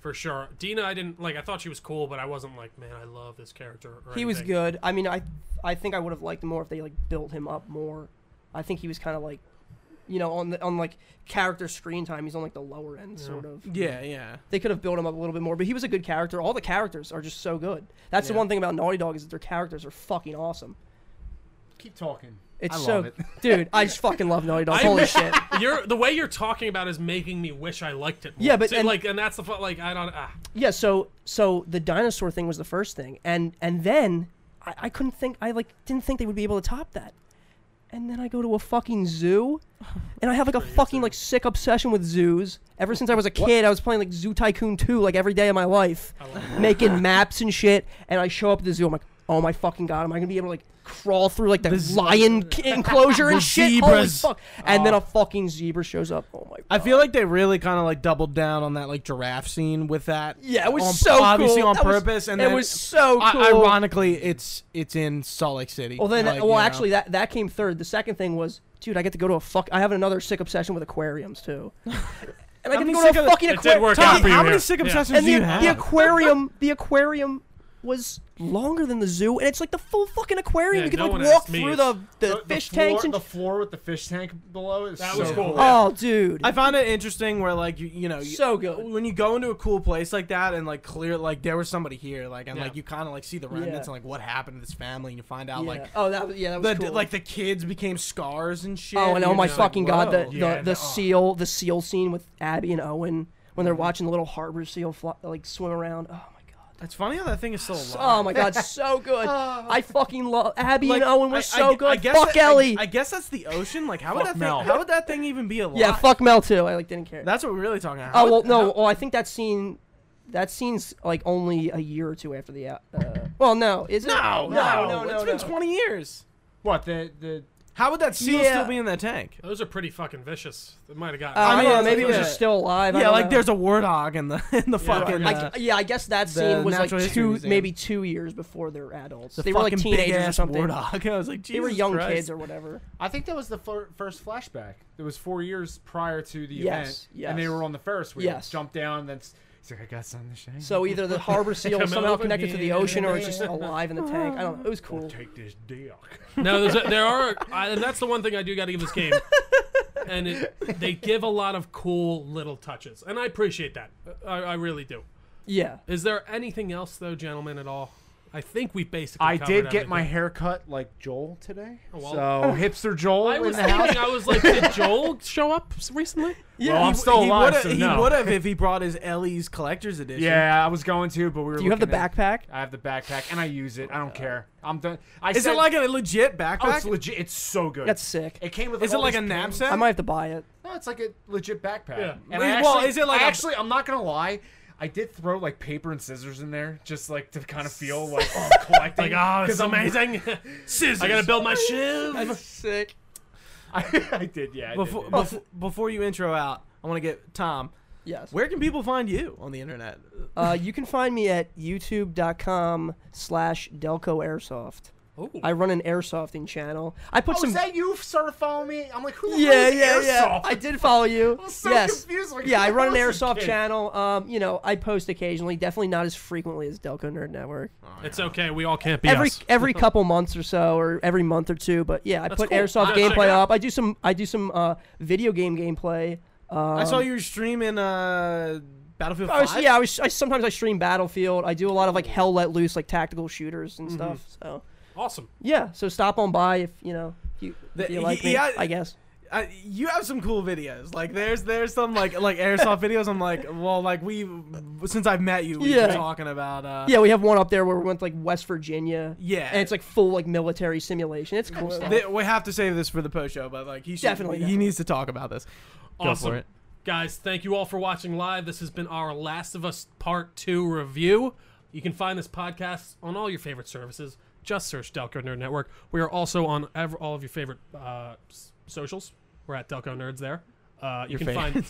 [SPEAKER 2] for sure. Dina, I didn't like. I thought she was cool, but I wasn't like, man, I love this character. Or
[SPEAKER 4] He was
[SPEAKER 2] anything.
[SPEAKER 4] good. I mean, I I think I would have liked him more if they like built him up more. I think he was kind of like, you know, on the on like character screen time, he's on like the lower end sort of.
[SPEAKER 1] yeah, yeah.
[SPEAKER 4] They could have built him up a little bit more, but he was a good character. All the characters are just so good. That's the
[SPEAKER 1] Yeah.
[SPEAKER 4] one thing about Naughty Dog is that their characters are fucking awesome.
[SPEAKER 3] Keep talking.
[SPEAKER 4] It's
[SPEAKER 3] I
[SPEAKER 4] so,
[SPEAKER 3] love it.
[SPEAKER 4] dude. I just fucking love Naughty Dog.
[SPEAKER 2] I
[SPEAKER 4] Holy
[SPEAKER 2] wish-
[SPEAKER 4] shit!
[SPEAKER 2] You're the way you're talking about is making me wish I liked it. More.
[SPEAKER 4] Yeah, but-
[SPEAKER 2] See,
[SPEAKER 4] and-
[SPEAKER 2] like, and that's the fu- like I don't. Ah.
[SPEAKER 4] Yeah, so so the dinosaur thing was the first thing, and and then I, I couldn't think I like didn't think they would be able to top that, and then I go to a fucking zoo, and I have like a fucking like sick obsession with zoos. Ever since I was a kid, I was playing like Zoo Tycoon 2 like every day of my life, making maps and shit. And I show up at the zoo, I'm like, oh my fucking god, am I gonna be able to like crawl through like the,
[SPEAKER 1] z-
[SPEAKER 4] lion c- enclosure and
[SPEAKER 1] The
[SPEAKER 4] shit?
[SPEAKER 1] zebras.
[SPEAKER 4] Holy fuck! And then a fucking zebra shows up. Oh my. god.
[SPEAKER 1] I feel like they really kind of like doubled down on that like giraffe scene with that.
[SPEAKER 4] Yeah, it was
[SPEAKER 1] on-
[SPEAKER 4] so
[SPEAKER 1] obviously
[SPEAKER 4] cool.
[SPEAKER 1] on
[SPEAKER 4] That was-
[SPEAKER 1] purpose, and
[SPEAKER 4] it
[SPEAKER 1] then
[SPEAKER 4] was so
[SPEAKER 1] I-
[SPEAKER 4] cool.
[SPEAKER 1] ironically, it's it's in Salt Lake City.
[SPEAKER 4] Well, then,
[SPEAKER 1] Like, you
[SPEAKER 4] well,
[SPEAKER 1] know.
[SPEAKER 4] actually, that that came third. The second thing was, dude, I get to go to a fuck. I have another sick obsession with aquariums too, and I get
[SPEAKER 1] many
[SPEAKER 4] to go
[SPEAKER 1] sick
[SPEAKER 4] to
[SPEAKER 1] of-
[SPEAKER 4] a fucking
[SPEAKER 2] It did
[SPEAKER 4] aquarium.
[SPEAKER 2] work
[SPEAKER 1] Tommy,
[SPEAKER 2] out for you
[SPEAKER 1] how many
[SPEAKER 2] here.
[SPEAKER 1] sick
[SPEAKER 2] Yeah.
[SPEAKER 1] obsessions
[SPEAKER 4] And
[SPEAKER 1] do
[SPEAKER 4] the,
[SPEAKER 1] you
[SPEAKER 4] the
[SPEAKER 1] have?
[SPEAKER 4] aquarium, the aquarium was longer than the zoo, and it's like the full fucking aquarium.
[SPEAKER 2] Yeah,
[SPEAKER 4] you could
[SPEAKER 2] no one
[SPEAKER 4] like walk
[SPEAKER 2] asked me.
[SPEAKER 4] through the, the, fish
[SPEAKER 3] floor,
[SPEAKER 4] tanks and.
[SPEAKER 3] the floor with the fish tank below is
[SPEAKER 2] That
[SPEAKER 3] so
[SPEAKER 2] was cool.
[SPEAKER 4] oh, dude.
[SPEAKER 1] I found it interesting where like you you know you-
[SPEAKER 4] So good.
[SPEAKER 1] when you go into a cool place like that and like clear like there was somebody here like and
[SPEAKER 2] Yeah.
[SPEAKER 1] like you kind of like see the remnants
[SPEAKER 4] Yeah.
[SPEAKER 1] and like what happened to this family and you find out
[SPEAKER 4] yeah.
[SPEAKER 1] like
[SPEAKER 4] oh, that was yeah, that was
[SPEAKER 1] the
[SPEAKER 4] cool.
[SPEAKER 1] like the kids became scars and shit.
[SPEAKER 4] oh, and oh
[SPEAKER 1] you're
[SPEAKER 4] my
[SPEAKER 1] just like,
[SPEAKER 4] fucking god,
[SPEAKER 1] whoa.
[SPEAKER 4] the the,
[SPEAKER 2] Yeah,
[SPEAKER 4] the
[SPEAKER 2] no.
[SPEAKER 4] seal, the seal scene with Abby and Owen when they're watching the little harbor seal fly, like swim around. Oh my god.
[SPEAKER 1] It's funny how that thing is still alive.
[SPEAKER 4] Oh my god, so good. I fucking love Abby
[SPEAKER 1] Like,
[SPEAKER 4] and Owen were
[SPEAKER 1] I- I-
[SPEAKER 4] so
[SPEAKER 1] I
[SPEAKER 4] good.
[SPEAKER 1] guess
[SPEAKER 4] fuck
[SPEAKER 1] that- I-
[SPEAKER 4] Ellie.
[SPEAKER 1] I, guess that's the ocean. Like how would
[SPEAKER 3] Fuck
[SPEAKER 1] that thing,
[SPEAKER 3] Mel.
[SPEAKER 1] how would that thing even be alive?
[SPEAKER 4] yeah, fuck Mel too. I like didn't care.
[SPEAKER 1] That's what we're really talking about. How
[SPEAKER 4] oh well,
[SPEAKER 1] would-
[SPEAKER 4] no.
[SPEAKER 1] how-
[SPEAKER 4] Well, I think that scene, that scene's like only a year or two after the. Uh, well, no, is it?
[SPEAKER 1] no,
[SPEAKER 4] no, no, no.
[SPEAKER 1] It's been
[SPEAKER 4] no.
[SPEAKER 1] 20 years.
[SPEAKER 3] What the the
[SPEAKER 1] How would that seal
[SPEAKER 4] Yeah.
[SPEAKER 1] still be in that tank?
[SPEAKER 2] Those are pretty fucking vicious. It might have gotten.
[SPEAKER 4] Uh, I,
[SPEAKER 1] mean,
[SPEAKER 4] don't know.
[SPEAKER 1] it's
[SPEAKER 4] Maybe it was
[SPEAKER 1] yeah.
[SPEAKER 4] just still alive. I
[SPEAKER 1] Yeah,
[SPEAKER 4] don't
[SPEAKER 1] like
[SPEAKER 4] know.
[SPEAKER 1] there's a warthog in the in the fucking.
[SPEAKER 4] I,
[SPEAKER 1] uh,
[SPEAKER 4] g- yeah, I guess that
[SPEAKER 1] the
[SPEAKER 4] scene was like
[SPEAKER 1] Natural History
[SPEAKER 4] two,
[SPEAKER 1] Museum.
[SPEAKER 4] maybe two years before they're adults.
[SPEAKER 1] the
[SPEAKER 4] they were like
[SPEAKER 1] fucking
[SPEAKER 4] teenagers or
[SPEAKER 1] big-ass
[SPEAKER 4] something.
[SPEAKER 1] Warthog. I was like, Jesus
[SPEAKER 4] They were young
[SPEAKER 1] Christ.
[SPEAKER 4] kids or whatever.
[SPEAKER 3] I think that was the fir- first flashback. It was four years prior to the
[SPEAKER 4] Yes,
[SPEAKER 3] event, and they
[SPEAKER 4] yes.
[SPEAKER 3] were on the Ferris wheel.
[SPEAKER 4] Yes.
[SPEAKER 3] Jumped down. And then s- he's like, "I got something to shake."
[SPEAKER 4] So either the harbor seal was
[SPEAKER 2] Come
[SPEAKER 4] somehow
[SPEAKER 2] over
[SPEAKER 4] connected to the
[SPEAKER 2] here.
[SPEAKER 4] ocean, or it's just alive in the tank. I don't know. It was cool.
[SPEAKER 3] take this dick.
[SPEAKER 2] No, there's a, there are, I, and that's the one thing I do got to give this game. And it, they give a lot of cool little touches, and I appreciate that. I, I really do.
[SPEAKER 4] Yeah.
[SPEAKER 2] Is there anything else, though, gentlemen, at all? I think we basically.
[SPEAKER 3] I
[SPEAKER 2] covered
[SPEAKER 3] did get my
[SPEAKER 2] everything.
[SPEAKER 3] hair cut like Joel today.
[SPEAKER 1] Oh,
[SPEAKER 2] well.
[SPEAKER 3] so
[SPEAKER 4] Oh.
[SPEAKER 3] hipster Joel
[SPEAKER 2] I was
[SPEAKER 3] in the house.
[SPEAKER 2] thinking. I was like, did Joel show up s- recently?
[SPEAKER 3] well, I'm
[SPEAKER 1] he-
[SPEAKER 3] still
[SPEAKER 1] he
[SPEAKER 3] alive,
[SPEAKER 1] would've-
[SPEAKER 3] so
[SPEAKER 1] he
[SPEAKER 3] no.
[SPEAKER 1] would have if he brought his Ellie's collector's edition.
[SPEAKER 3] Yeah, I was going to, but we were.
[SPEAKER 4] Do you have the
[SPEAKER 3] looking at-
[SPEAKER 4] backpack? Oh,
[SPEAKER 3] I have the backpack, and I use it. I don't care. I'm done. I
[SPEAKER 1] Is
[SPEAKER 3] said-
[SPEAKER 1] it like a legit backpack?
[SPEAKER 3] Oh, it's legit. It's so good.
[SPEAKER 4] That's sick.
[SPEAKER 3] It came with.
[SPEAKER 1] Is it
[SPEAKER 3] all
[SPEAKER 1] like
[SPEAKER 3] these
[SPEAKER 1] a
[SPEAKER 3] pins.
[SPEAKER 1] knapsack?
[SPEAKER 4] I might have to buy it.
[SPEAKER 3] No, it's like a legit backpack.
[SPEAKER 2] Yeah.
[SPEAKER 3] And I
[SPEAKER 1] Is-
[SPEAKER 3] actually,
[SPEAKER 1] well, is it like
[SPEAKER 3] I
[SPEAKER 1] a-
[SPEAKER 3] actually? I'm not gonna lie. I did throw like paper and scissors in there, just like to kind of feel like oh, I'm collecting.
[SPEAKER 2] Like, oh, it's
[SPEAKER 3] I'm-
[SPEAKER 2] amazing. I gotta build my shiv.
[SPEAKER 4] That's sick.
[SPEAKER 3] I, I did, yeah. I did,
[SPEAKER 1] Before,
[SPEAKER 3] did.
[SPEAKER 1] before, before you intro out, I want to get Tom.
[SPEAKER 4] Yes.
[SPEAKER 1] Where can people find you on the internet?
[SPEAKER 4] Uh, you can find me at youtube.com slash Delco Airsoft.
[SPEAKER 2] Ooh.
[SPEAKER 4] I run an airsofting channel. I put
[SPEAKER 3] Oh,
[SPEAKER 4] some.
[SPEAKER 3] is that you started following me? I'm like, who? who
[SPEAKER 4] yeah,
[SPEAKER 3] is
[SPEAKER 4] yeah, yeah.
[SPEAKER 3] Airsoft?
[SPEAKER 4] I did follow you.
[SPEAKER 3] was so
[SPEAKER 4] yes.
[SPEAKER 3] confused, like,
[SPEAKER 4] yeah, I
[SPEAKER 3] who
[SPEAKER 4] run an
[SPEAKER 3] was this
[SPEAKER 4] airsoft
[SPEAKER 3] kid?
[SPEAKER 4] channel. Um, you know, I post occasionally. Definitely not as frequently as Delco Nerd Network.
[SPEAKER 2] It's okay. We all can't be
[SPEAKER 4] every
[SPEAKER 2] us.
[SPEAKER 4] every couple months or so, or every month or two. But yeah, I put
[SPEAKER 2] cool.
[SPEAKER 4] airsoft
[SPEAKER 2] I'll check it
[SPEAKER 4] gameplay
[SPEAKER 2] out.
[SPEAKER 4] up. I do some. I do some uh, video game gameplay. Um,
[SPEAKER 1] I saw you were streaming uh, Battlefield
[SPEAKER 4] Oh, I
[SPEAKER 1] 5.
[SPEAKER 4] was, yeah, I was. I, sometimes I stream Battlefield. I do a lot of like hell let loose, like tactical shooters
[SPEAKER 1] Mm-hmm.
[SPEAKER 4] and stuff. So
[SPEAKER 2] Awesome.
[SPEAKER 4] yeah, so stop on by if you know if you, if
[SPEAKER 1] The-
[SPEAKER 4] you like me.
[SPEAKER 1] yeah,
[SPEAKER 4] I guess.
[SPEAKER 1] I, you have some cool videos. Like there's there's some like like airsoft videos. I'm like, well, like we since I've met you, we've
[SPEAKER 4] Yeah.
[SPEAKER 1] been talking about. Uh,
[SPEAKER 4] Yeah, we have one up there where we went to like West Virginia.
[SPEAKER 1] Yeah.
[SPEAKER 4] and it's like full like military simulation. It's cool stuff.
[SPEAKER 1] Th- we have to save this for the post show, but like he should,
[SPEAKER 4] Definitely,
[SPEAKER 1] he
[SPEAKER 4] definitely.
[SPEAKER 1] needs to talk about this. Go for
[SPEAKER 2] awesome.
[SPEAKER 1] it.
[SPEAKER 2] Guys, thank you all for watching live. This has been our Last of Us Part 2 review. You can find this podcast on all your favorite services. Just search Delco Nerd Network. We are also on ev- all of your favorite uh, s- socials. We're at Delco Nerds there. Uh, you can find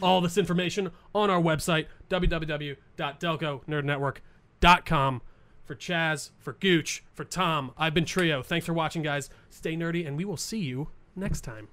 [SPEAKER 2] all this information on our website, www.delconerdnetwork.com. for Chaz, for Gooch, for Tom. I've been Trio. Thanks for watching, guys. Stay nerdy, and we will see you next time.